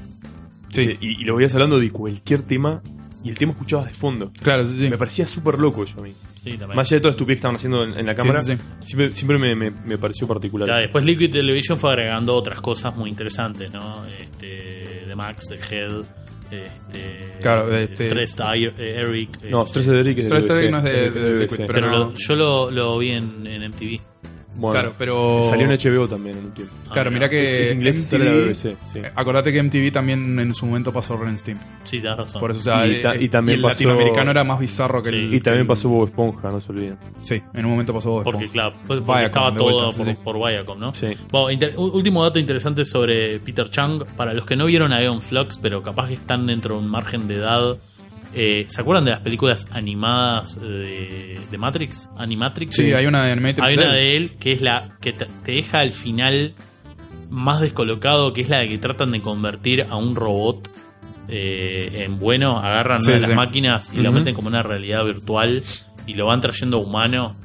Speaker 1: Eh, Y, y lo veías hablando de cualquier tema y el tema escuchabas de fondo.
Speaker 3: claro, sí, sí.
Speaker 1: Me parecía súper loco eso a mí.
Speaker 2: Sí, también.
Speaker 1: Más allá de toda la estupidez que estaban haciendo en, en la cámara,
Speaker 3: sí, sí.
Speaker 1: siempre, siempre me, me- me pareció particular.
Speaker 2: Ya, después Liquid Television fue agregando otras cosas muy interesantes, ¿no? Este, de Max, de Head, este,
Speaker 3: Claro, este-
Speaker 2: Stressed Ir- eh, Eric. eh,
Speaker 1: No, Stress de Derrick es de
Speaker 3: Stress
Speaker 1: BBC,
Speaker 3: Addict no es de-
Speaker 1: es de
Speaker 3: de- de
Speaker 1: BBC.
Speaker 3: Liquid,
Speaker 2: pero
Speaker 3: no.
Speaker 2: lo- yo lo, lo vi en, en MTV.
Speaker 1: Bueno,
Speaker 3: Claro, pero.
Speaker 1: Salió en HBO también en un tiempo.
Speaker 3: Claro, mira que.
Speaker 1: es, es inglés, sale la
Speaker 3: MTV
Speaker 1: BBC. sí.
Speaker 3: eh, Acordate que MTV también en su momento pasó Ren Steam.
Speaker 2: Sí, tenés razón.
Speaker 3: Por eso, o sea,
Speaker 1: Y
Speaker 3: eh,
Speaker 1: ta- y
Speaker 3: eh,
Speaker 1: también
Speaker 3: el
Speaker 1: pasó-
Speaker 3: latinoamericano era más bizarro que
Speaker 2: Sí.
Speaker 3: el.
Speaker 1: Y también
Speaker 3: el-
Speaker 1: pasó Bob Esponja, no se olviden.
Speaker 3: Sí, en un momento pasó Bob
Speaker 2: porque,
Speaker 3: Esponja.
Speaker 2: claro, fue- porque
Speaker 3: Viacom,
Speaker 2: estaba
Speaker 3: de
Speaker 2: todo
Speaker 3: vuelta,
Speaker 2: por,
Speaker 3: sí, sí.
Speaker 2: por Viacom, ¿no?
Speaker 3: [laughs]
Speaker 1: Sí.
Speaker 2: Bueno, inter- ú- último dato interesante sobre Peter Chang. Para los que no vieron a Eon Flux, pero capaz que están dentro de un margen de edad. eh, ¿Se acuerdan de las películas animadas de, de Matrix? Animatrix.
Speaker 3: Sí, hay una de Animatrix.
Speaker 2: Hay
Speaker 3: de
Speaker 2: una
Speaker 3: él.
Speaker 2: de él que es la que te te deja al final más descolocado, que es la de que tratan de convertir a un robot eh, en bueno, agarran
Speaker 3: Sí,
Speaker 2: una de
Speaker 3: sí.
Speaker 2: las máquinas y la
Speaker 3: Ujú.
Speaker 2: meten como una realidad virtual y lo van trayendo a humano,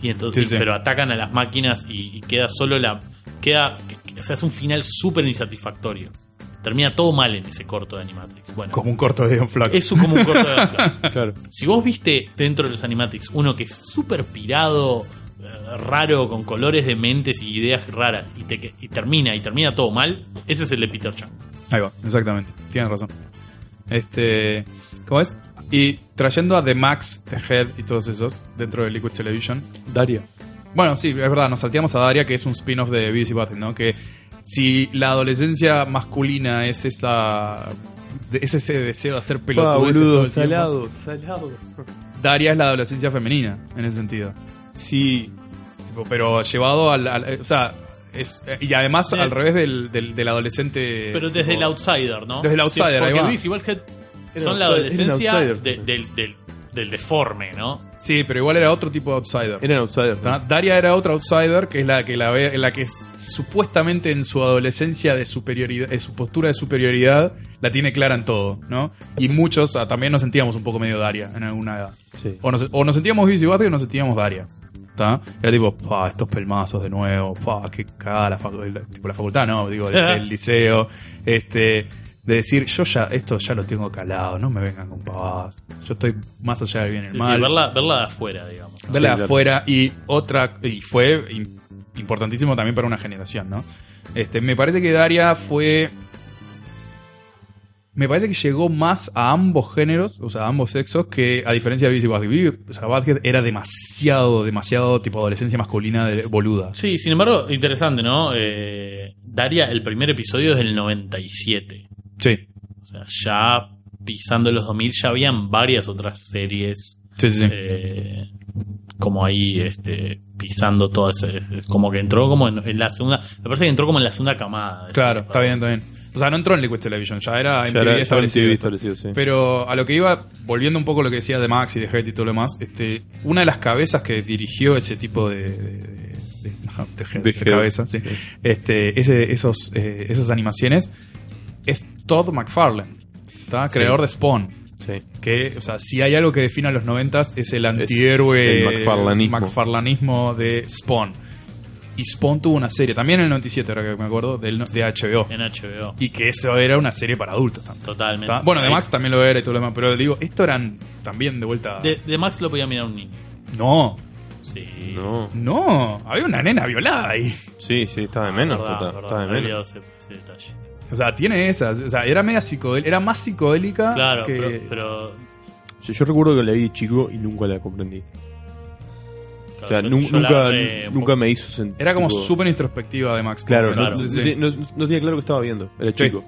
Speaker 2: y entonces,
Speaker 3: Sí, sí.
Speaker 2: pero atacan a las máquinas y, y queda solo la... queda O sea, es un final súper insatisfactorio. Termina todo mal en ese corto de Animatrix. Bueno,
Speaker 3: Como un corto de Ion Flux.
Speaker 2: es un- como un corto de Atlas.
Speaker 1: Claro.
Speaker 2: Si vos viste dentro de los Animatics uno que es súper pirado, eh, raro, con colores de mentes y ideas raras, y, te, que- y termina, y termina todo mal, ese es el de Peter Chan.
Speaker 3: Ahí va, exactamente. Tienes razón. Este. ¿Cómo es? Y trayendo a The Max, The Head y todos esos dentro de Liquid Television.
Speaker 1: Daria.
Speaker 3: Bueno, sí, es verdad, nos salteamos a Daria, que es un spin-off de BBC Battle, ¿no? Que si la adolescencia masculina es esa. Es ese deseo de hacer pelotudeces todo el tiempo,
Speaker 1: salado.
Speaker 3: Daria es la adolescencia femenina, en ese sentido.
Speaker 1: Sí,
Speaker 3: Tipo, Pero llevado al. al- o sea, es, eh, y además
Speaker 2: Sí.
Speaker 3: al revés del, del, del adolescente.
Speaker 2: Pero desde
Speaker 3: tipo,
Speaker 2: el outsider, ¿no?
Speaker 3: Desde el outsider, ahí
Speaker 2: porque
Speaker 3: va.
Speaker 2: Luis y Bulkhead
Speaker 1: Era
Speaker 2: son
Speaker 1: outsider-
Speaker 2: la adolescencia
Speaker 1: era outsider.
Speaker 2: de- del, del- del deforme, ¿no?
Speaker 3: Sí, pero igual era otro tipo de outsider.
Speaker 1: eran outsiders.
Speaker 3: Da- Daria era otra outsider, que es la que la ve, la que s- supuestamente en su adolescencia de superioridad, eh, su postura de superioridad, la tiene clara en todo, ¿no? Y muchos ah, también nos sentíamos un poco medio Daria en alguna edad.
Speaker 1: Sí.
Speaker 3: O nos, o nos sentíamos Busy Battle o nos sentíamos Daria. posta, era tipo, pa, estos pelmazos de nuevo, pa, qué cagada la, facu- la- tipo, la facultad, no, digo, el,
Speaker 2: [laughs]
Speaker 3: el liceo, este, de decir, yo ya, esto ya lo tengo calado, no me vengan con pavadas, yo estoy más allá del bien y el
Speaker 2: Sí, sí,
Speaker 3: mal
Speaker 2: verla, verla de afuera, digamos. ¿no?
Speaker 3: verla
Speaker 1: Sí, claro.
Speaker 3: afuera y otra y fue im- importantísimo también para una generación, ¿no? Este, me parece que Daria fue me parece que llegó más a ambos géneros, o sea, a ambos sexos, que a diferencia de Beavis y Butthead. Beavis- O sea, Butthead era demasiado, demasiado tipo adolescencia masculina de, boluda.
Speaker 2: Sí, sin embargo, interesante, ¿no? Eh, Daria, el primer episodio es del 97.
Speaker 3: Sí,
Speaker 2: O sea, ya pisando los 2000 ya habían varias otras series
Speaker 3: sí, sí. sí.
Speaker 2: eh, como ahí este, pisando todo ese, ese- Como que entró como en, en la segunda... Me parece que entró como en la segunda camada. de
Speaker 3: claro,
Speaker 2: series,
Speaker 3: está bien,
Speaker 2: ¿verdad?
Speaker 3: está bien. O sea, no entró en Liquid Television, ya era
Speaker 1: Ya era-
Speaker 3: MTV
Speaker 1: ya
Speaker 3: establecido.
Speaker 1: había establecido, sí.
Speaker 3: Pero a lo que iba, volviendo un poco a lo que decía de Max y de Head y todo lo demás, este, una de las cabezas que dirigió ese tipo de, de, de- de gente,
Speaker 1: De
Speaker 3: de
Speaker 1: gente,
Speaker 3: cabeza, sí. Este, ese- esos, eh, esas animaciones, es Todd McFarlane, ¿tá? creador de Spawn.
Speaker 1: Sí.
Speaker 3: Que, o sea, si hay algo que define a los noventas es el antihéroe
Speaker 1: el McFarlaneismo.
Speaker 3: McFarlaneismo de Spawn. Y Spawn tuvo una serie, también en el 97, ahora que me acuerdo, del, de HBO.
Speaker 2: En HBO.
Speaker 3: Y que eso era una serie para adultos también.
Speaker 2: Totalmente.
Speaker 3: Ta- Bueno, de
Speaker 2: Ahí-
Speaker 3: Max también lo era y todo lo demás, pero digo, esto eran también de vuelta.
Speaker 2: De, de Max lo podía mirar un niño.
Speaker 3: No,
Speaker 2: Sí.
Speaker 1: No.
Speaker 3: no, había una nena violada ahí.
Speaker 1: Sí, sí, estaba de menos.
Speaker 2: Verdad,
Speaker 1: total,
Speaker 2: verdad,
Speaker 1: estaba de
Speaker 2: había
Speaker 1: menos.
Speaker 2: ese- ese detalle.
Speaker 3: O sea, tiene esas. O sea, era media psicodélica, era más psicodélica
Speaker 2: Claro,
Speaker 3: Ah, que.
Speaker 2: pero, pero
Speaker 1: Sí, yo recuerdo que la vi de chico y nunca la comprendí.
Speaker 2: claro,
Speaker 1: O sea,
Speaker 2: yo-
Speaker 1: nu-
Speaker 2: yo la
Speaker 1: nunca,
Speaker 2: re-
Speaker 1: nunca me hizo sentir.
Speaker 3: Era como
Speaker 1: tipo-
Speaker 3: súper introspectiva de Max.
Speaker 1: Claro,
Speaker 3: Pero-
Speaker 1: no-
Speaker 2: claro.
Speaker 1: No,
Speaker 3: sí.
Speaker 1: no- no tenía claro que estaba viendo. Era
Speaker 3: Sí.
Speaker 1: chico.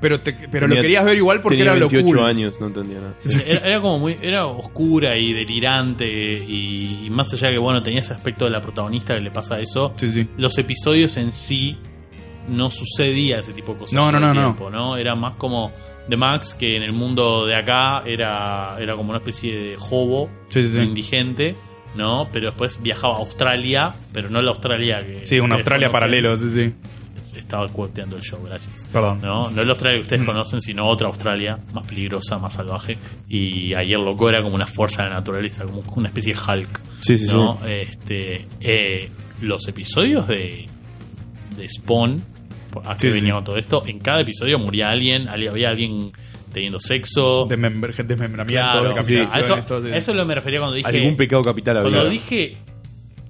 Speaker 3: Pero, te- pero lo
Speaker 1: Tenía-
Speaker 3: querías ver igual porque
Speaker 1: tenía
Speaker 3: era lo
Speaker 1: 28
Speaker 3: cool.
Speaker 1: años, no entendía nada.
Speaker 2: Era, era como muy era oscura y delirante y, y más allá de que bueno tenía ese aspecto de la protagonista que le pasa eso
Speaker 3: Sí, sí.
Speaker 2: los episodios en sí no sucedía ese tipo de cosas
Speaker 3: No,
Speaker 2: todo
Speaker 3: no,
Speaker 2: el
Speaker 3: no, no.
Speaker 2: tiempo, no era más como de Max que en el mundo de acá era era como una especie de hobo
Speaker 3: Sí, sí, sí.
Speaker 2: indigente no pero después viajaba a Australia pero no la Australia que
Speaker 3: Sí, un
Speaker 2: ustedes
Speaker 3: Australia
Speaker 2: conocen.
Speaker 3: paralelo, sí, sí.
Speaker 2: estaba cuoteando el show gracias
Speaker 3: Perdón.
Speaker 2: ¿no? No es la Australia que
Speaker 3: Mm.
Speaker 2: ustedes conocen, sino otra Australia, más peligrosa, más salvaje. Y ahí el loco era como una fuerza de la naturaleza, como una especie de Hulk.
Speaker 1: Sí, sí,
Speaker 2: ¿no? Este, eh, los episodios de, de Spawn, por- ¿a qué
Speaker 3: Sí, sí.
Speaker 2: venía todo esto? En cada episodio moría alguien, ali- había alguien teniendo sexo.
Speaker 3: Desmembra- desmembramiento,
Speaker 2: Claro,
Speaker 3: de
Speaker 2: o sea, a eso,
Speaker 3: capilaciones, todo, sí, sí.
Speaker 2: a eso es lo que me refería cuando dije.
Speaker 1: Algún pecado capital
Speaker 2: Cuando
Speaker 1: había.
Speaker 2: dije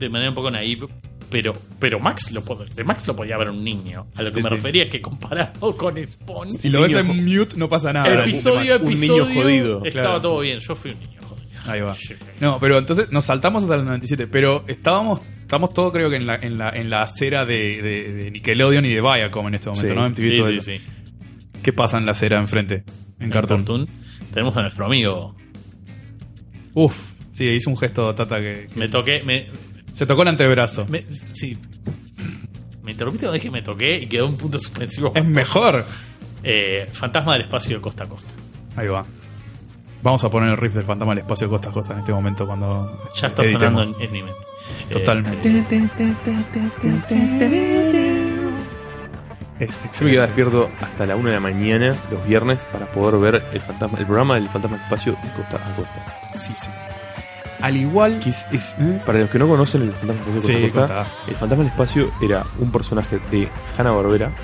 Speaker 2: de manera un poco naive, pero, pero Max lo pod- de Max lo podía ver un niño. A lo que
Speaker 1: Sí,
Speaker 2: me
Speaker 1: sí.
Speaker 2: refería es que comparado con Spawn,
Speaker 3: Si lo ves
Speaker 1: niño-
Speaker 3: en mute, no pasa nada.
Speaker 2: episodio a
Speaker 1: un
Speaker 2: episodio
Speaker 1: niño jodido,
Speaker 2: estaba
Speaker 3: claro.
Speaker 2: todo bien. Yo fui un niño jodido.
Speaker 3: Ahí va.
Speaker 2: Sí.
Speaker 3: No, pero entonces nos saltamos hasta el 97, pero estábamos, estamos todos creo que en la, en la, en la acera de, de- de Nickelodeon y de Viacom en este momento,
Speaker 1: Sí.
Speaker 3: ¿no? MTV
Speaker 2: Sí,
Speaker 3: todo
Speaker 2: sí,
Speaker 3: eso.
Speaker 2: sí.
Speaker 3: ¿Qué pasa en la acera enfrente? En
Speaker 2: En
Speaker 3: cartón.
Speaker 2: Cartoon tenemos a nuestro amigo.
Speaker 3: Uf, sí, hizo un gesto Tata que...
Speaker 2: Me toqué. Me,
Speaker 3: Se tocó el antebrazo.
Speaker 2: me- sí. Me interrumpí cuando dije me toqué y quedó un punto suspensivo.
Speaker 3: Es mejor.
Speaker 2: Eh, Fantasma del espacio de costa a costa.
Speaker 3: Ahí va. Vamos a poner el riff del fantasma del espacio Costa a Costa en este momento cuando...
Speaker 2: Ya está
Speaker 3: editemos.
Speaker 2: sonando en, en mi mente. Eh,
Speaker 3: Totalmente. Es
Speaker 1: Yo me quedaba
Speaker 3: excelente.
Speaker 1: despierto hasta la 1 de la mañana los viernes para poder ver el fantasma, el programa del fantasma del espacio de costa a costa.
Speaker 3: Sí, sí. Al igual...
Speaker 1: Que es- es-
Speaker 3: ¿Eh?
Speaker 1: para los que no conocen el fantasma del espacio de
Speaker 3: Sí,
Speaker 1: costa a costa,
Speaker 3: costa.
Speaker 1: el fantasma del espacio era un personaje de Hanna Barbera.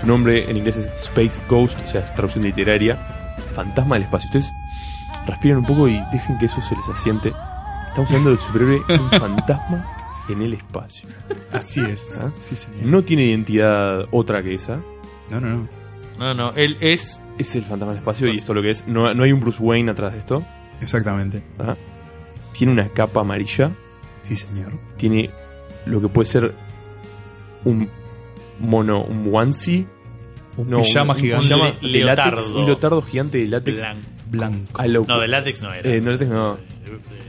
Speaker 1: Su nombre en inglés es Space Ghost, o sea, es traducción literaria. Fantasma del espacio. Ustedes respiren un poco y dejen que eso se les asiente. Estamos hablando del superhéroe, un fantasma en el espacio.
Speaker 3: Así es.
Speaker 1: ¿Ah?
Speaker 3: Sí, señor.
Speaker 1: No tiene identidad otra que esa.
Speaker 3: No, no, no.
Speaker 2: No, no, él es.
Speaker 1: Es el fantasma del espacio y esto es lo que es. No, no hay un Bruce Wayne atrás de esto.
Speaker 3: Exactamente.
Speaker 1: ¿ah? Tiene una capa amarilla.
Speaker 3: Sí, señor.
Speaker 1: Tiene lo que puede ser un mono, un onesie.
Speaker 3: Un
Speaker 1: No,
Speaker 3: pijama
Speaker 1: un- un
Speaker 3: gigante
Speaker 1: pijama
Speaker 2: Le-
Speaker 1: de látex,
Speaker 2: leotardo.
Speaker 1: un leotardo gigante de látex
Speaker 2: Blanco. Ah,
Speaker 3: blanco.
Speaker 1: a lo-
Speaker 2: No, de látex no era.
Speaker 1: Eh, no, látex no.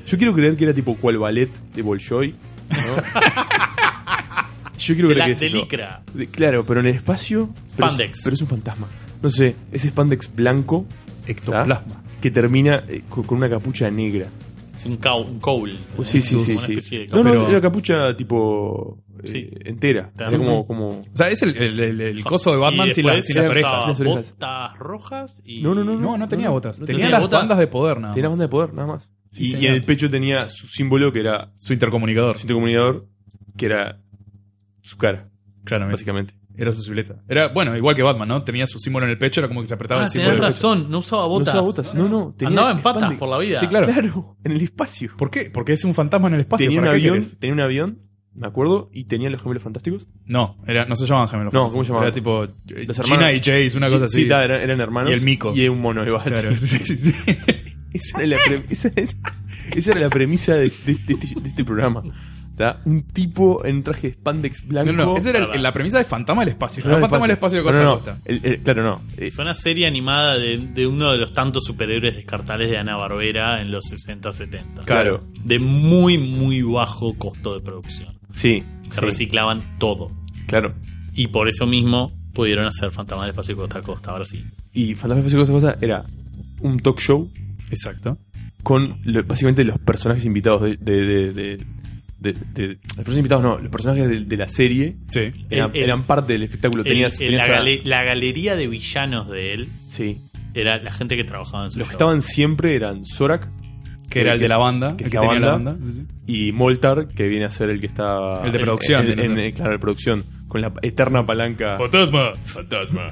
Speaker 1: Yo quiero creer que era tipo cual ballet de Bolshoi.
Speaker 2: [laughs]
Speaker 1: ¿no? Yo quiero
Speaker 2: de,
Speaker 1: creer
Speaker 2: la-
Speaker 1: que es
Speaker 2: de
Speaker 1: eso.
Speaker 2: licra.
Speaker 1: De- Claro, pero en el espacio. pero es-
Speaker 2: Spandex.
Speaker 1: Pero es, un fantasma. No sé, es spandex blanco
Speaker 3: Ectoplasma.
Speaker 1: que termina eh, co- con una capucha negra.
Speaker 2: Es un, cau- un cowl.
Speaker 1: Pues sí, sí,
Speaker 2: Eh, Una
Speaker 1: sí. sí.
Speaker 2: especie de
Speaker 1: No,
Speaker 2: cowl.
Speaker 1: no,
Speaker 3: pero-
Speaker 1: era capucha tipo eh,
Speaker 2: Sí.
Speaker 1: entera.
Speaker 2: Claro.
Speaker 1: O sea,
Speaker 2: Sí,
Speaker 1: como, como...
Speaker 3: O sea, es el, el- el- el coso de Batman
Speaker 2: Y
Speaker 3: sin, la-
Speaker 2: después
Speaker 3: sin las
Speaker 2: usaba
Speaker 1: usaba-
Speaker 3: orejas.
Speaker 1: Sin las orejas.
Speaker 2: Botas rojas y. Ah,
Speaker 1: No, no, no,
Speaker 3: No, no tenía
Speaker 1: no,
Speaker 3: botas.
Speaker 1: no
Speaker 3: tenía,
Speaker 2: tenía
Speaker 3: las
Speaker 2: botas.
Speaker 3: bandas de poder, nada.
Speaker 1: Tenía
Speaker 3: más.
Speaker 1: banda de poder, nada más.
Speaker 3: Sí,
Speaker 1: y, y
Speaker 3: señor.
Speaker 1: en el pecho tenía su símbolo, que era
Speaker 3: Su intercomunicador.
Speaker 1: su comunicador, que era su cara,
Speaker 3: Claramente.
Speaker 1: básicamente.
Speaker 3: Era su silueta. Era, bueno, igual que Batman, ¿no? Tenía su símbolo en el pecho, era como que se apretaba
Speaker 2: Ah,
Speaker 3: el
Speaker 2: tenés
Speaker 3: símbolo.
Speaker 2: razón, no usaba
Speaker 1: No
Speaker 2: botas.
Speaker 1: usaba botas, no, no. tenía
Speaker 2: Andaba en
Speaker 1: expande-
Speaker 2: patas por la vida.
Speaker 3: Sí, claro.
Speaker 1: Claro, en el espacio.
Speaker 3: ¿Por qué? Porque es un fantasma en el espacio.
Speaker 1: tenía un
Speaker 3: ¿para qué
Speaker 1: avión,
Speaker 3: querés?
Speaker 1: tenía un avión, me acuerdo, y tenía los gemelos fantásticos.
Speaker 3: No, era, no se llamaban gemelos.
Speaker 1: No, ¿cómo se llamaban?
Speaker 3: Era tipo eh,
Speaker 1: Los
Speaker 3: Gina
Speaker 1: hermanos-
Speaker 3: y Jace, una cosa
Speaker 1: Sí,
Speaker 3: así.
Speaker 1: ta, eran, eran hermanos.
Speaker 3: Y el mico.
Speaker 1: Y un mono de base.
Speaker 3: Claro, sí, sí, sí.
Speaker 1: [laughs] Esa, era la pre- esa, esa- esa era la premisa de, de- de este, de este programa. Ta, Un tipo en traje de spandex blanco.
Speaker 3: No, no, esa era
Speaker 2: Pará.
Speaker 3: la premisa de Fantasma del Espacio.
Speaker 1: Claro,
Speaker 3: No, Fantasma del Espacio de
Speaker 1: No,
Speaker 3: Costa
Speaker 1: no,
Speaker 3: a
Speaker 1: no.
Speaker 3: Costa.
Speaker 1: El- el- claro, no. Eh,
Speaker 2: Fue una serie animada de, de uno de los tantos superhéroes descartables de Ana Barbera en los 60-70.
Speaker 1: Claro.
Speaker 2: De muy, muy bajo costo de producción.
Speaker 1: sí,
Speaker 2: Se
Speaker 1: sí,
Speaker 2: reciclaban todo.
Speaker 1: claro.
Speaker 2: Y por eso mismo pudieron hacer Fantasma del Espacio Costa a Costa. Ahora sí.
Speaker 1: Y Fantasma Espacio Cosa Cosa era un talk show
Speaker 3: Exacto.
Speaker 1: con lo- básicamente los personajes invitados de. de, de- de- de- de- los personajes invitados no, los personajes de, de la serie
Speaker 3: Sí.
Speaker 1: eran,
Speaker 2: El- el-
Speaker 1: eran parte del espectáculo. Tenías,
Speaker 2: El- el-
Speaker 1: tenías
Speaker 2: la,
Speaker 1: a-
Speaker 2: gale- la galería de villanos de él
Speaker 1: sí.
Speaker 2: era la gente que trabajaba en su
Speaker 1: Los que
Speaker 2: show.
Speaker 1: estaban siempre eran Zorak
Speaker 3: Que era el de la banda.
Speaker 1: que
Speaker 3: el
Speaker 1: es la
Speaker 3: tenía
Speaker 1: banda.
Speaker 3: Sí, sí.
Speaker 1: y Moltar, que viene a ser el que está.
Speaker 3: El de producción,
Speaker 1: en- en-
Speaker 3: tiene que
Speaker 1: en- claro, de producción. Con la eterna palanca.
Speaker 3: Fantasma.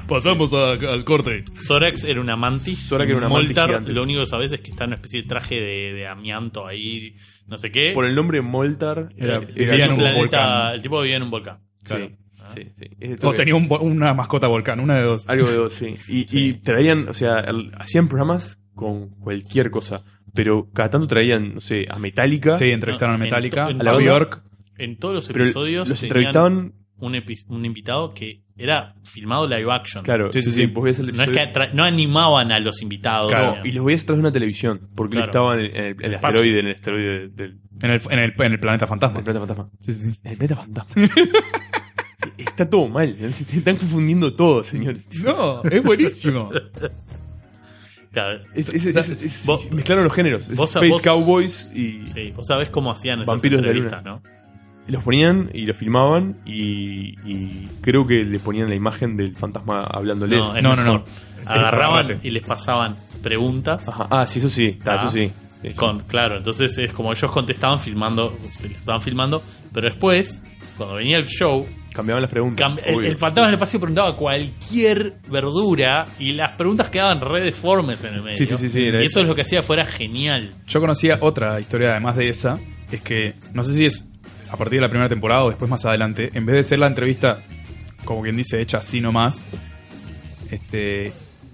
Speaker 3: Pasamos a- al corte.
Speaker 2: Zorax era una mantis.
Speaker 1: Zorax era una mantis
Speaker 2: Moltar,
Speaker 1: gigante.
Speaker 2: Lo único que sabes es que está en una especie de traje de, de amianto ahí, no sé qué. Eh,
Speaker 1: Por el nombre Moltar.
Speaker 3: Era-
Speaker 1: eh,
Speaker 3: vivía
Speaker 2: un
Speaker 3: en un
Speaker 2: planeta,
Speaker 3: volcán.
Speaker 2: el tipo vivía en un volcán.
Speaker 1: Sí,
Speaker 2: Claro.
Speaker 1: sí, sí. Es de
Speaker 3: O
Speaker 1: toque.
Speaker 3: tenía un vo- una mascota volcán, una de dos.
Speaker 1: Algo de dos, sí. Y, y traían, o sea, el- hacían programas con cualquier cosa. Pero cada tanto traían, no sé, a Metallica.
Speaker 3: Sí, entrevistaron
Speaker 2: No, Ah,
Speaker 3: a
Speaker 2: en
Speaker 3: Metallica,
Speaker 2: to- en
Speaker 3: a la
Speaker 1: todo-
Speaker 3: Bjork.
Speaker 2: En todos los
Speaker 1: Pero
Speaker 2: episodios
Speaker 1: los
Speaker 2: tenían
Speaker 1: entrevistaban.
Speaker 2: un, epi- un invitado que era filmado live action.
Speaker 1: Claro,
Speaker 3: Sí, sí, sí.
Speaker 1: vos veías el
Speaker 2: No, es
Speaker 1: episodio-
Speaker 2: que atra- no animaban a los invitados.
Speaker 1: No,
Speaker 2: ¿no?
Speaker 1: y los veías atrás de una televisión. Porque él
Speaker 2: Claro.
Speaker 1: estaba en el, en el- en el
Speaker 2: Espacio.
Speaker 1: asteroide, en el asteroide del, del
Speaker 3: En el, en, el, en el planeta fantasma.
Speaker 1: planeta fantasma.
Speaker 3: Sí, sí. sí.
Speaker 1: El planeta fantasma. [laughs] Está todo mal. Te están confundiendo todo, señores.
Speaker 3: No, es buenísimo.
Speaker 2: Claro.
Speaker 1: Es- es- es-
Speaker 3: sea,
Speaker 1: es- es-
Speaker 2: vos-
Speaker 1: mezclaron los géneros. Es
Speaker 2: vos-
Speaker 1: Space
Speaker 2: vos-
Speaker 1: Cowboys y
Speaker 2: Sí, vos sabés cómo hacían esas
Speaker 1: Vampiros de la
Speaker 2: entrevistas, ¿no?
Speaker 1: los ponían y los filmaban y, y creo que le ponían la imagen del fantasma hablándoles.
Speaker 2: No, es
Speaker 3: No, no, no.
Speaker 2: mejor. Agarraban
Speaker 3: Agarrate.
Speaker 2: y les pasaban preguntas.
Speaker 1: Ajá. Ah, sí, eso sí. Está,
Speaker 2: Ah.
Speaker 1: Eso sí. Sí, sí.
Speaker 2: Con, claro, entonces es como ellos contestaban filmando, se les estaban filmando, pero después, cuando venía el show,
Speaker 1: Cambiaban las preguntas.
Speaker 2: cam- el,
Speaker 1: obvio.
Speaker 2: el fantasma del espacio preguntaba cualquier verdura y las preguntas quedaban re deformes en el medio.
Speaker 1: Sí, sí, sí, sí, era
Speaker 2: y
Speaker 1: eso.
Speaker 2: eso es lo que hacía fuera genial.
Speaker 3: [laughs] Yo conocía otra historia además de esa, es que no sé si es a partir de la primera temporada o después más adelante, en vez de ser la entrevista, como quien dice, hecha así nomás, este,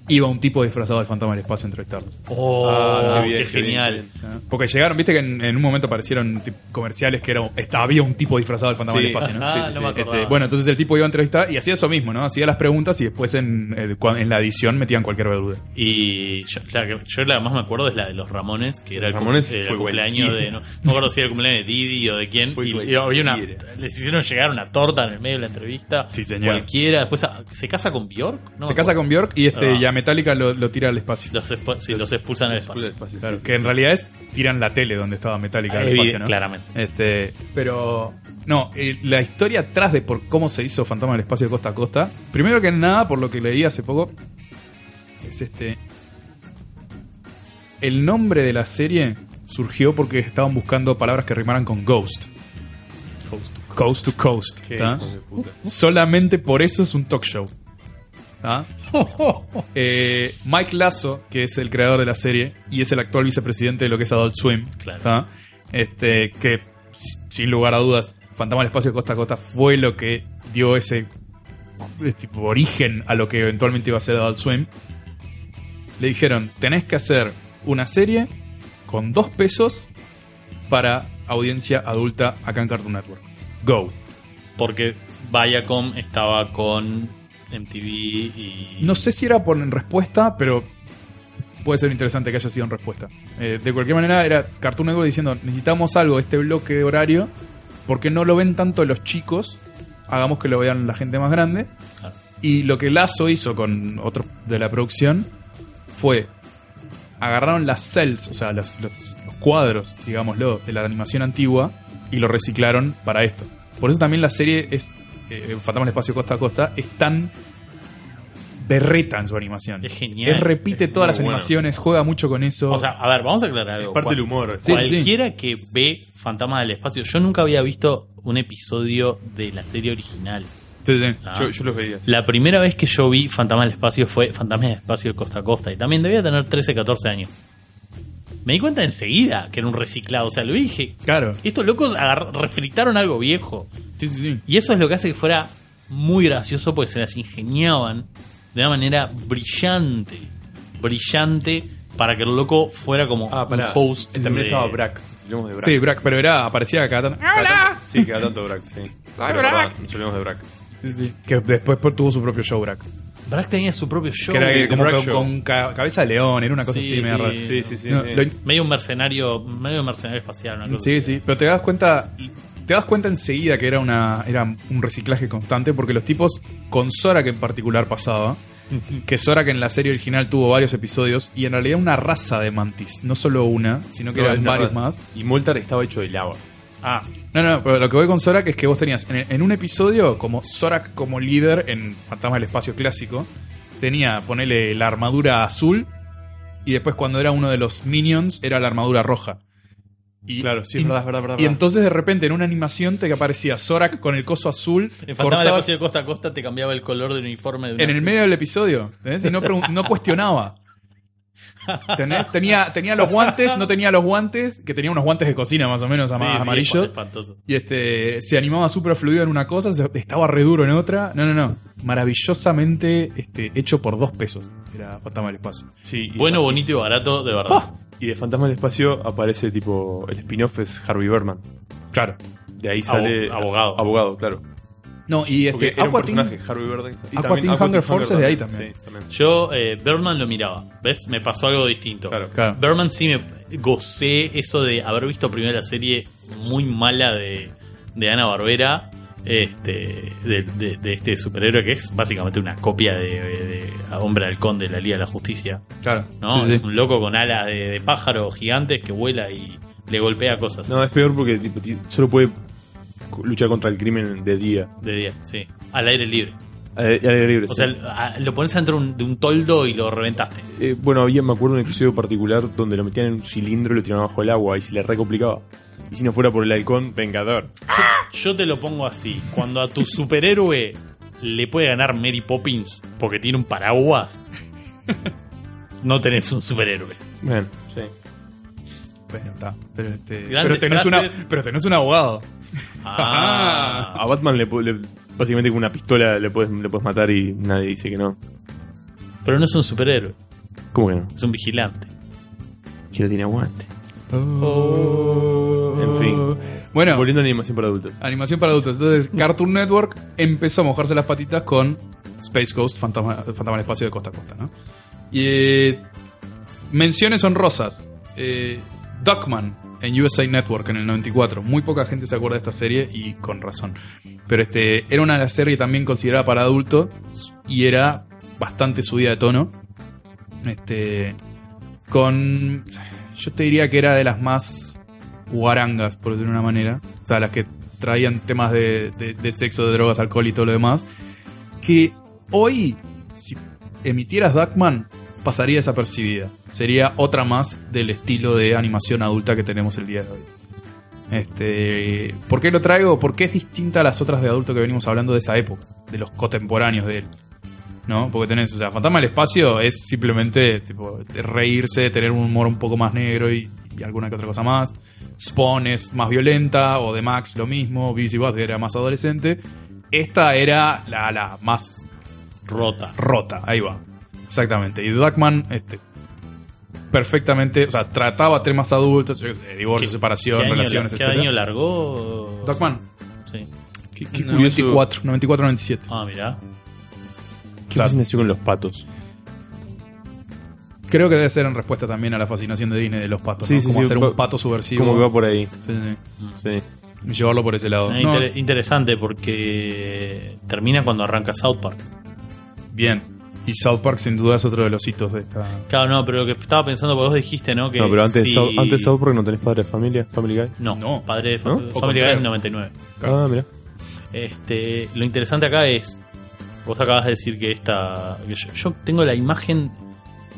Speaker 3: iba un tipo disfrazado del fantasma del espacio a entrevistarlos.
Speaker 2: Oh,
Speaker 1: Ah, qué
Speaker 2: qué,
Speaker 1: bien, qué bien,
Speaker 2: genial.
Speaker 3: ¿no? Porque llegaron, viste que en, en un momento aparecieron tip- comerciales que era, está- había un tipo disfrazado del fantasma
Speaker 1: Sí,
Speaker 3: del espacio, ¿no?
Speaker 2: Ah,
Speaker 1: Sí,
Speaker 2: no
Speaker 1: sí, sí.
Speaker 2: me acordaba.
Speaker 3: Este, bueno, entonces el tipo iba a entrevistar y hacía eso mismo, ¿no? Hacía las preguntas y después en, eh, cua- en la edición metían cualquier verdura.
Speaker 2: Y yo la, que- yo la más me acuerdo es la de los Ramones, que era el,
Speaker 1: Los Ramones
Speaker 2: cum- el
Speaker 1: fue
Speaker 2: cumpleaños de.
Speaker 1: cualquiera.
Speaker 2: No, no me acuerdo si era el cumpleaños de Didi o de quién.
Speaker 1: Fue
Speaker 2: y- Y,
Speaker 1: cualquiera.
Speaker 2: había una, les hicieron llegar una torta en el medio de la entrevista.
Speaker 3: Sí, señor.
Speaker 2: Cualquiera. Después ah, se casa con Bjork. No me
Speaker 3: Se casa
Speaker 2: acuerdo.
Speaker 3: con Bjork y, este,
Speaker 2: Ah.
Speaker 3: y a Metallica lo, lo tira al espacio.
Speaker 2: Los, expu- sí, los, expulsan del espacio.
Speaker 1: Espacio,
Speaker 3: Claro,
Speaker 1: sí.
Speaker 3: que en realidad es tiran la tele donde estaba Metallica en el
Speaker 2: Ahí,
Speaker 3: espacio, ¿no?
Speaker 2: Claramente.
Speaker 3: Este, pero no, eh, la historia atrás de por cómo se hizo Fantasma del Espacio de Costa a Costa, primero que nada, por lo que leí hace poco, es este el nombre de la serie surgió porque estaban buscando palabras que rimaran con ghost, coast to coast,
Speaker 1: Qué
Speaker 3: ¿tá?
Speaker 1: hijos de puta.
Speaker 3: Solamente por eso es un talk show. ¿tá? [laughs] Eh, Mike Lasso, que es el creador de la serie y es el actual vicepresidente de lo que es Adult Swim,
Speaker 2: Claro.
Speaker 3: ¿tá? este que si- sin lugar a dudas, Fantasma del Espacio de Costa a Costa fue lo que dio ese eh, tipo, origen a lo que eventualmente iba a ser Adult Swim. Le dijeron, tenés que hacer una serie con dos pesos para audiencia adulta acá en Cartoon Network. Go.
Speaker 2: Porque Viacom estaba con MTV y.
Speaker 3: No sé si era por en respuesta, pero puede ser interesante que haya sido en respuesta. Eh, de cualquier manera, era Cartoon Network diciendo, necesitamos algo, de este bloque de horario, porque no lo ven tanto los chicos, hagamos que lo vean la gente más grande.
Speaker 2: Claro.
Speaker 3: Y lo que Lazo hizo con otros de la producción fue agarraron las cells, o sea, los, los- los cuadros, digámoslo, de la animación antigua y lo reciclaron para esto. Por eso también la serie es eh, Fantasma del Espacio Costa a Costa es tan berreta en su animación.
Speaker 2: Es genial.
Speaker 3: Él repite
Speaker 2: Es
Speaker 3: todas
Speaker 2: muy
Speaker 3: las
Speaker 2: bueno.
Speaker 3: animaciones, juega mucho con eso.
Speaker 2: O sea, a ver, vamos a aclarar algo.
Speaker 1: Es parte del
Speaker 2: Cual-
Speaker 1: humor.
Speaker 3: Sí, sí, sí.
Speaker 2: Cualquiera que ve Fantasmas del Espacio, yo nunca había visto un episodio de la serie original.
Speaker 3: Sí, sí.
Speaker 2: Ah.
Speaker 1: Yo, yo los veía.
Speaker 2: La primera vez que yo vi Fantasmas del Espacio fue Fantasmas del Espacio de Costa a Costa. Y también debía tener 13, 14 años. Me di cuenta enseguida que era un reciclado. O sea, lo vi y dije.
Speaker 3: Claro.
Speaker 2: Estos locos agar- refritaron algo viejo.
Speaker 3: Sí, sí, sí.
Speaker 2: Y eso es lo que hace que fuera muy gracioso porque se las ingeniaban de una manera brillante. Brillante para que el loco fuera como
Speaker 1: Ah,
Speaker 2: un
Speaker 1: pará.
Speaker 2: host.
Speaker 1: También
Speaker 2: de-
Speaker 1: estaba Brack. Hablemos de Brack.
Speaker 3: Sí, Brack, pero era, aparecía acá. tan-
Speaker 1: Cada tanto- Sí, cada tanto Brack, sí. Pero
Speaker 3: Brack.
Speaker 1: pará, Hablemos de Brack.
Speaker 3: Sí, sí. Que después tuvo su propio show, Brack.
Speaker 2: Brack tenía su propio show.
Speaker 3: que era
Speaker 1: The
Speaker 3: como
Speaker 1: Brack
Speaker 3: con,
Speaker 1: Show.
Speaker 3: con ca- cabeza de león, era una cosa
Speaker 2: Sí,
Speaker 3: así media
Speaker 2: sí.
Speaker 3: rara.
Speaker 1: Sí, sí, sí.
Speaker 3: No,
Speaker 1: sí.
Speaker 3: lo in-
Speaker 2: Medio un mercenario, medio mercenario espacial, una cosa
Speaker 3: Sí,
Speaker 2: así.
Speaker 3: sí, pero te das cuenta, te das cuenta enseguida que era una era un reciclaje constante porque los tipos con Sora que en particular pasaba, que Sora que en la serie original tuvo varios episodios y en realidad una raza de mantis, no solo una, sino que
Speaker 1: No,
Speaker 3: eran
Speaker 1: es la
Speaker 3: varios
Speaker 1: verdad.
Speaker 3: más.
Speaker 1: Y Moltar estaba hecho de lava.
Speaker 3: Ah, no, no, pero lo que voy con Sorak es que vos tenías en, en un episodio como Sorak como líder en Fantasma del Espacio Clásico, tenía, ponele, la armadura azul y después cuando era uno de los minions era la armadura roja. Y,
Speaker 1: Claro, sí, es
Speaker 3: y-
Speaker 1: verdad, es verdad, es verdad,
Speaker 3: Y
Speaker 1: verdad.
Speaker 3: entonces de repente en una animación te aparecía Sorak con el coso
Speaker 1: [laughs]
Speaker 3: azul
Speaker 2: En Fantasma del
Speaker 3: cortaba-
Speaker 2: Espacio de Costa a Costa te cambiaba el color del uniforme de una-
Speaker 3: en el medio del episodio ¿entendés? y no, pregun- no
Speaker 1: [laughs]
Speaker 3: cuestionaba. ¿Entendés? Tenía, tenía los guantes, no tenía los guantes, que tenía unos guantes de cocina más o menos
Speaker 2: Sí,
Speaker 3: ama-
Speaker 2: sí,
Speaker 3: amarillos.
Speaker 2: espantoso.
Speaker 3: Y este se animaba súper fluido en una cosa, se- estaba re duro en otra. No, no, no. Maravillosamente este, hecho por dos pesos. Era Fantasma del Espacio.
Speaker 1: Sí, y-
Speaker 2: Bueno, bonito y barato, de verdad.
Speaker 3: Ah.
Speaker 1: Y de Fantasma del Espacio aparece tipo. El spin-off es Harvey Berman.
Speaker 3: Claro.
Speaker 1: De ahí sale.
Speaker 2: abogado.
Speaker 1: Abogado, claro.
Speaker 3: No, y
Speaker 1: Porque
Speaker 3: este,
Speaker 1: era un
Speaker 3: Aqua Teen-
Speaker 1: personaje, Harvey Berman. Y
Speaker 3: Aqua
Speaker 1: también
Speaker 3: Teen
Speaker 1: Aqua
Speaker 3: Hunger
Speaker 1: Teen
Speaker 3: Force es de ahí también.
Speaker 1: Sí, también.
Speaker 2: Yo, eh, Berman lo miraba, ¿ves? Me pasó algo distinto.
Speaker 1: Claro.
Speaker 3: Claro.
Speaker 2: Berman sí me gocé eso de haber visto primero la serie muy mala de, de Ana Barbera, este, de, de- de este superhéroe que es básicamente una copia de, de- de Hombre Halcón de la Liga de la Justicia.
Speaker 3: Claro.
Speaker 2: ¿no?
Speaker 3: Sí, sí.
Speaker 2: Es un loco con alas de, de pájaro gigantes que vuela y le golpea cosas
Speaker 1: No, es peor porque tipo, ti- solo puede luchar contra el crimen de día.
Speaker 2: de día, sí, al aire libre.
Speaker 1: Eh, al aire libre,
Speaker 2: O
Speaker 1: sí.
Speaker 2: sea, a- lo pones dentro un- de un toldo y lo reventaste.
Speaker 1: Eh, bueno, había, me acuerdo, un episodio particular donde lo metían en un cilindro y lo tiraban bajo el agua y se le recomplicaba. Y si no fuera por el halcón, vengador.
Speaker 2: Yo te lo pongo así. Cuando a tu superhéroe le puede ganar Mary Poppins porque tiene un paraguas, [laughs] no tenés un superhéroe.
Speaker 1: Bueno, sí.
Speaker 3: Bueno, está. Pero, este, pero,
Speaker 2: Grandes
Speaker 3: tenés una,
Speaker 2: frases.
Speaker 3: pero tenés un abogado.
Speaker 2: Ah.
Speaker 1: A Batman le, po- le- básicamente con una pistola le puedes le podés matar y nadie dice que no.
Speaker 2: Pero no es un superhéroe,
Speaker 1: ¿Cómo que no?
Speaker 2: es un vigilante.
Speaker 1: Que no tiene aguante. En
Speaker 3: En
Speaker 1: fin.
Speaker 3: Bueno,
Speaker 1: Volviendo a la animación para adultos.
Speaker 3: animación para adultos. Entonces, Cartoon Network empezó a mojarse las patitas con Space Ghost, Fantasma, Fantasma del Espacio de Costa a Costa, ¿no? Y, eh, menciones honrosas. Eh, Duckman en USA Network en el 94. Muy poca gente se acuerda de esta serie y con razón. Pero este era una serie también considerada para adultos y era bastante subida de tono. Este con yo te diría que era de las más guarangas, por decirlo de una manera. O sea, las que traían temas de, de- de sexo, de drogas, alcohol y todo lo demás. Que hoy, si emitieras Duckman, pasaría desapercibida. Sería otra más del estilo de animación adulta que tenemos el día de hoy. Este, ¿Por qué lo traigo? Porque es distinta a las otras de adulto que venimos hablando de esa época, de los contemporáneos de él. ¿No? Porque tenés, o sea, Fantasma del Espacio es simplemente tipo, reírse, tener un humor un poco más negro y, y alguna que otra cosa más. Spawn es más violenta, o de Max lo mismo, BBC Bot era más adolescente. Esta era la, la más
Speaker 2: Rota.
Speaker 3: rota, ahí va. Exactamente. Y Duckman, este, perfectamente, o sea, trataba temas adultos, yo qué sé, divorcio,
Speaker 2: ¿Qué-
Speaker 3: separación,
Speaker 2: ¿Qué año,
Speaker 3: relaciones,
Speaker 2: ¿qué
Speaker 3: etc.
Speaker 2: año largó?
Speaker 3: Duckman,
Speaker 2: Sí.
Speaker 1: Qué, qué curioso.
Speaker 3: 94, 94, 97.
Speaker 2: Ah, mirá.
Speaker 1: Qué fascinación con los patos.
Speaker 3: Creo que debe ser en respuesta también a la fascinación de Disney de los patos,
Speaker 1: Sí,
Speaker 3: ¿no?
Speaker 1: sí,
Speaker 3: como
Speaker 1: sí,
Speaker 3: hacer
Speaker 1: pa-
Speaker 3: un pato subversivo.
Speaker 1: ¿Cómo que va por ahí?
Speaker 3: Sí, sí,
Speaker 1: Sí.
Speaker 3: sí. Llevarlo por ese lado.
Speaker 2: Eh,
Speaker 3: No,
Speaker 2: inter- interesante porque termina cuando arranca South Park.
Speaker 3: bien. Y South Park sin duda es otro de los hitos de esta.
Speaker 2: Claro, no, pero lo que estaba pensando, porque vos dijiste, ¿no? Que
Speaker 1: No, pero antes, de
Speaker 2: si-
Speaker 1: South, antes de South Park no tenés padre de familia, Family Guy.
Speaker 2: No,
Speaker 3: No.
Speaker 2: padre de fa-
Speaker 1: ¿No?
Speaker 3: O
Speaker 2: Family Guy
Speaker 3: contrario.
Speaker 2: del 99.
Speaker 1: Ah, mira.
Speaker 2: Este, lo interesante acá es, vos acabas de decir que esta, que yo, yo tengo la imagen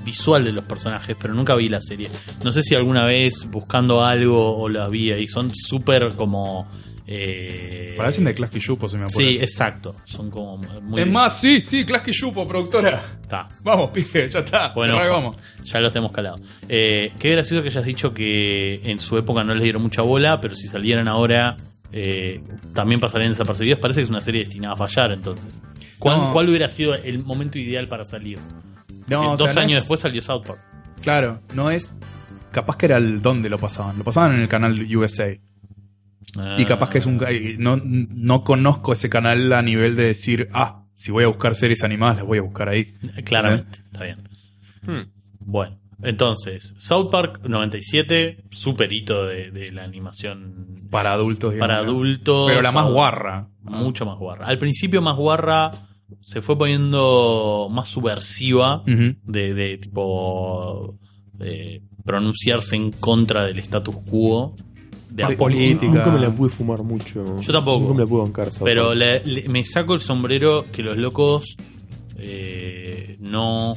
Speaker 2: visual de los personajes, pero nunca vi la serie. No sé si alguna vez buscando algo o la vi ahí, son súper como... eh,
Speaker 3: Parecen de Clasky Yupo, se me acuerdo.
Speaker 2: Sí, exacto, son como muy...
Speaker 3: es más, sí, sí, Clasky Yupo, productora. [laughs]
Speaker 2: Está.
Speaker 3: Vamos, pije, ya está.
Speaker 2: Bueno.
Speaker 3: cerrá y vamos.
Speaker 2: Ya los tenemos calado. Eh, qué gracioso que hayas dicho que en su época no les dieron mucha bola, pero si salieran ahora eh, también pasarían desapercibidos. Parece que es una serie destinada a fallar entonces. ¿Cuál,
Speaker 3: No.
Speaker 2: cuál hubiera sido el momento ideal para salir?
Speaker 3: No,
Speaker 2: Eh,
Speaker 3: o
Speaker 2: dos
Speaker 3: sea, no
Speaker 2: años
Speaker 3: es-
Speaker 2: después salió South Park.
Speaker 3: Claro, no es. Capaz que era el donde lo pasaban. Lo pasaban en el canal USA. Y capaz que es un. y No, no conozco ese canal a nivel de decir, ah, si voy a buscar series animadas, las voy a buscar ahí.
Speaker 2: Eh, Claramente, está bien.
Speaker 1: Hmm.
Speaker 2: Bueno, entonces, South Park 97, super hito de, de la animación
Speaker 3: Para adultos, digamos.
Speaker 2: para adultos.
Speaker 3: Pero la más
Speaker 2: South-
Speaker 3: guarra.
Speaker 1: Ah.
Speaker 2: Mucho más guarra. Al principio más guarra se fue poniendo más subversiva
Speaker 3: Ujú.
Speaker 2: de, de, tipo eh, pronunciarse en contra del status quo de
Speaker 3: Sí,
Speaker 2: a poco,
Speaker 3: política.
Speaker 2: ¿no?
Speaker 1: Nunca me la pude fumar mucho.
Speaker 2: Yo tampoco.
Speaker 1: Nunca me la pude bancar. South
Speaker 2: Pero
Speaker 1: Park.
Speaker 2: le- le- me saco el sombrero que los locos eh, no,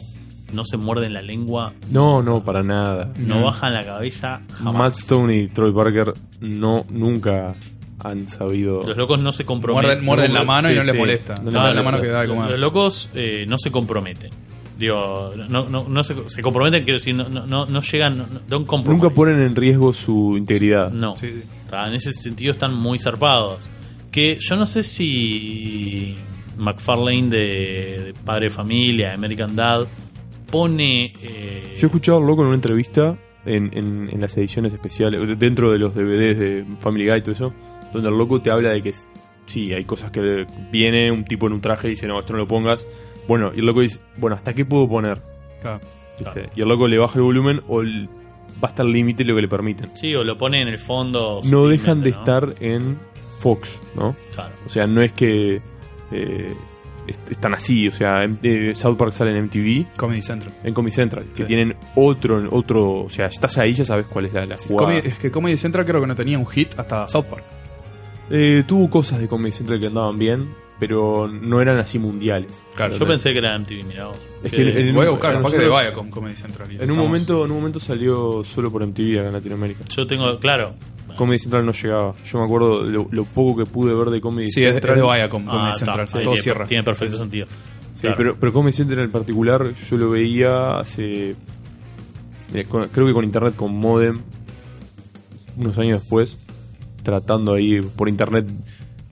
Speaker 2: no se muerden la lengua,
Speaker 1: No, no, para nada.
Speaker 2: no
Speaker 3: Mm.
Speaker 2: bajan la cabeza jamás.
Speaker 1: Matt Stone y Troy Parker no, nunca han sabido.
Speaker 2: Los locos no se
Speaker 3: Muerden,
Speaker 2: comprometen.
Speaker 3: muerden la
Speaker 1: Sí,
Speaker 3: mano y no
Speaker 1: sí.
Speaker 3: les molesta.
Speaker 1: No les
Speaker 3: Muerden la
Speaker 2: molesta.
Speaker 3: mano que da de
Speaker 2: Los
Speaker 3: comer.
Speaker 2: locos eh, no se comprometen. Digo, no, no, no se, se comprometen, quiero decir, no, no- no, no llegan, no, no don't compromise.
Speaker 1: Nunca ponen en riesgo su integridad.
Speaker 2: No,
Speaker 3: Sí, sí.
Speaker 2: Está, en ese sentido están muy zarpados. Que yo no sé si McFarlane de, de Padre de Familia, de American Dad, pone... eh,
Speaker 1: Yo he escuchado al loco en una entrevista en, en- en las ediciones especiales, dentro de los DVDs de Family Guy y todo eso, donde el loco te habla de que sí, hay cosas que viene un tipo en un traje y dice, no, esto no lo pongas. Bueno, y el loco dice, bueno, ¿hasta qué puedo poner?
Speaker 3: Claro.
Speaker 1: ¿Viste?
Speaker 2: Claro.
Speaker 1: Y el loco le baja el volumen o el- va hasta el límite lo que le permiten.
Speaker 2: Sí, o lo pone en el fondo.
Speaker 1: No dejan de
Speaker 2: ¿no?
Speaker 1: estar en Fox, ¿no?
Speaker 2: Claro.
Speaker 1: O sea, no es que eh, est- están así, o sea, em- eh, South Park sale en MTV,
Speaker 3: Comedy Central.
Speaker 1: en Comedy Central, que
Speaker 3: Sí.
Speaker 1: tienen otro, otro, o sea, estás ahí, ya sabes cuál es la, la jugada.
Speaker 3: Comedy- es que Comedy Central creo que no tenía un hit hasta South Park.
Speaker 1: Eh, tuvo cosas de Comedy Central que andaban bien, pero no eran así mundiales.
Speaker 3: Claro,
Speaker 2: Yo pensé que era MTV, mirá vos.
Speaker 1: Es
Speaker 2: Que-
Speaker 1: que en-
Speaker 3: Voy a buscar, capaz que de
Speaker 1: nosotros-
Speaker 3: Viacom, Comedy Central. y
Speaker 1: En un,
Speaker 3: estamos-
Speaker 1: momento, en un momento salió solo por MTV acá en Latinoamérica.
Speaker 2: Yo tengo, claro.
Speaker 1: Comedy Central no llegaba. Yo me acuerdo lo, lo poco que pude ver de Comedy
Speaker 3: Sí, es, es
Speaker 1: Central.
Speaker 3: de Viacom,
Speaker 2: Ah,
Speaker 3: Comedy
Speaker 2: está,
Speaker 3: Central.
Speaker 2: ahí
Speaker 3: todo
Speaker 2: tiene,
Speaker 3: cierra.
Speaker 2: Tiene perfecto sentido.
Speaker 1: Sí,
Speaker 2: Claro.
Speaker 1: pero, pero Comedy Central en particular yo lo veía hace... eh, con- creo que con internet, con modem, unos años después, tratando ahí por internet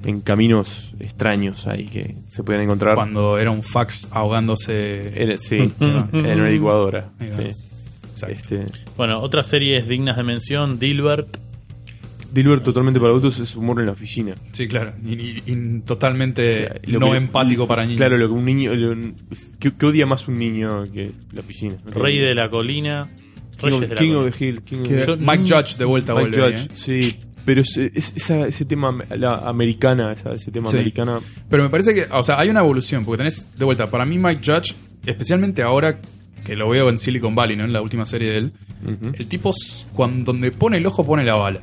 Speaker 1: en caminos extraños ahí que se podían encontrar.
Speaker 3: Cuando era un fax ahogándose.
Speaker 1: Era-
Speaker 3: [laughs]
Speaker 1: sí, era en una licuadora.
Speaker 3: Ahí va.
Speaker 1: sí.
Speaker 3: Exacto.
Speaker 1: Este,
Speaker 2: Bueno, otras series dignas de mención, Dilbert.
Speaker 1: Dilbert totalmente para adultos es humor en la oficina.
Speaker 3: este. Sí, claro. Y, y- y
Speaker 1: O
Speaker 3: totalmente
Speaker 1: sea, lo
Speaker 3: Eh, no
Speaker 1: que-
Speaker 3: empático para niños.
Speaker 1: Claro, lo que un niño. lo- ¿qué, qué odia más un niño que la oficina?
Speaker 2: Rey de la Colina.
Speaker 1: King,
Speaker 2: Reyes
Speaker 1: of,
Speaker 2: de la
Speaker 1: King
Speaker 2: Colina.
Speaker 1: of the Hill. King of
Speaker 3: Que
Speaker 1: the
Speaker 2: Yo-
Speaker 3: Mike Judge de vuelta
Speaker 1: Mike
Speaker 3: vuelve ahí,
Speaker 1: Judge,
Speaker 3: ¿eh?
Speaker 1: sí. Pero es- es- esa- ese tema la americana, esa- ese tema
Speaker 3: Sí.
Speaker 1: americana.
Speaker 3: ¿eh? Pero me parece que, o sea, hay una evolución, porque tenés, de vuelta, para mí Mike Judge, especialmente ahora que lo veo en Silicon Valley, ¿no? En la última serie de él,
Speaker 1: Ujú.
Speaker 3: el tipo, s- cuando, donde pone el ojo, pone la bala.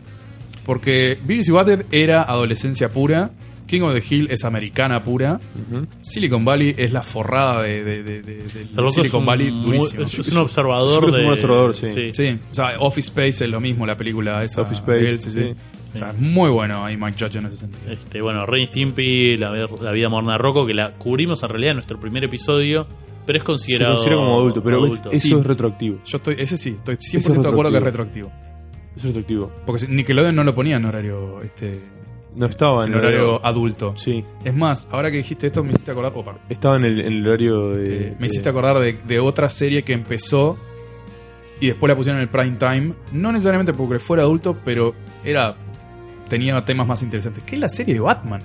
Speaker 3: Porque Beavis y Butthead era adolescencia pura, King of the Hill es americana pura,
Speaker 1: Ujú.
Speaker 3: Silicon Valley es la forrada de, de- de- de- de- del
Speaker 2: El loco es
Speaker 3: Silicon
Speaker 2: un
Speaker 3: Valley
Speaker 2: muy-
Speaker 3: durísimo.
Speaker 2: es- es un observador
Speaker 1: Yo creo que es
Speaker 2: de...
Speaker 1: un observador, sí.
Speaker 3: Sí, o sea, Office Space es lo mismo, la película esa.
Speaker 1: Office Space,
Speaker 3: de él, sí, sí.
Speaker 1: sí.
Speaker 3: O sea, es muy bueno ahí Mike Judge en ese sentido.
Speaker 2: Este, bueno, Ren y Stimpy, la, ver- la vida morna de Rocco, que la cubrimos en realidad en nuestro primer episodio, pero es
Speaker 1: Se
Speaker 2: considerado.
Speaker 1: considera como adulto, pero es-
Speaker 2: adulto.
Speaker 1: eso
Speaker 3: Sí.
Speaker 1: es retroactivo.
Speaker 3: Yo estoy, ese sí, estoy
Speaker 1: es
Speaker 3: 100% de acuerdo que es retroactivo.
Speaker 1: Es retroactivo.
Speaker 3: Porque si- Nickelodeon no lo ponía en horario este
Speaker 1: No estaba en,
Speaker 3: en
Speaker 1: el
Speaker 3: horario adulto.
Speaker 1: Sí,
Speaker 3: Es más, ahora que dijiste esto me hiciste acordar, opa,
Speaker 1: estaba en el, en el horario de.
Speaker 3: eh, me hiciste
Speaker 1: de-
Speaker 3: acordar de, de otra serie que empezó y después la pusieron en el prime time, no necesariamente porque fuera adulto, pero era tenía temas más interesantes. Que es la serie de Batman.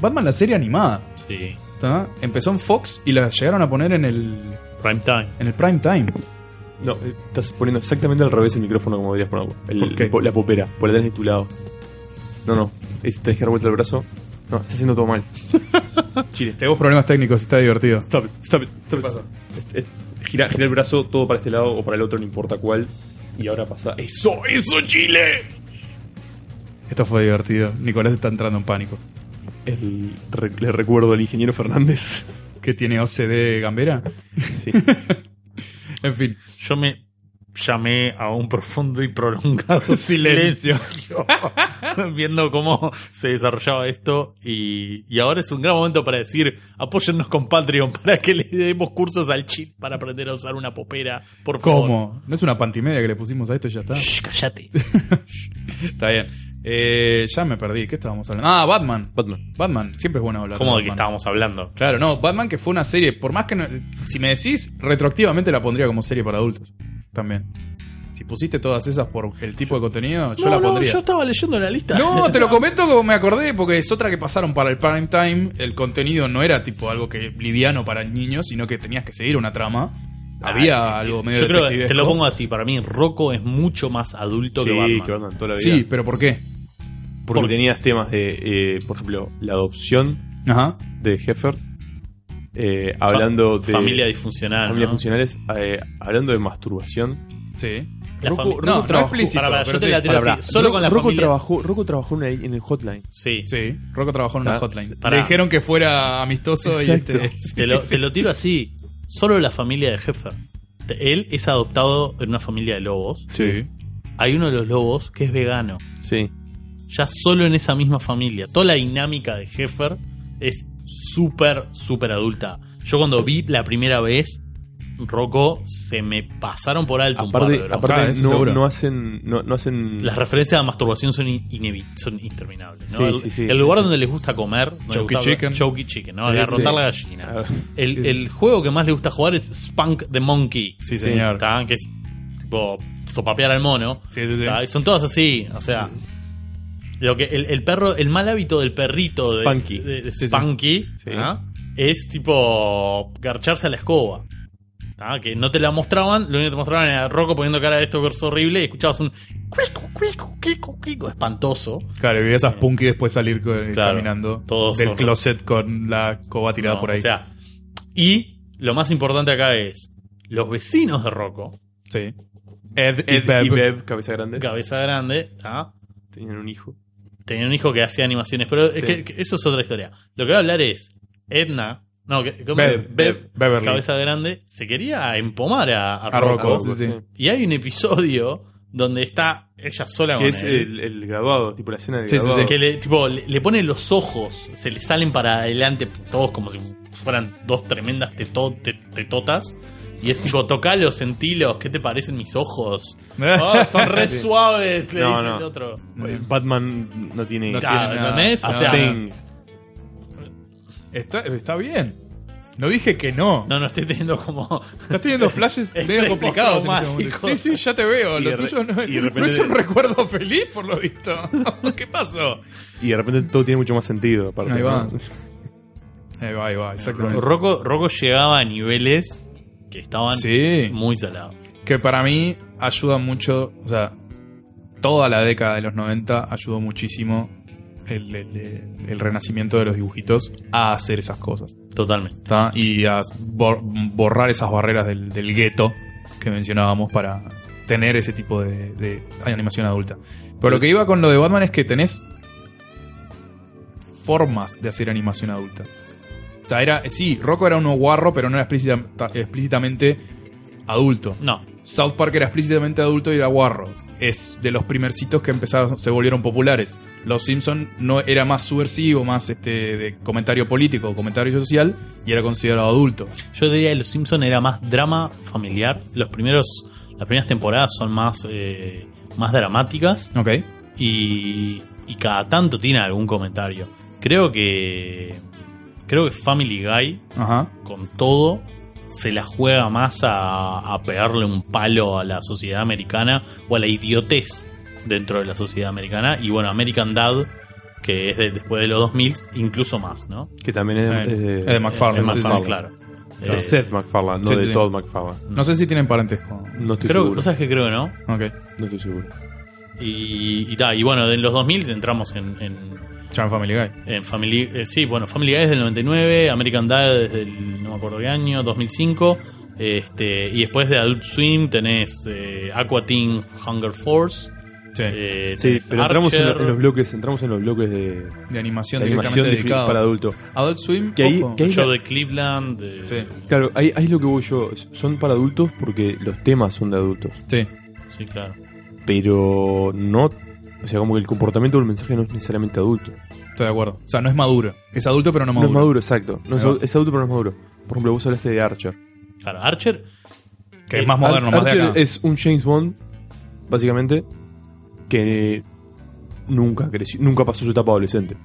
Speaker 3: Batman la serie animada,
Speaker 2: Sí,
Speaker 3: ¿tá? Empezó en Fox y la llegaron a poner en el
Speaker 2: prime time.
Speaker 3: en el prime time.
Speaker 1: No, eh, estás poniendo exactamente al revés el micrófono como deberías ponerlo. El-
Speaker 3: ¿Por qué?
Speaker 1: po- La popera, por la tenés de tu lado. No, no. Es, tenés que dar vuelta el brazo No, está haciendo todo
Speaker 3: [laughs]
Speaker 1: mal. Chile.
Speaker 3: Tenemos problemas técnicos, está divertido.
Speaker 1: Stop it, stop it, stop it. Es- es- gira, gira el brazo todo para este lado o para el otro, no importa cuál. Y ahora pasa. ¡Eso, eso, Chile!
Speaker 3: Esto fue divertido. Nicolás está entrando en pánico.
Speaker 1: El- re- le recuerdo al ingeniero Fernández.
Speaker 3: ¿Qué tiene OCD Gambera?
Speaker 1: [laughs] Sí.
Speaker 3: En fin.
Speaker 2: Yo me llamé a un profundo y prolongado silencio, [laughs] viendo cómo se desarrollaba esto y, y ahora es un gran momento para decir apóyennos con Patreon [laughs] para que le demos cursos al chip para aprender a usar una popera, por favor.
Speaker 3: ¿Cómo? ¿No es una pantimedia que le pusimos a esto y ya está?
Speaker 2: Shh, cállate.
Speaker 3: Está bien. Eh, ya me perdí. ¿Qué estábamos hablando? Ah, Batman.
Speaker 1: Batman.
Speaker 3: Batman. Siempre es bueno hablar.
Speaker 2: ¿Cómo de que
Speaker 3: Batman.
Speaker 2: estábamos hablando?
Speaker 3: Claro, no. Batman que fue una serie. Por más que. no- si me decís, retroactivamente la pondría como serie para adultos. También. Si pusiste todas esas por el tipo de contenido, yo la pondría.
Speaker 2: estaba leyendo la lista.
Speaker 3: No, [laughs] te lo comento como me acordé, porque es otra que pasaron para el prime time. El contenido no era tipo algo que liviano para niños, sino que tenías que seguir una trama. Había algo medio
Speaker 2: Yo creo Ah, que te lo
Speaker 3: detectivesco.
Speaker 2: pongo así, para mí Rocco es mucho más adulto
Speaker 1: Sí,
Speaker 2: que Batman.
Speaker 1: que Batman toda la vida.
Speaker 3: Sí, pero ¿por qué?
Speaker 1: porque
Speaker 2: ¿por qué?
Speaker 1: tenías temas de, eh, por ejemplo, la adopción
Speaker 3: Ajá.
Speaker 1: de Heffer. eh, hablando de.
Speaker 2: familia disfuncional.
Speaker 1: familias
Speaker 2: ¿no?
Speaker 1: funcionales. eh, hablando de masturbación.
Speaker 3: Sí.
Speaker 2: La
Speaker 1: Rocco-
Speaker 2: fami-
Speaker 1: Rocco
Speaker 3: No, no
Speaker 1: trabajó-
Speaker 3: explícito,
Speaker 2: Pará, pará, yo
Speaker 3: pero
Speaker 2: te
Speaker 3: sí.
Speaker 2: la tiro
Speaker 1: Pará,
Speaker 2: así,
Speaker 1: pará.
Speaker 2: solo con la
Speaker 1: Rocco
Speaker 2: familia.
Speaker 1: Trabajó, Rocco trabajó en, el- en el hotline.
Speaker 2: Sí.
Speaker 3: Sí, Rocco trabajó en una
Speaker 1: Ah,
Speaker 3: hotline.
Speaker 2: pará.
Speaker 3: Le dijeron que fuera amistoso
Speaker 1: Exacto.
Speaker 3: y este. [laughs] sí,
Speaker 2: Te
Speaker 3: sí,
Speaker 2: lo,
Speaker 3: sí.
Speaker 2: te lo tiro así. Solo la familia de Heffer. Te- Él es adoptado en una familia de lobos.
Speaker 3: Sí.
Speaker 2: Hay uno de los lobos que es vegano.
Speaker 1: Sí.
Speaker 2: Ya solo en esa misma familia. Toda la dinámica de Heffer es súper, súper adulta. Yo cuando vi la primera vez, Rocco, se me pasaron por alto un par de
Speaker 1: Aparte,
Speaker 2: bromas.
Speaker 1: aparte
Speaker 3: Ah, eso
Speaker 1: no,
Speaker 3: seguro.
Speaker 1: no hacen. No, no hacen
Speaker 2: Las referencias a masturbación son, in- inevi- son interminables. ¿no?
Speaker 1: Sí,
Speaker 2: el,
Speaker 1: sí, sí.
Speaker 2: el lugar donde les gusta comer. donde les
Speaker 3: Chunky
Speaker 2: gusta-
Speaker 3: Chicken.
Speaker 2: Chunky Chicken, ¿no?
Speaker 1: Sí,
Speaker 2: Agarrotar
Speaker 1: sí.
Speaker 2: la gallina.
Speaker 1: Ah,
Speaker 2: El, el juego que más le gusta jugar es Spunk the Monkey.
Speaker 3: Sí,
Speaker 1: Sí.
Speaker 3: señor.
Speaker 2: ¿tá? Que es tipo sopapear al mono.
Speaker 3: Sí, sí, sí.
Speaker 2: ¿tá? Y son todas así. O sea, lo que el, el perro, el mal hábito del perrito de
Speaker 1: Spunky.
Speaker 2: de- de
Speaker 1: Sí, sí.
Speaker 2: Spunky,
Speaker 1: Sí.
Speaker 2: ¿tá? es tipo garcharse a la escoba. ¿tá? Que no te la mostraban, lo único que te mostraban era Rocco poniendo cara de esto que es horrible y escuchabas un cuico, cuico, cuico, cuico, espantoso.
Speaker 3: Claro, y veías a Punky después salir co-
Speaker 2: Claro.
Speaker 3: caminando
Speaker 2: Todos
Speaker 3: del
Speaker 2: son-
Speaker 3: closet con la coba tirada
Speaker 2: No,
Speaker 3: por ahí.
Speaker 2: O sea, y lo más importante acá es los vecinos de Rocco,
Speaker 3: sí.
Speaker 1: Ed,
Speaker 3: y
Speaker 1: [laughs] Ed
Speaker 3: Beb.
Speaker 1: y Beb, cabeza grande.
Speaker 2: cabeza grande, ¿tá?
Speaker 1: Tenían un hijo.
Speaker 2: tenía un hijo que hacía animaciones, pero es
Speaker 1: Sí.
Speaker 2: que, que eso es otra historia. Lo que voy a hablar es Edna, no, que- ¿cómo
Speaker 3: Bev-
Speaker 2: es? Bev,
Speaker 3: Beverly. [laughs]
Speaker 2: cabeza grande, se quería empomar a, a
Speaker 3: A
Speaker 2: Rocco.
Speaker 3: Rocco.
Speaker 1: Ah,
Speaker 3: sí, sí.
Speaker 2: Y hay un episodio donde está ella sola
Speaker 1: Que
Speaker 2: con
Speaker 1: es eh,
Speaker 2: él.
Speaker 1: el, el graduado, tipo la escena de
Speaker 3: eh. Sí, sí,
Speaker 1: graduado.
Speaker 3: sí.
Speaker 2: Que le, tipo, le, le pone los ojos, se le salen para adelante todos como si fueran dos tremendas teto- te- tetotas. Y es tipo, tocalos, sentilos, ¿qué te parecen mis ojos? Ah, [laughs] son re
Speaker 1: Sí.
Speaker 2: suaves, le
Speaker 1: No,
Speaker 2: dice
Speaker 1: no.
Speaker 2: el otro.
Speaker 1: Eh, Batman no tiene.
Speaker 3: Mm.
Speaker 1: No
Speaker 3: No
Speaker 2: Claro,
Speaker 3: tiene nada.
Speaker 2: ¿entendés? Ah, O
Speaker 1: o
Speaker 2: sea,
Speaker 3: Está, está bien. No dije que no.
Speaker 2: no, no estoy teniendo como.
Speaker 3: Estás
Speaker 2: [laughs]
Speaker 3: teniendo flashes
Speaker 2: Estrés
Speaker 3: medio complicados. en este
Speaker 2: postraumático.
Speaker 3: momento. sí, sí, ya te veo.
Speaker 1: Y
Speaker 3: Lo
Speaker 1: de re-
Speaker 3: tuyo no, es-
Speaker 1: y de repente-
Speaker 3: no es un recuerdo feliz, por lo visto. [laughs] ¿Qué pasó?
Speaker 1: Y de repente todo tiene mucho más sentido. aparte,
Speaker 3: Ahí va.
Speaker 1: ¿no?
Speaker 3: Ahí Eh, va, ahí va, exactamente.
Speaker 2: Rocco, Rocco llegaba a niveles que estaban
Speaker 3: Sí.
Speaker 2: muy salados.
Speaker 3: que para mí ayuda mucho, o sea, toda la década de los 90 ayudó muchísimo el, el- el- el renacimiento de los dibujitos a hacer esas cosas.
Speaker 2: Totalmente.
Speaker 3: ¿tá? Y a bor- borrar esas barreras del, del gueto que mencionábamos para tener ese tipo de, de animación adulta. Pero lo que iba con lo de Batman es que tenés formas de hacer animación adulta. O sea, era, sí, Rocco era uno guarro, pero no era explícita- explícitamente adulto.
Speaker 2: No,
Speaker 3: South Park era explícitamente adulto y era guarro. Es de los primercitos que empezaron, se volvieron populares. Los Simpson no era más subversivo, más este de comentario político, comentario social y era considerado adulto.
Speaker 2: Yo diría que Los Simpson era más drama familiar. Los primeros, las primeras temporadas son más, eh, más dramáticas
Speaker 3: ¿Ok?
Speaker 2: y, y cada tanto tiene algún comentario. Creo que creo que Family Guy
Speaker 3: Ajá.
Speaker 2: con todo se la juega más a, a pegarle un palo a la sociedad americana o a la idiotez dentro de la sociedad americana y bueno American Dad que es de- después de los 2000 incluso más, ¿no?
Speaker 1: [laughs] Que también es,
Speaker 3: Sí.
Speaker 1: es de.
Speaker 3: Es de McFarlane.
Speaker 2: Eh,
Speaker 3: sí, sí.
Speaker 2: McFarlane, claro.
Speaker 1: de
Speaker 2: Eh,
Speaker 1: Seth MacFarlane, no
Speaker 3: Sí,
Speaker 1: de
Speaker 3: sí.
Speaker 1: Todd MacFarlane.
Speaker 3: No sé si tienen parentesco.
Speaker 1: No estoy
Speaker 2: creo,
Speaker 1: seguro.
Speaker 2: ¿Sabes qué creo, no?
Speaker 3: Ok.
Speaker 1: No estoy seguro.
Speaker 2: Y, y ta, y bueno, en los 2000 entramos en, en-
Speaker 3: Chan Family Guy.
Speaker 2: En Family, eh, sí, bueno, Family Guy es del 99, American Dad desde el, no me acuerdo qué año, 2005. Este, y después de Adult Swim tenés eh, Aqua Teen Hunger Force.
Speaker 3: Sí.
Speaker 2: eh,
Speaker 1: Sí,
Speaker 2: tenés
Speaker 1: pero entramos en,
Speaker 2: Archer.
Speaker 1: en los bloques, entramos en los bloques de,
Speaker 3: de
Speaker 1: de animación
Speaker 3: animación directamente
Speaker 1: de film
Speaker 3: dedicado.
Speaker 1: para adultos.
Speaker 3: Adult Swim,
Speaker 1: Que ahí-
Speaker 3: ojo.
Speaker 1: que ahí-
Speaker 2: Show de Cleveland. de-
Speaker 3: Sí.
Speaker 1: Claro, ahí, ahí es lo que voy yo. Son para adultos porque los temas son de adultos.
Speaker 3: Sí.
Speaker 2: sí, claro.
Speaker 1: Pero no. O sea, como que el comportamiento del mensaje no es necesariamente adulto.
Speaker 3: Estoy de acuerdo. O sea, no es maduro. Es adulto, pero no
Speaker 1: No
Speaker 3: maduro.
Speaker 1: es maduro, exacto. No es,
Speaker 3: Ahí va.
Speaker 1: adu- es adulto, pero no es maduro. Por ejemplo, vos hablaste de Archer.
Speaker 2: Claro, Archer. Eh,
Speaker 3: Que es más moderno,
Speaker 1: Ar-
Speaker 3: más de
Speaker 1: Archer
Speaker 3: acá.
Speaker 1: es un James Bond, básicamente, que nunca creció, nunca pasó su etapa adolescente,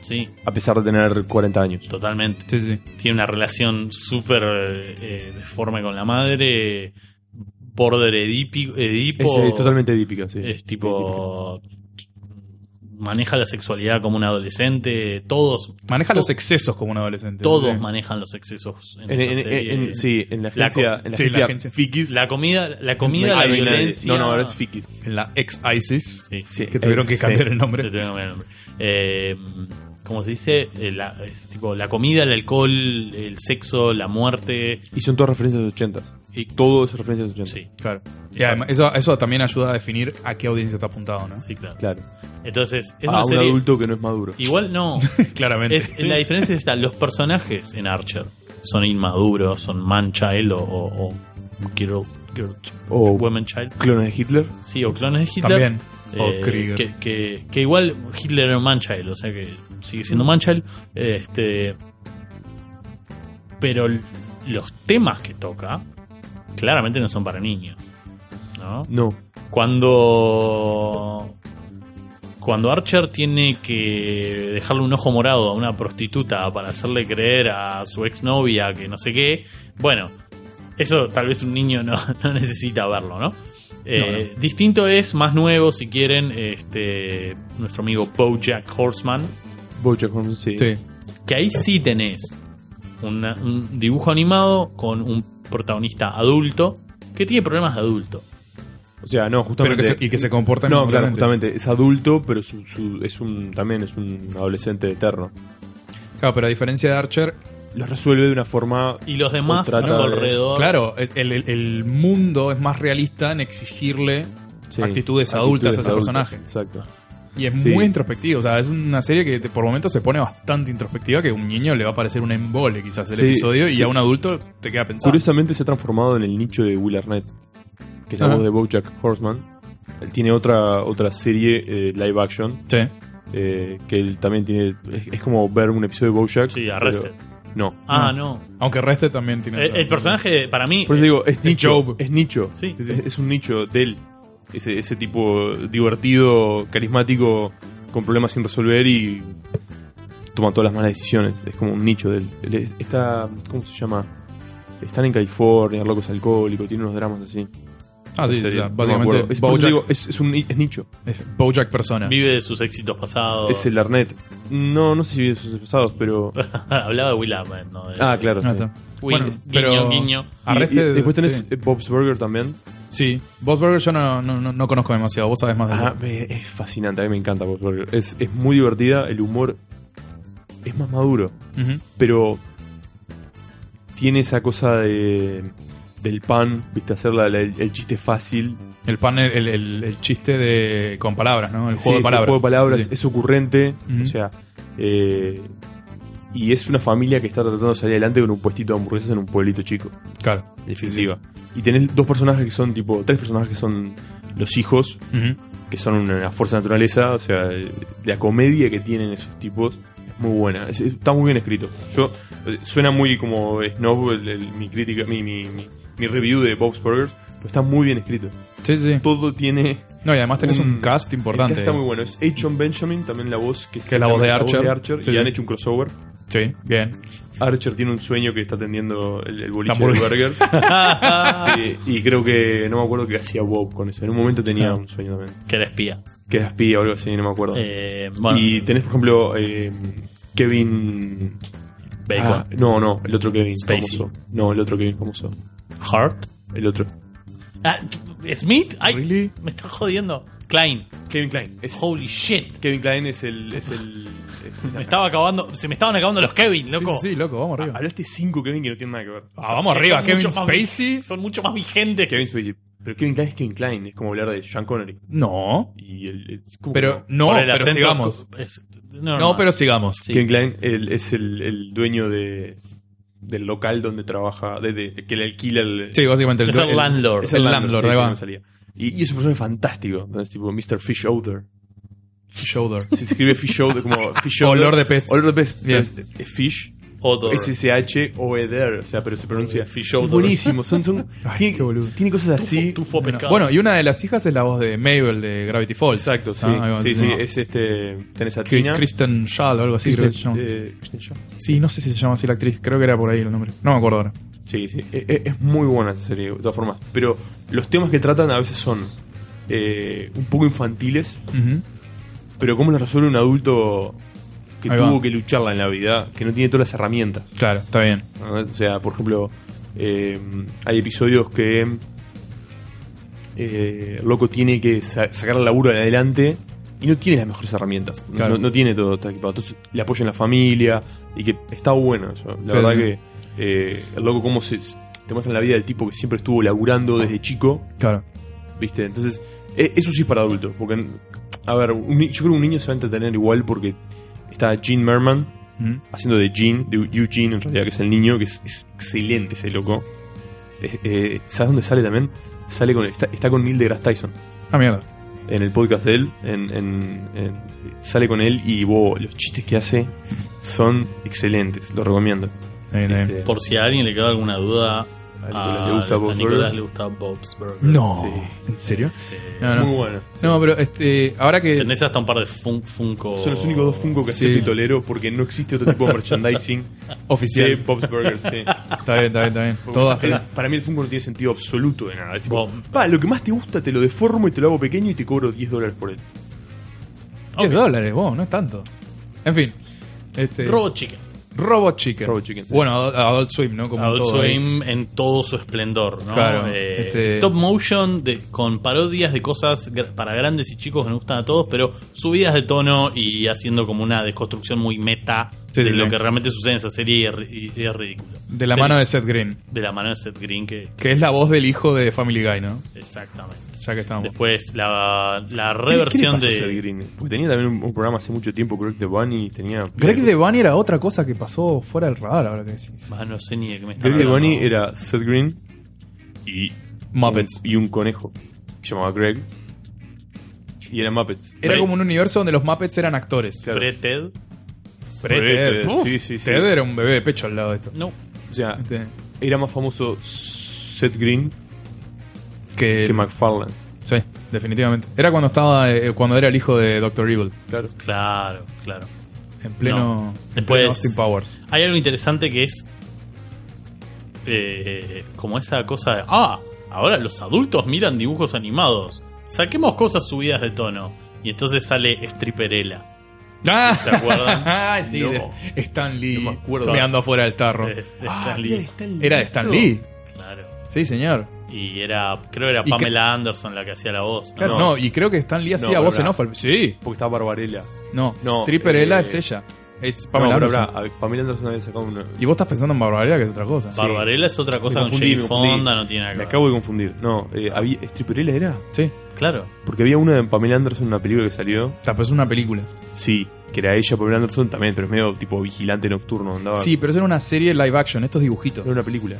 Speaker 2: Sí,
Speaker 1: a pesar de tener 40 años.
Speaker 2: totalmente.
Speaker 3: Sí, sí.
Speaker 2: Tiene una relación súper eh, eh, deforme con la madre. Border edipi- edipo.
Speaker 1: Es, es totalmente típica, sí.
Speaker 2: Es tipo. Maneja la sexualidad como un adolescente. Todos,
Speaker 3: Maneja
Speaker 2: To-
Speaker 3: los excesos como un adolescente.
Speaker 2: todos
Speaker 3: Sí.
Speaker 2: manejan los excesos. En
Speaker 1: En, en-
Speaker 2: esa
Speaker 1: en-
Speaker 2: serie.
Speaker 1: en- sí, en la
Speaker 2: La
Speaker 1: agencia,
Speaker 2: co-
Speaker 1: en la
Speaker 3: Sí,
Speaker 1: agencia,
Speaker 3: la agencia Fikis.
Speaker 2: La comida, la, comida,
Speaker 1: Ah, no,
Speaker 2: la
Speaker 1: no,
Speaker 2: violencia.
Speaker 1: No, no, ahora es Fikis.
Speaker 3: En la ex-ISIS.
Speaker 2: Sí,
Speaker 1: Sí,
Speaker 3: Que tuvieron
Speaker 1: eh,
Speaker 3: que
Speaker 1: sí.
Speaker 3: cambiar el nombre.
Speaker 2: le tengo que cambiar el nombre. Eh, como se dice, Eh, la, es tipo la comida, el alcohol, el sexo, la muerte.
Speaker 1: Y son todas referencias de los 80.
Speaker 2: Y
Speaker 1: Todo es referencia de los 80.
Speaker 2: Sí,
Speaker 3: Claro. Y además, eso, eso también ayuda a definir a qué audiencia está apuntado,
Speaker 1: [laughs]
Speaker 3: ¿no?
Speaker 2: sí, claro.
Speaker 1: Claro. Ah,
Speaker 2: Entonces, es
Speaker 1: a
Speaker 2: una
Speaker 1: un
Speaker 2: serie.
Speaker 1: adulto que no es maduro.
Speaker 2: Igual no.
Speaker 3: Claramente.
Speaker 2: Es, La diferencia está: los personajes en Archer son inmaduros, son man child o, o, o girl, girl-
Speaker 1: O
Speaker 2: woman child.
Speaker 1: clones de Hitler.
Speaker 2: Sí, o clones de Hitler.
Speaker 3: También. O
Speaker 1: Oh,
Speaker 2: Eh,
Speaker 3: Krieger.
Speaker 2: que, que- que igual Hitler era un manchild, o sea que sigue siendo manchild. Este, pero l- los temas que toca claramente no son para niños. ¿no?
Speaker 1: No.
Speaker 2: Cuando. Cuando Archer tiene que dejarle un ojo morado a una prostituta para hacerle creer a su exnovia que no sé qué, bueno, eso tal vez un niño no, [laughs] no necesita verlo, ¿no? Eh, Distinto es, más nuevo si quieren, este nuestro amigo Bojack Horseman,
Speaker 1: Bojack Horseman, sí.
Speaker 3: Sí.
Speaker 2: que ahí sí tenés una- un dibujo animado con un protagonista adulto que tiene problemas de adulto.
Speaker 1: O sea, no,
Speaker 3: Pero
Speaker 1: justamente.
Speaker 3: que se, y que se comportan
Speaker 1: no, claro,
Speaker 3: naturalmente.
Speaker 1: justamente. Es adulto, pero su- su- es un, también es un adolescente eterno.
Speaker 3: Claro, pero a diferencia de Archer,
Speaker 1: Lo resuelve de una forma.
Speaker 2: Y los demás
Speaker 1: trata
Speaker 2: a su
Speaker 1: de-
Speaker 2: alrededor.
Speaker 3: claro, es- el, el- el mundo es más realista en exigirle
Speaker 1: sí,
Speaker 3: actitudes adultas a ese
Speaker 1: adultas,
Speaker 3: personaje. Ah.
Speaker 1: Exacto.
Speaker 3: Y es
Speaker 1: Sí.
Speaker 3: muy introspectivo. O sea, es una serie que te- por momentos se pone bastante introspectiva que a un niño le va a parecer un embole quizás el
Speaker 1: Sí,
Speaker 3: episodio y
Speaker 1: sí.
Speaker 3: a un adulto te queda pensando.
Speaker 1: Curiosamente se ha transformado en el nicho de Will Arnett, que es la
Speaker 3: Ajá.
Speaker 1: voz de Bojack Horseman. Él tiene otra, otra serie eh, live action
Speaker 3: Sí.
Speaker 1: eh, que él también tiene. Es, es como ver un episodio de Bojack.
Speaker 2: Sí,
Speaker 1: pero-
Speaker 2: Arrested.
Speaker 1: No.
Speaker 2: Ah, no. Eh,
Speaker 3: Aunque Reste también tiene...
Speaker 2: El, el personaje, para mí. eh,
Speaker 1: Por eso digo, es
Speaker 3: de
Speaker 1: nicho.
Speaker 3: Job.
Speaker 1: Es nicho.
Speaker 2: Sí.
Speaker 1: Es, es un nicho de él. Ese, ese tipo divertido, carismático, con problemas sin resolver y toma todas las malas decisiones. Es como un nicho de él. Él es- está. ¿Cómo se llama? Están en California, locos alcohólicos, tiene unos dramas así.
Speaker 3: Ah, sí,
Speaker 1: Sería-
Speaker 3: o sea,
Speaker 1: no me
Speaker 3: básicamente
Speaker 1: acuerdo. es, por eso
Speaker 3: Bojack,
Speaker 1: digo, es, es un ni- es nicho.
Speaker 3: es Bojack persona.
Speaker 2: Vive de sus éxitos pasados.
Speaker 1: Es el Arnet. No, no sé si vi sus pasados,
Speaker 3: [laughs]
Speaker 1: pero.
Speaker 2: [laughs] Hablaba de Will Arnett, ¿no? De-
Speaker 1: Ah, claro.
Speaker 3: Ah,
Speaker 1: sí.
Speaker 3: está.
Speaker 2: Will,
Speaker 3: Bueno,
Speaker 2: guiño,
Speaker 3: pero-
Speaker 2: guiño.
Speaker 1: Y- y
Speaker 3: Arrested,
Speaker 1: después tenés
Speaker 3: sí.
Speaker 1: eh, Bob's Burger también.
Speaker 3: Sí, Bob Burger yo no, no, no, no conozco demasiado, vos sabés más de
Speaker 1: Ah,
Speaker 3: eso.
Speaker 1: me- es fascinante, a mí me encanta Bob's Burger. Es, es muy divertida, el humor es más maduro,
Speaker 3: Ujú.
Speaker 1: pero tiene esa cosa de del pan, viste, hacer la- la- el chiste fácil.
Speaker 3: El pan, el, el- el chiste de con palabras, ¿no? El juego
Speaker 1: Sí,
Speaker 3: de
Speaker 1: es
Speaker 3: palabras.
Speaker 1: un juego de palabras,
Speaker 3: Sí, sí.
Speaker 1: es ocurrente,
Speaker 3: Ujú.
Speaker 1: o sea, eh, y es una familia que está tratando de salir adelante con un puestito de hamburguesas en un pueblito chico.
Speaker 3: Claro.
Speaker 1: definitiva. Y tenés dos personajes que son tipo, tres personajes que son los hijos,
Speaker 3: Ujú.
Speaker 1: que son una fuerza de naturaleza, o sea, eh, la comedia que tienen esos tipos es muy buena, Es- es- está muy bien escrito. Yo eh, suena muy como snob el- el- mi crítica, mi, mi, mi- mi review de Bob's Burgers, pero está muy bien escrito.
Speaker 3: Sí, sí.
Speaker 1: Todo tiene
Speaker 3: No, y además tenés un,
Speaker 1: un-
Speaker 3: cast importante. eh.
Speaker 1: Está muy bueno. Es H. John Benjamin, también la voz que,
Speaker 3: Que es la voz de Archer. Sí,
Speaker 1: y
Speaker 3: sí.
Speaker 1: han hecho un crossover.
Speaker 3: Sí, bien.
Speaker 1: Archer tiene un sueño que está atendiendo el, el boliche
Speaker 3: La
Speaker 1: del
Speaker 3: hamburguesa.
Speaker 1: burger.
Speaker 3: [laughs]
Speaker 1: Sí, y creo que no me acuerdo qué hacía Bob con eso. En un momento tenía un sueño también.
Speaker 2: que era espía.
Speaker 1: Que era espía o algo así, no me acuerdo.
Speaker 2: Eh, bueno,
Speaker 1: Y tenés, por ejemplo, eh, Kevin.
Speaker 2: Bacon.
Speaker 1: Ah, no, no, el otro Kevin
Speaker 2: Spacey.
Speaker 1: famoso. No, el otro Kevin famoso.
Speaker 2: Hart.
Speaker 1: El otro.
Speaker 2: Ah, ¿Smith? Ay,
Speaker 3: Really?
Speaker 2: me estás jodiendo. Klein.
Speaker 1: Kevin Klein. Es-
Speaker 2: Holy shit.
Speaker 1: Kevin Klein es el. Es [laughs] el es-
Speaker 2: Me estaba acabando, se me estaban acabando los Kevin, loco.
Speaker 3: Sí, sí, loco, vamos arriba.
Speaker 1: Hablaste cinco Kevin que no tienen nada que ver.
Speaker 3: Ah, vamos arriba,
Speaker 2: Son mucho
Speaker 3: Kevin
Speaker 2: más vi-
Speaker 3: Spacey.
Speaker 2: Son mucho más vigentes que
Speaker 1: Kevin Spacey. Pero Kevin Klein es Kevin Klein. Es como hablar de Sean Connery.
Speaker 3: No,
Speaker 1: Y el, es como-
Speaker 3: pero no,
Speaker 2: Por el
Speaker 3: pero
Speaker 2: acento-
Speaker 3: sigamos.
Speaker 2: es-
Speaker 3: No, pero sigamos.
Speaker 2: Sí.
Speaker 1: Kevin Klein el- es el, el dueño de, del local donde trabaja, de, de- que le alquila el.
Speaker 3: Sí, básicamente el,
Speaker 2: Es el
Speaker 3: el-
Speaker 2: landlord.
Speaker 1: es el,
Speaker 3: el
Speaker 1: landlord,
Speaker 3: landlord,
Speaker 1: sí,
Speaker 3: ahí
Speaker 1: sí,
Speaker 3: va.
Speaker 1: me salía. Y, y es un personaje fantástico. ¿no? Es tipo Mr. Fish Odor.
Speaker 3: shoulder.
Speaker 1: Se escribe Fish Odor como Fish Odor.
Speaker 3: Olor de pez.
Speaker 1: Olor de pez.
Speaker 3: Bien.
Speaker 1: Entonces, eh, Fish.
Speaker 2: Odor.
Speaker 1: S-S-H-O-E-D-R. O sea, pero se pronuncia.
Speaker 2: Fish Odor.
Speaker 1: Buenísimo. Son, [laughs] son,
Speaker 3: Ay,
Speaker 1: tiene,
Speaker 3: qué boludo.
Speaker 1: tiene cosas así.
Speaker 2: Tufo
Speaker 3: Bueno,
Speaker 2: pescado.
Speaker 3: Bueno, y una de las hijas es la voz de Mabel de Gravity Falls.
Speaker 1: Exacto, sí.
Speaker 3: Ah, ahí va,
Speaker 1: sí, sí.
Speaker 3: no.
Speaker 1: Es este. Tenés a
Speaker 3: Cri-
Speaker 1: Tina.
Speaker 3: Kristen Schaal o algo así. creo que se llama.
Speaker 1: eh, Kristen Shaw.
Speaker 3: Sí, no sé si se llama así la actriz. Creo que era por ahí el nombre. No me acuerdo ahora.
Speaker 1: Sí, sí. E- e- Es, muy buena esa serie, de todas formas. Pero los temas que tratan a veces son eh, un poco infantiles,
Speaker 3: Ujú.
Speaker 1: pero ¿cómo los resuelve un adulto que
Speaker 3: Ahí
Speaker 1: tuvo
Speaker 3: va.
Speaker 1: que lucharla en la vida, que no tiene todas las herramientas?
Speaker 3: Claro, está bien.
Speaker 1: ¿no? O sea, por ejemplo, eh, hay episodios que eh, el loco tiene que sa- sacar el laburo adelante y no tiene las mejores herramientas. No-
Speaker 3: Claro.
Speaker 1: No, no tiene todo está equipado. Entonces le apoya en la familia y que está bueno eso. La
Speaker 3: Sí,
Speaker 1: verdad
Speaker 3: sí.
Speaker 1: que eh, el loco cómo se te muestra la vida del tipo que siempre estuvo laburando desde chico,
Speaker 3: Claro.
Speaker 1: ¿viste? Entonces, e- eso sí es para adultos. Porque, a ver, un ni- yo creo que un niño se va a entretener igual porque está Gene Merman,
Speaker 3: Ujú.
Speaker 1: haciendo de Gene, de Eugene en realidad, que es el niño, que es, es excelente ese loco. Eh, eh, ¿Sabes dónde sale también? Sale con, está, está con Neil deGrasse Tyson
Speaker 3: Ah, mierda.
Speaker 1: en el podcast de él. En, en- en- sale con él y wow, los chistes que hace son excelentes, lo recomiendo.
Speaker 3: Está bien, está bien.
Speaker 1: Este,
Speaker 2: Por si a alguien le queda alguna duda,
Speaker 1: a Nicolás
Speaker 2: a,
Speaker 1: le gusta
Speaker 2: a
Speaker 1: Bob
Speaker 2: Nicolás
Speaker 1: Burger.
Speaker 2: le gusta Bob's Burgers.
Speaker 3: No.
Speaker 1: Sí.
Speaker 3: ¿En serio?
Speaker 2: Este,
Speaker 3: No, no.
Speaker 1: Muy bueno.
Speaker 3: No, pero este, ahora que.
Speaker 2: Tenés hasta un par de fun- Funko.
Speaker 1: Son los únicos dos Funko que hace
Speaker 3: Sí.
Speaker 1: Pitolero porque no existe otro tipo de
Speaker 3: [laughs]
Speaker 1: merchandising
Speaker 3: Oficial.
Speaker 1: de Bob's Burgers. sí.
Speaker 3: Está bien, está bien, está
Speaker 2: [laughs]
Speaker 3: bien.
Speaker 1: Porque
Speaker 3: [laughs] Todo
Speaker 1: para-
Speaker 3: hasta-
Speaker 1: para mí el Funko no tiene sentido absoluto de nada. Es tipo,
Speaker 2: Bom.
Speaker 1: pa, lo que más te gusta te lo deformo y te lo hago pequeño y te cobro 10 dólares por él.
Speaker 3: 10
Speaker 2: Ok.
Speaker 3: Oh, dólares, vos, no es tanto. En fin. Este,
Speaker 2: Robo Chicken.
Speaker 3: Robot Chicken.
Speaker 1: Robot Chicken, sí.
Speaker 3: Bueno, Adult, Adult Swim, ¿no? Como
Speaker 2: Adult
Speaker 3: todo ahí.
Speaker 2: Swim en todo su esplendor, ¿no?
Speaker 3: Claro,
Speaker 2: Eh,
Speaker 3: este-
Speaker 2: Stop motion de- con parodias de cosas gra- para grandes y chicos que nos gustan a todos, pero subidas de tono y haciendo como una desconstrucción muy meta
Speaker 3: Sí,
Speaker 2: de
Speaker 3: sí,
Speaker 2: lo
Speaker 3: sí.
Speaker 2: que realmente sucede en esa serie y es, ri- y es ridículo.
Speaker 3: De la
Speaker 2: Sí,
Speaker 3: mano de Seth Green,
Speaker 2: de la mano de Seth Green que
Speaker 3: que es la voz del hijo de Family Guy, ¿no?
Speaker 2: exactamente.
Speaker 3: Ya que estamos.
Speaker 2: Después la, la
Speaker 1: ¿Qué-
Speaker 2: reversión
Speaker 1: qué le pasó a Seth
Speaker 2: de
Speaker 1: Green? Porque tenía también un, un programa hace mucho tiempo, Greg the Bunny, tenía...
Speaker 3: Greg The Bunny era otra cosa que pasó fuera del radar, ahora que decís.
Speaker 2: Ah, no sé ni de qué me están
Speaker 1: Greg the
Speaker 2: hablando.
Speaker 1: Bunny era Seth Green y...
Speaker 3: Muppets.
Speaker 1: Y un conejo que se llamaba Greg. Y era Muppets.
Speaker 3: Era
Speaker 2: Pre-
Speaker 3: como un universo donde los Muppets eran actores.
Speaker 1: Claro.
Speaker 2: Pre-Ted.
Speaker 1: Pre-Ted.
Speaker 3: Uf,
Speaker 1: eh, Sí, sí, Ah, sí.
Speaker 3: Ted era un bebé de pecho al lado de esto.
Speaker 2: No.
Speaker 1: O sea,
Speaker 3: Este,
Speaker 1: era más famoso Seth Green
Speaker 3: que,
Speaker 1: que McFarlane.
Speaker 3: sí, definitivamente. Era cuando estaba eh, cuando era el hijo de Doctor Evil,
Speaker 1: Claro.
Speaker 2: Claro, claro.
Speaker 3: en pleno, en
Speaker 2: Después,
Speaker 3: pleno Austin Powers.
Speaker 2: Hay algo interesante que es eh, como esa cosa de, ah, ahora los adultos miran dibujos animados. Saquemos cosas subidas de tono. Y entonces sale Stripperella. ¿Se acuerdan?
Speaker 1: [laughs]
Speaker 3: Ah, [laughs] sí,
Speaker 2: No.
Speaker 3: de Stan Lee
Speaker 2: No me acuerdo.
Speaker 3: meando afuera del tarro.
Speaker 2: Eh,
Speaker 1: Ah,
Speaker 2: Stan Lee.
Speaker 1: este.
Speaker 3: Era de Stan Lee.
Speaker 2: Claro.
Speaker 3: Sí, señor.
Speaker 2: Y era, creo era
Speaker 3: Y que-
Speaker 2: Pamela Anderson la que hacía la voz. ¿no?
Speaker 3: Claro, no. y creo que Stan Lee hacía
Speaker 1: pero
Speaker 3: voz en
Speaker 1: pará.
Speaker 3: off. al- Sí,
Speaker 1: Porque estaba Barbarella.
Speaker 3: no,
Speaker 1: No,
Speaker 3: Stripperella
Speaker 1: eh,
Speaker 3: es ella. Es
Speaker 1: No,
Speaker 3: Pamela
Speaker 1: pero
Speaker 3: Anderson.
Speaker 1: habrá- a- Pamela Anderson había sacado una...
Speaker 3: Y vos estás pensando en Barbarella, que es otra cosa.
Speaker 1: Sí.
Speaker 2: Barbarella es otra cosa
Speaker 1: Me
Speaker 2: con
Speaker 1: confundí,
Speaker 2: Jane
Speaker 1: me confundí.
Speaker 2: Fonda, no tiene nada que
Speaker 1: Me
Speaker 2: ver.
Speaker 1: acabo de confundir. No, eh, había, ¿Stripperella era?
Speaker 3: Sí,
Speaker 2: Claro.
Speaker 1: Porque había una de Pamela Anderson, una película que salió.
Speaker 3: Está, pero es una película.
Speaker 1: Sí, que era ella, Pamela Anderson también, pero es medio tipo vigilante nocturno. Andaba,
Speaker 3: Sí, pero eso era una serie live action, estos dibujitos.
Speaker 1: Era una película.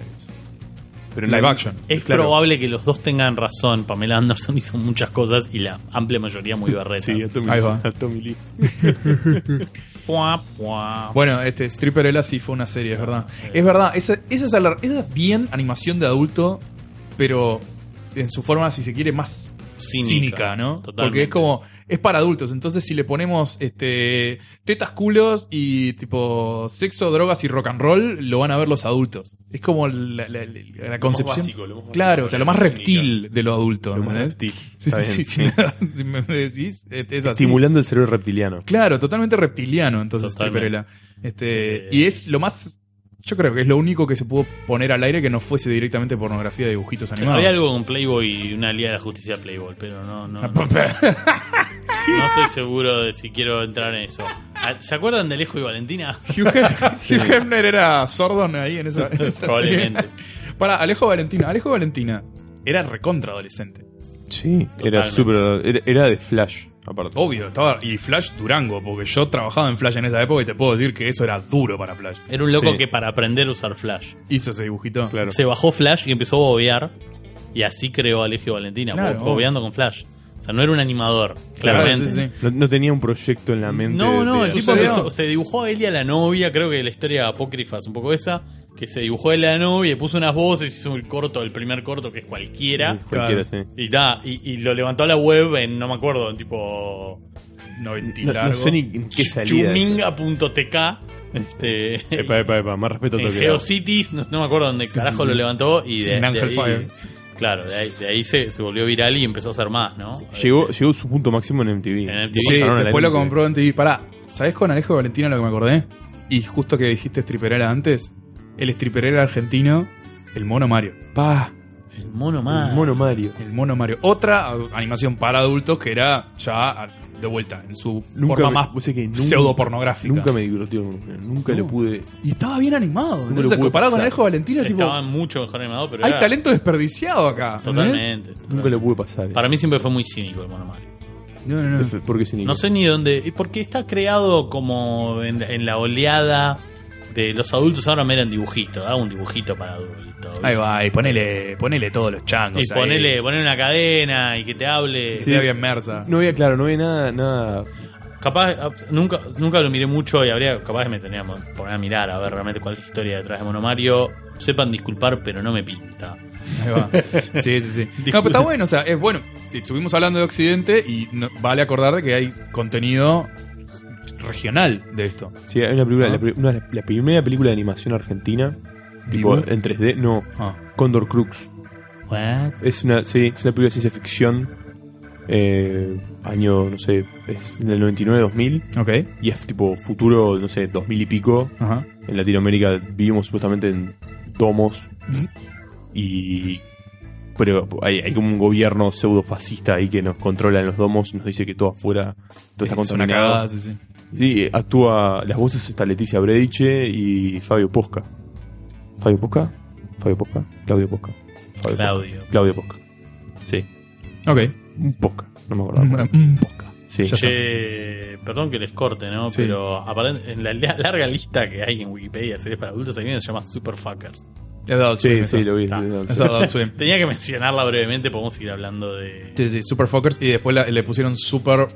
Speaker 1: Pero en
Speaker 3: Live
Speaker 1: la-
Speaker 3: action.
Speaker 2: Es
Speaker 1: Claro.
Speaker 2: probable que los dos tengan razón. Pamela Anderson [laughs] hizo muchas cosas y la amplia mayoría muy barretas.
Speaker 3: [laughs]
Speaker 1: Sí, a Tommy,
Speaker 3: Ahí
Speaker 1: Lee, [laughs]
Speaker 3: va.
Speaker 1: a Tommy Lee.
Speaker 2: Puá, puá.
Speaker 3: Bueno, este Stripperella sí fue una serie, es verdad. Es verdad, esa, esa, es la- esa es bien animación de adulto, pero en su forma, si se quiere, más
Speaker 2: Cínica,
Speaker 3: cínica, ¿no?
Speaker 2: totalmente.
Speaker 3: Porque es como, es para adultos, entonces si le ponemos este tetas, culos y tipo sexo, drogas y rock and roll, lo van a ver los adultos. Es como la, la- la- la concepción.
Speaker 1: básico, lo más básico.
Speaker 3: claro, o sea, lo más
Speaker 1: Cínica.
Speaker 3: reptil de lo adulto.
Speaker 1: Lo más
Speaker 3: ¿entendés?
Speaker 1: reptil.
Speaker 3: Sí,
Speaker 1: Está
Speaker 3: sí, sí, [laughs]
Speaker 1: bien,
Speaker 3: sí, si me me decís, es es así.
Speaker 1: Estimulando el cerebro reptiliano.
Speaker 3: Claro, totalmente reptiliano, entonces,
Speaker 2: Totalmente.
Speaker 3: Stripperella. Este,
Speaker 2: Eh,
Speaker 3: y es lo más Yo creo que es lo único que se pudo poner al aire que no fuese directamente pornografía de dibujitos
Speaker 2: O sea,
Speaker 3: animados. Ah,
Speaker 2: había algo con Playboy y una Liga de la Justicia Playboy, pero no, no, no, [laughs] no estoy seguro de si quiero entrar en eso. Ah, ¿Se acuerdan de Alejo y
Speaker 3: [laughs]
Speaker 2: Valentina? [laughs]
Speaker 3: Hugh, Hef- Hugh Hefner era sordón ahí en esa. en esa serie.
Speaker 2: Probablemente.
Speaker 3: Para Alejo Valentina. Alejo Valentina era recontra adolescente.
Speaker 1: Sí, era
Speaker 2: Totalmente.
Speaker 1: súper. Era, era de Flash, aparte.
Speaker 3: Obvio, estaba. Y Flash Durango, porque yo trabajaba en Flash en esa época y te puedo decir que eso era duro para Flash.
Speaker 2: Era un loco
Speaker 1: Sí.
Speaker 2: que para aprender a usar Flash.
Speaker 3: Hizo ese dibujito.
Speaker 1: Claro.
Speaker 2: Se bajó Flash y empezó a bobear. Y así creó Alejo y Valentina,
Speaker 3: Claro.
Speaker 2: bo- bobeando con Flash. O sea, no era un animador,
Speaker 3: Claro,
Speaker 2: claramente.
Speaker 3: sí, sí.
Speaker 1: No, no tenía un proyecto en la mente.
Speaker 2: No,
Speaker 1: de-
Speaker 2: no,
Speaker 1: de-
Speaker 2: el
Speaker 3: Sí,
Speaker 2: tipo
Speaker 3: se
Speaker 2: que
Speaker 3: vio.
Speaker 2: so- se dibujó a él y a la novia, creo que la historia apócrifa es un poco esa, que se dibujó a él y a la novia, puso unas voces, hizo el corto, el primer corto que es cualquiera,
Speaker 1: Cualquiera,
Speaker 3: Claro.
Speaker 1: sí.
Speaker 2: y da, y, y lo levantó a la web en, no me acuerdo, en tipo
Speaker 3: Noventa y
Speaker 1: No,
Speaker 3: largo.
Speaker 1: no sé ni en qué salía. eso.
Speaker 2: chuminga.tk,
Speaker 3: [laughs]
Speaker 2: este,
Speaker 1: Epa, epa, epa, más respeto
Speaker 2: en
Speaker 1: que
Speaker 2: GeoCities, no, no me acuerdo dónde carajo lo levantó, y de,
Speaker 3: En
Speaker 2: de
Speaker 3: Ángel
Speaker 2: ahí,
Speaker 3: Fire.
Speaker 2: claro, de ahí, de ahí se, se volvió viral y empezó a hacer más, ¿no?
Speaker 1: Llegó, llegó su punto máximo en MTV.
Speaker 2: En MTV.
Speaker 3: Sí,
Speaker 1: Pasaron a la
Speaker 3: después lo
Speaker 1: MTV.
Speaker 3: compró en TV. Pará, ¿sabés con Alejo Valentina lo que me acordé? Y justo que dijiste stripperera antes, el stripperera argentino, el mono Mario. Pa,
Speaker 2: El mono más.
Speaker 1: Mono Mario.
Speaker 3: el mono Mario. Otra ah, animación para adultos que era ya ah, de vuelta, en su forma
Speaker 1: me-
Speaker 3: más
Speaker 1: vos sabés que nunca-
Speaker 3: pseudopornográfica.
Speaker 1: Nunca me divirtió. Nunca
Speaker 3: No.
Speaker 1: le pude.
Speaker 3: Y estaba bien animado. Entonces,
Speaker 1: pude
Speaker 3: comparado con
Speaker 1: pasar.
Speaker 3: Alejo Valentina, tipo,
Speaker 2: Estaba mucho mejor animado, pero
Speaker 3: hay
Speaker 2: era-
Speaker 3: talento desperdiciado acá. ¿entendés?
Speaker 2: Totalmente.
Speaker 1: Nunca le pude pasar.
Speaker 2: Para mí siempre fue muy cínico el Mono Mario.
Speaker 3: No, no, no.
Speaker 1: F- Porque sin
Speaker 2: No sé ni dónde. y Porque está creado como en, en la oleada de los adultos. Ahora me eran dibujito. Hago un dibujito para adultos.
Speaker 3: Ahí va, y ponele, ponele todos los changos.
Speaker 2: Y
Speaker 3: ahí.
Speaker 2: ponele, ponele una cadena y que te hable.
Speaker 3: Que sea bien mersa.
Speaker 1: No había, claro, no había nada. nada
Speaker 2: Capaz, ah, nunca, nunca lo miré mucho y habría, capaz que me teníamos que poner a mirar a ver realmente cuál es la historia detrás de Mono Mario. Sepan disculpar, pero no me pinta.
Speaker 3: Ahí va. Sí, sí, sí. No, pero está bueno, o sea, es bueno. Estuvimos hablando de Occidente y no- vale acordar de que hay contenido regional de esto.
Speaker 1: sí, hay una película.
Speaker 3: Ah.
Speaker 1: La, pri- una- la primera película de animación argentina. Tipo, eh,
Speaker 3: ¿Dibu?
Speaker 1: en 3D. No,
Speaker 3: Ah,
Speaker 1: Condor Crux. Es una, sí, es una película de ciencia ficción. eh, año, no sé, es del 99-2000.
Speaker 3: Ok.
Speaker 1: Y es tipo futuro, no sé, 2000 y pico.
Speaker 3: Ajá.
Speaker 1: En Latinoamérica vivimos supuestamente en domos. Y. Pero hay, hay como un gobierno pseudo fascista ahí que nos controla en los domos. Nos dice que todo afuera todo está
Speaker 3: Es una
Speaker 1: contaminado.
Speaker 3: cagada, sí, sí.
Speaker 1: Sí, actúa. Las voces está Leticia Brediche y Fabio Posca. ¿Fabio Posca? ¿Fabio Posca? Claudio Posca. Fabio
Speaker 2: Claudio.
Speaker 1: Posca. Claudio Posca. Sí.
Speaker 3: Ok.
Speaker 1: Un Posca, no me acordaba.
Speaker 3: [laughs] Un poca.
Speaker 1: Sí.
Speaker 3: Ya está.
Speaker 2: Che, perdón que les corte, ¿no?
Speaker 1: Sí.
Speaker 2: Pero aparent- en la lia- larga lista que hay en Wikipedia de series para adultos, hay una que se llama Superfuckers.
Speaker 3: Es Adult Swim.
Speaker 1: Sí, sí,
Speaker 3: Ah, eso.
Speaker 1: lo vi.
Speaker 2: Está.
Speaker 3: Es
Speaker 1: [laughs]
Speaker 3: Adult Swim.
Speaker 2: Tenía que mencionarla brevemente, podemos seguir hablando de
Speaker 3: Sí, sí, Super Fuckers. Y después la- le pusieron Super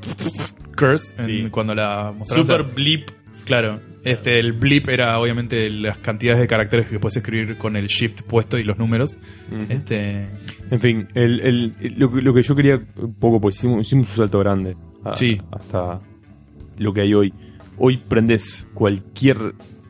Speaker 3: Curse en-
Speaker 2: Sí.
Speaker 3: cuando la mostraron.
Speaker 2: Super
Speaker 3: O sea,
Speaker 2: Blip.
Speaker 3: claro. Este, el blip era obviamente las cantidades de caracteres que puedes escribir con el shift puesto y los números.
Speaker 1: Ujú.
Speaker 3: Este,
Speaker 1: En fin, el, el- el- lo, que- lo que yo quería un poco, pues hicimos, hicimos un salto grande a-
Speaker 3: Sí.
Speaker 1: hasta lo que hay hoy. Hoy prendes cualquier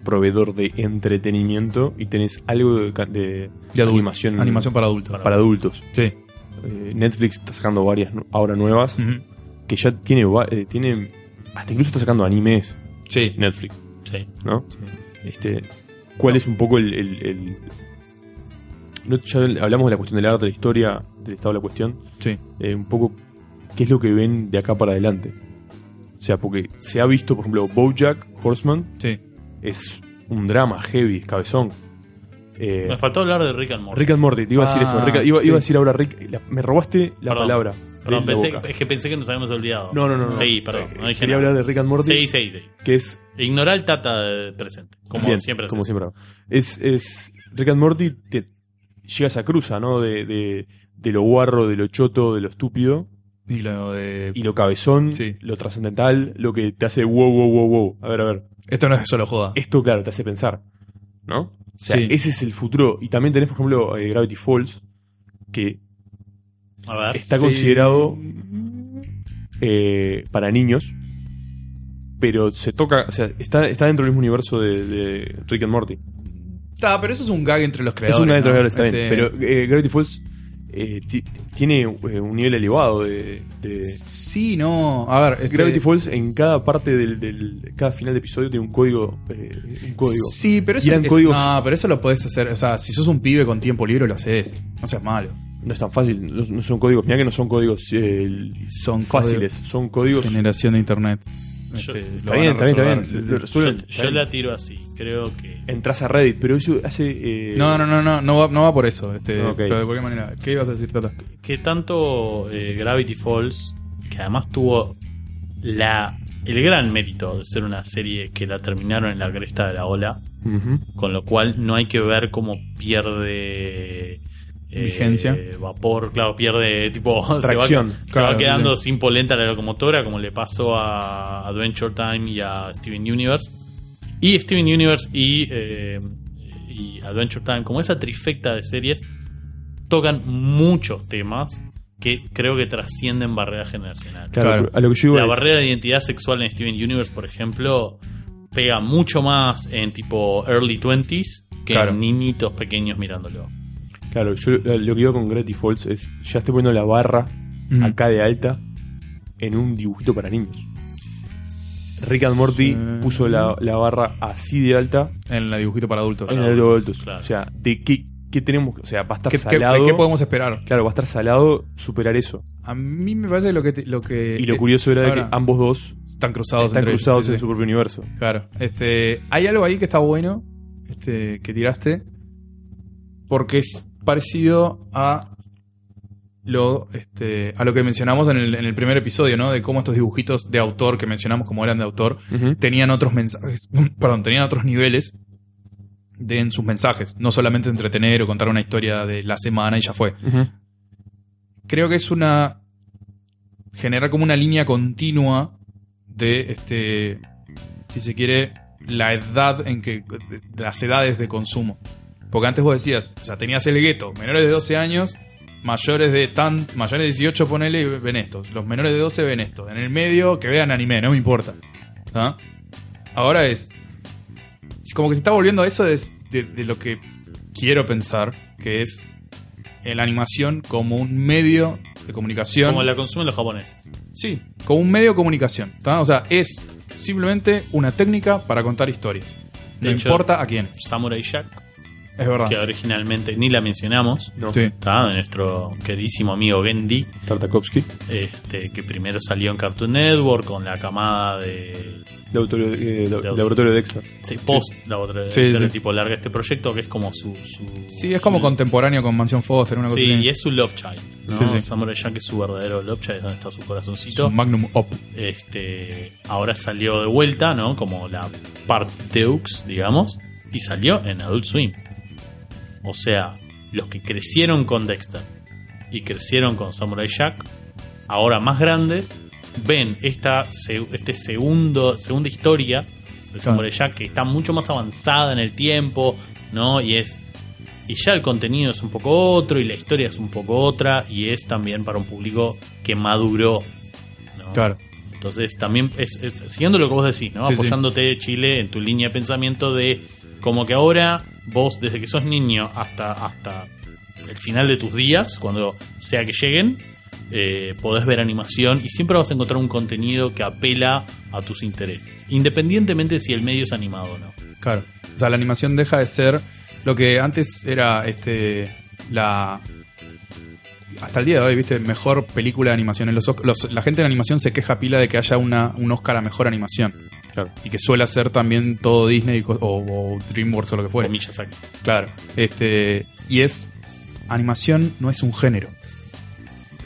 Speaker 1: proveedor de entretenimiento y tenés algo de, ca- de
Speaker 3: de adulto.
Speaker 1: animación,
Speaker 3: Animación para adultos.
Speaker 1: para adultos.
Speaker 3: Sí.
Speaker 1: Eh, Netflix está sacando varias nu- ahora nuevas
Speaker 3: Mm.
Speaker 1: que ya tiene, va- eh, tiene hasta incluso está sacando animes
Speaker 3: Sí.
Speaker 1: Netflix,
Speaker 2: Sí.
Speaker 1: ¿no? Este, ¿Cuál es un poco el... el- el- no, ya hablamos de la cuestión del arte, de la historia, del estado de la cuestión.
Speaker 3: Sí.
Speaker 1: eh, un poco qué es lo que ven de acá para adelante. O sea, porque se ha visto, por ejemplo, Bojack Horseman
Speaker 3: Sí.
Speaker 1: es un drama heavy, es cabezón. Eh,
Speaker 2: Me faltó hablar de Rick and Morty.
Speaker 1: Rick and Morty, te iba a decir
Speaker 3: Ah,
Speaker 1: eso. Rick- iba,
Speaker 3: sí.
Speaker 1: iba a decir ahora Rick, la- me robaste la
Speaker 2: Perdón.
Speaker 1: palabra.
Speaker 2: Perdón,
Speaker 1: de la
Speaker 2: pensé,
Speaker 1: boca.
Speaker 2: es que pensé que nos habíamos olvidado.
Speaker 1: No, no, no. no.
Speaker 2: Sí, perdón. No
Speaker 1: Eh,
Speaker 2: dije
Speaker 1: quería
Speaker 2: nada.
Speaker 1: hablar de Rick and Morty,
Speaker 2: Sí, sí, sí.
Speaker 1: que es
Speaker 2: Ignorar el tata de presente, como
Speaker 1: Bien,
Speaker 2: siempre.
Speaker 1: Como
Speaker 2: haces.
Speaker 1: siempre. Es, es Rick and Morty te llega esa cruza, ¿no? De, de, de lo guarro, de lo choto, de lo estúpido.
Speaker 3: Y lo de.
Speaker 1: Y lo cabezón,
Speaker 3: Sí.
Speaker 1: lo trascendental, lo que te hace wow, wow, wow, wow. A ver, a ver.
Speaker 3: Esto no es solo joda.
Speaker 1: Esto, claro, te hace pensar. ¿No? O sea,
Speaker 3: Sí.
Speaker 1: ese es el futuro. Y también tenés, por ejemplo, eh, Gravity Falls, que
Speaker 2: A ver.
Speaker 1: está
Speaker 3: Sí.
Speaker 1: considerado eh, para niños. Pero se toca, o sea, está, está dentro del mismo universo de, de Rick and Morty.
Speaker 3: Está, pero eso es un gag entre los
Speaker 1: Es
Speaker 3: creadores.
Speaker 1: una de
Speaker 3: ¿no?
Speaker 1: los está bien.
Speaker 3: Este,
Speaker 1: Pero eh, Gravity Falls eh, ti- tiene eh, un nivel elevado de,
Speaker 3: eh,
Speaker 1: de-
Speaker 3: Sí, no. A ver, este-
Speaker 1: Gravity Falls en cada parte del, del- cada final de episodio tiene un código eh, un código
Speaker 3: Sí, pero eso,
Speaker 1: Eran
Speaker 3: es-
Speaker 1: códigos-
Speaker 3: no, pero eso lo podés hacer. O sea, si sos un pibe con tiempo libre, lo haces. No seas malo.
Speaker 1: no es tan fácil no, no son códigos mira que no son códigos eh,
Speaker 3: Son
Speaker 1: fáciles son códigos
Speaker 3: Generación de internet.
Speaker 2: Yo-
Speaker 3: Este,
Speaker 1: está
Speaker 3: lo van a
Speaker 1: bien está bien está bien
Speaker 3: resolver, sí, sí.
Speaker 1: Lo resuelven.
Speaker 2: Yo,
Speaker 1: Está
Speaker 2: yo
Speaker 1: bien.
Speaker 2: la tiro así, creo que.
Speaker 1: entras a Reddit pero eso hace eh,
Speaker 3: No, no, no, no, no va, no va por eso. Este,
Speaker 1: Ok.
Speaker 3: Pero de cualquier manera, ¿qué ibas a decir, Tata?
Speaker 2: Que tanto eh, Gravity Falls, que además tuvo la el gran mérito de ser una serie que la terminaron en la cresta de la ola,
Speaker 1: Ujú.
Speaker 2: con lo cual no hay que ver cómo pierde. eh,
Speaker 3: Vigencia.
Speaker 2: Vapor, claro, pierde tipo. [laughs] se va-
Speaker 1: Tracción,
Speaker 2: Se va,
Speaker 3: claro,
Speaker 2: quedando sin polenta la locomotora, como le pasó a Adventure Time y a Steven Universe. Y Steven Universe y, eh, y Adventure Time, como esa trifecta de series, tocan muchos temas que creo que trascienden barrera generacional.
Speaker 1: Claro,
Speaker 3: Claro.
Speaker 1: a lo que yo iba
Speaker 2: La
Speaker 1: es-
Speaker 2: barrera de identidad sexual en Steven Universe, por ejemplo, pega mucho más en tipo early 20s que
Speaker 3: Claro.
Speaker 2: en niñitos pequeños mirándolo.
Speaker 1: Claro, yo eh, lo que iba con Gravity Falls es, ya estoy poniendo la barra
Speaker 3: Ujú.
Speaker 1: acá de alta en un dibujito para niños. Rick and Morty
Speaker 3: Sí.
Speaker 1: puso la, la barra así de alta
Speaker 3: En la dibujito para adultos.
Speaker 1: en el de adultos.
Speaker 2: claro.
Speaker 1: O sea, ¿de qué, qué tenemos? que- O sea, va a estar
Speaker 3: ¿Qué, qué-
Speaker 1: salado.
Speaker 3: qué podemos esperar?
Speaker 1: Claro, va a estar salado superar eso.
Speaker 3: A mí me parece lo que. te- lo que
Speaker 1: Y lo curioso era de
Speaker 3: Eh, ahora-
Speaker 1: que ambos dos
Speaker 3: Están cruzados
Speaker 1: están
Speaker 3: entre-
Speaker 1: cruzados
Speaker 3: sí,
Speaker 1: en
Speaker 3: sí.
Speaker 1: su propio universo.
Speaker 3: Claro. Este, hay algo ahí que está bueno este, que tiraste. Porque es parecido a lo, este, a lo que mencionamos en el, en el primer episodio, ¿no? De cómo estos dibujitos de autor que mencionamos como eran de autor
Speaker 1: Ujú.
Speaker 3: tenían otros mensajes, [laughs] perdón, tenían otros niveles de, en sus mensajes. No solamente entretener o contar una historia de la semana y ya fue
Speaker 1: Ujú.
Speaker 3: creo que es una. generar como una línea continua de este. si se quiere. la edad en que. de- de las edades de consumo. Porque antes vos decías, o sea, tenías el gueto, menores de 12 años, mayores de tan, mayores de 18 ponele y ven esto, los menores de 12 ven esto, en el medio que vean anime, no me importa. ¿Ah? Ahora es, es como que se está volviendo a eso de- de- de lo que quiero pensar, que es en la animación como un medio de comunicación.
Speaker 2: Como la consumen los japoneses.
Speaker 3: Sí, como un medio de comunicación. ¿tá? O sea, es simplemente una técnica para contar historias. No
Speaker 2: De hecho-
Speaker 3: importa a quién.
Speaker 2: Samurai Jack,
Speaker 3: Es verdad.
Speaker 2: que originalmente ni la mencionamos.
Speaker 1: No.
Speaker 3: Sí.
Speaker 2: Está de nuestro queridísimo amigo Gendy,
Speaker 1: Tartakovsky,
Speaker 2: este, que primero salió en Cartoon Network con la camada de
Speaker 1: de autorio- eh, de-
Speaker 2: autor.
Speaker 1: laboratorio de Dexter.
Speaker 2: sí, post la otra
Speaker 3: Sí,
Speaker 2: de
Speaker 3: sí.
Speaker 2: tipo larga este proyecto que es como su, su-
Speaker 3: Sí, es como
Speaker 2: su-
Speaker 3: contemporáneo con Mansión Foster, una cosa
Speaker 2: sí,
Speaker 3: así.
Speaker 2: y es su love child ¿no?
Speaker 3: Sí, sí.
Speaker 2: Samurai Jack es su verdadero love child es donde está su
Speaker 3: Es
Speaker 2: corazoncito
Speaker 3: un Magnum Op.
Speaker 2: este ahora salió de vuelta no como la parte deux digamos y salió en Adult Swim o sea los que crecieron con Dexter y crecieron con Samurai Jack ahora más grandes ven esta se- este segundo segunda historia de Samurai Jack que está mucho más avanzada en el tiempo no y es y ya el contenido es un poco otro y la historia es un poco otra y es también para un público que maduró ¿no?
Speaker 3: Claro.
Speaker 2: Entonces, también es, es- siguiendo lo que vos decís, ¿no?
Speaker 3: Sí, sí.
Speaker 2: Apoyándote, Chile, en tu línea de pensamiento de como que ahora vos, desde que sos niño hasta, hasta el final de tus días, cuando sea que lleguen, eh, podés ver animación y siempre vas a encontrar un contenido que apela a tus intereses, independientemente de si el medio es animado o no.
Speaker 3: Claro. O sea, la animación deja de ser lo que antes era este la hasta el día de hoy, ¿viste? Mejor película de animación. En los Osc- los- la gente en animación se queja pila de que haya una, un Oscar a mejor animación.
Speaker 1: Claro.
Speaker 3: Y que suele hacer también todo Disney y co- o, o DreamWorks o lo que fuera.
Speaker 2: Comillas aquí.
Speaker 3: Claro. Este, y es. Animación no es un género.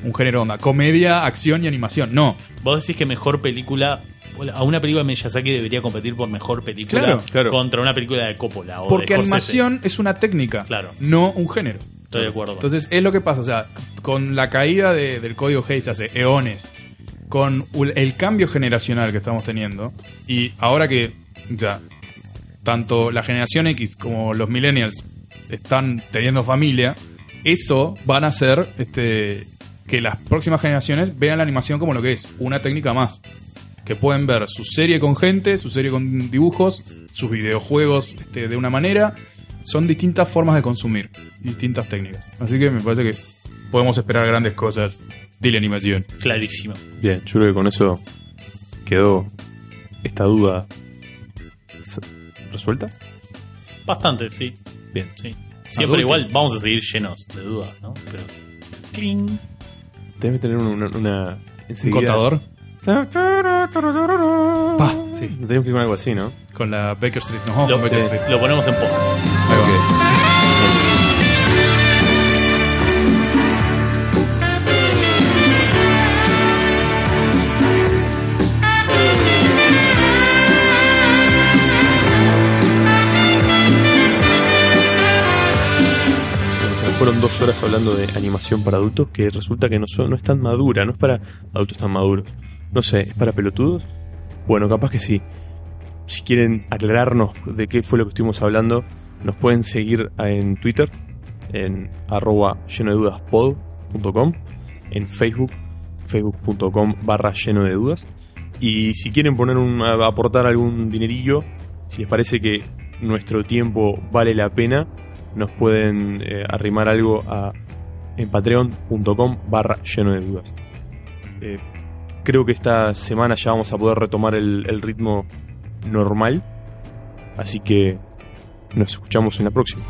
Speaker 3: Un género onda. Comedia, acción y animación. No.
Speaker 2: Vos decís que mejor película. A una película de Miyazaki debería competir por mejor película
Speaker 3: Claro,
Speaker 1: claro.
Speaker 2: contra una película de Coppola. O de
Speaker 3: Porque
Speaker 2: Scorsese.
Speaker 3: animación es una técnica.
Speaker 2: Claro.
Speaker 3: No un género.
Speaker 2: Estoy de acuerdo.
Speaker 3: Entonces es lo que pasa, o sea, con la caída de- del código Hayes hace eones, con ul- el cambio generacional que estamos teniendo, y ahora que ya tanto la generación X como los millennials están teniendo familia, eso van a hacer este, que las próximas generaciones vean la animación como lo que es, una técnica más. Que pueden ver su serie con gente, su serie con dibujos, sus videojuegos este, de una manera. Son distintas formas de consumir, distintas técnicas. Así que me parece que podemos esperar grandes cosas de la animación.
Speaker 2: Clarísimo.
Speaker 1: Bien, yo creo que con eso quedó esta duda s- resuelta.
Speaker 2: Bastante, sí.
Speaker 1: Bien.
Speaker 2: sí. Siempre
Speaker 1: Adulto.
Speaker 2: igual vamos a seguir llenos de dudas, ¿no? Pero. Cling.
Speaker 1: Debes tener una. una
Speaker 3: Un
Speaker 1: enseguida-
Speaker 3: contador Pa, sí.
Speaker 1: Tenemos que ir con algo así, ¿no?
Speaker 3: con la Baker Street. Nos vamos
Speaker 2: Lo,
Speaker 3: con Baker Street.
Speaker 2: lo ponemos en post.
Speaker 3: Ahí va.
Speaker 1: O sea, Fueron dos horas hablando de animación para adultos que resulta que no, son, no es tan madura, no es para adultos tan maduros. No sé, ¿es para pelotudos? Bueno, capaz que sí. Si quieren aclararnos de qué fue lo que estuvimos hablando, nos pueden seguir en Twitter, en arroba lleno de dudas pod.com, en Facebook, facebook.com barra lleno de dudas. Y si quieren poner un, a- aportar algún dinerillo, si les parece que nuestro tiempo vale la pena, nos pueden eh, arrimar algo a, en patreon.com barra lleno de dudas. Eh, creo que esta semana ya vamos a poder retomar el, el ritmo normal, así que nos escuchamos en la próxima.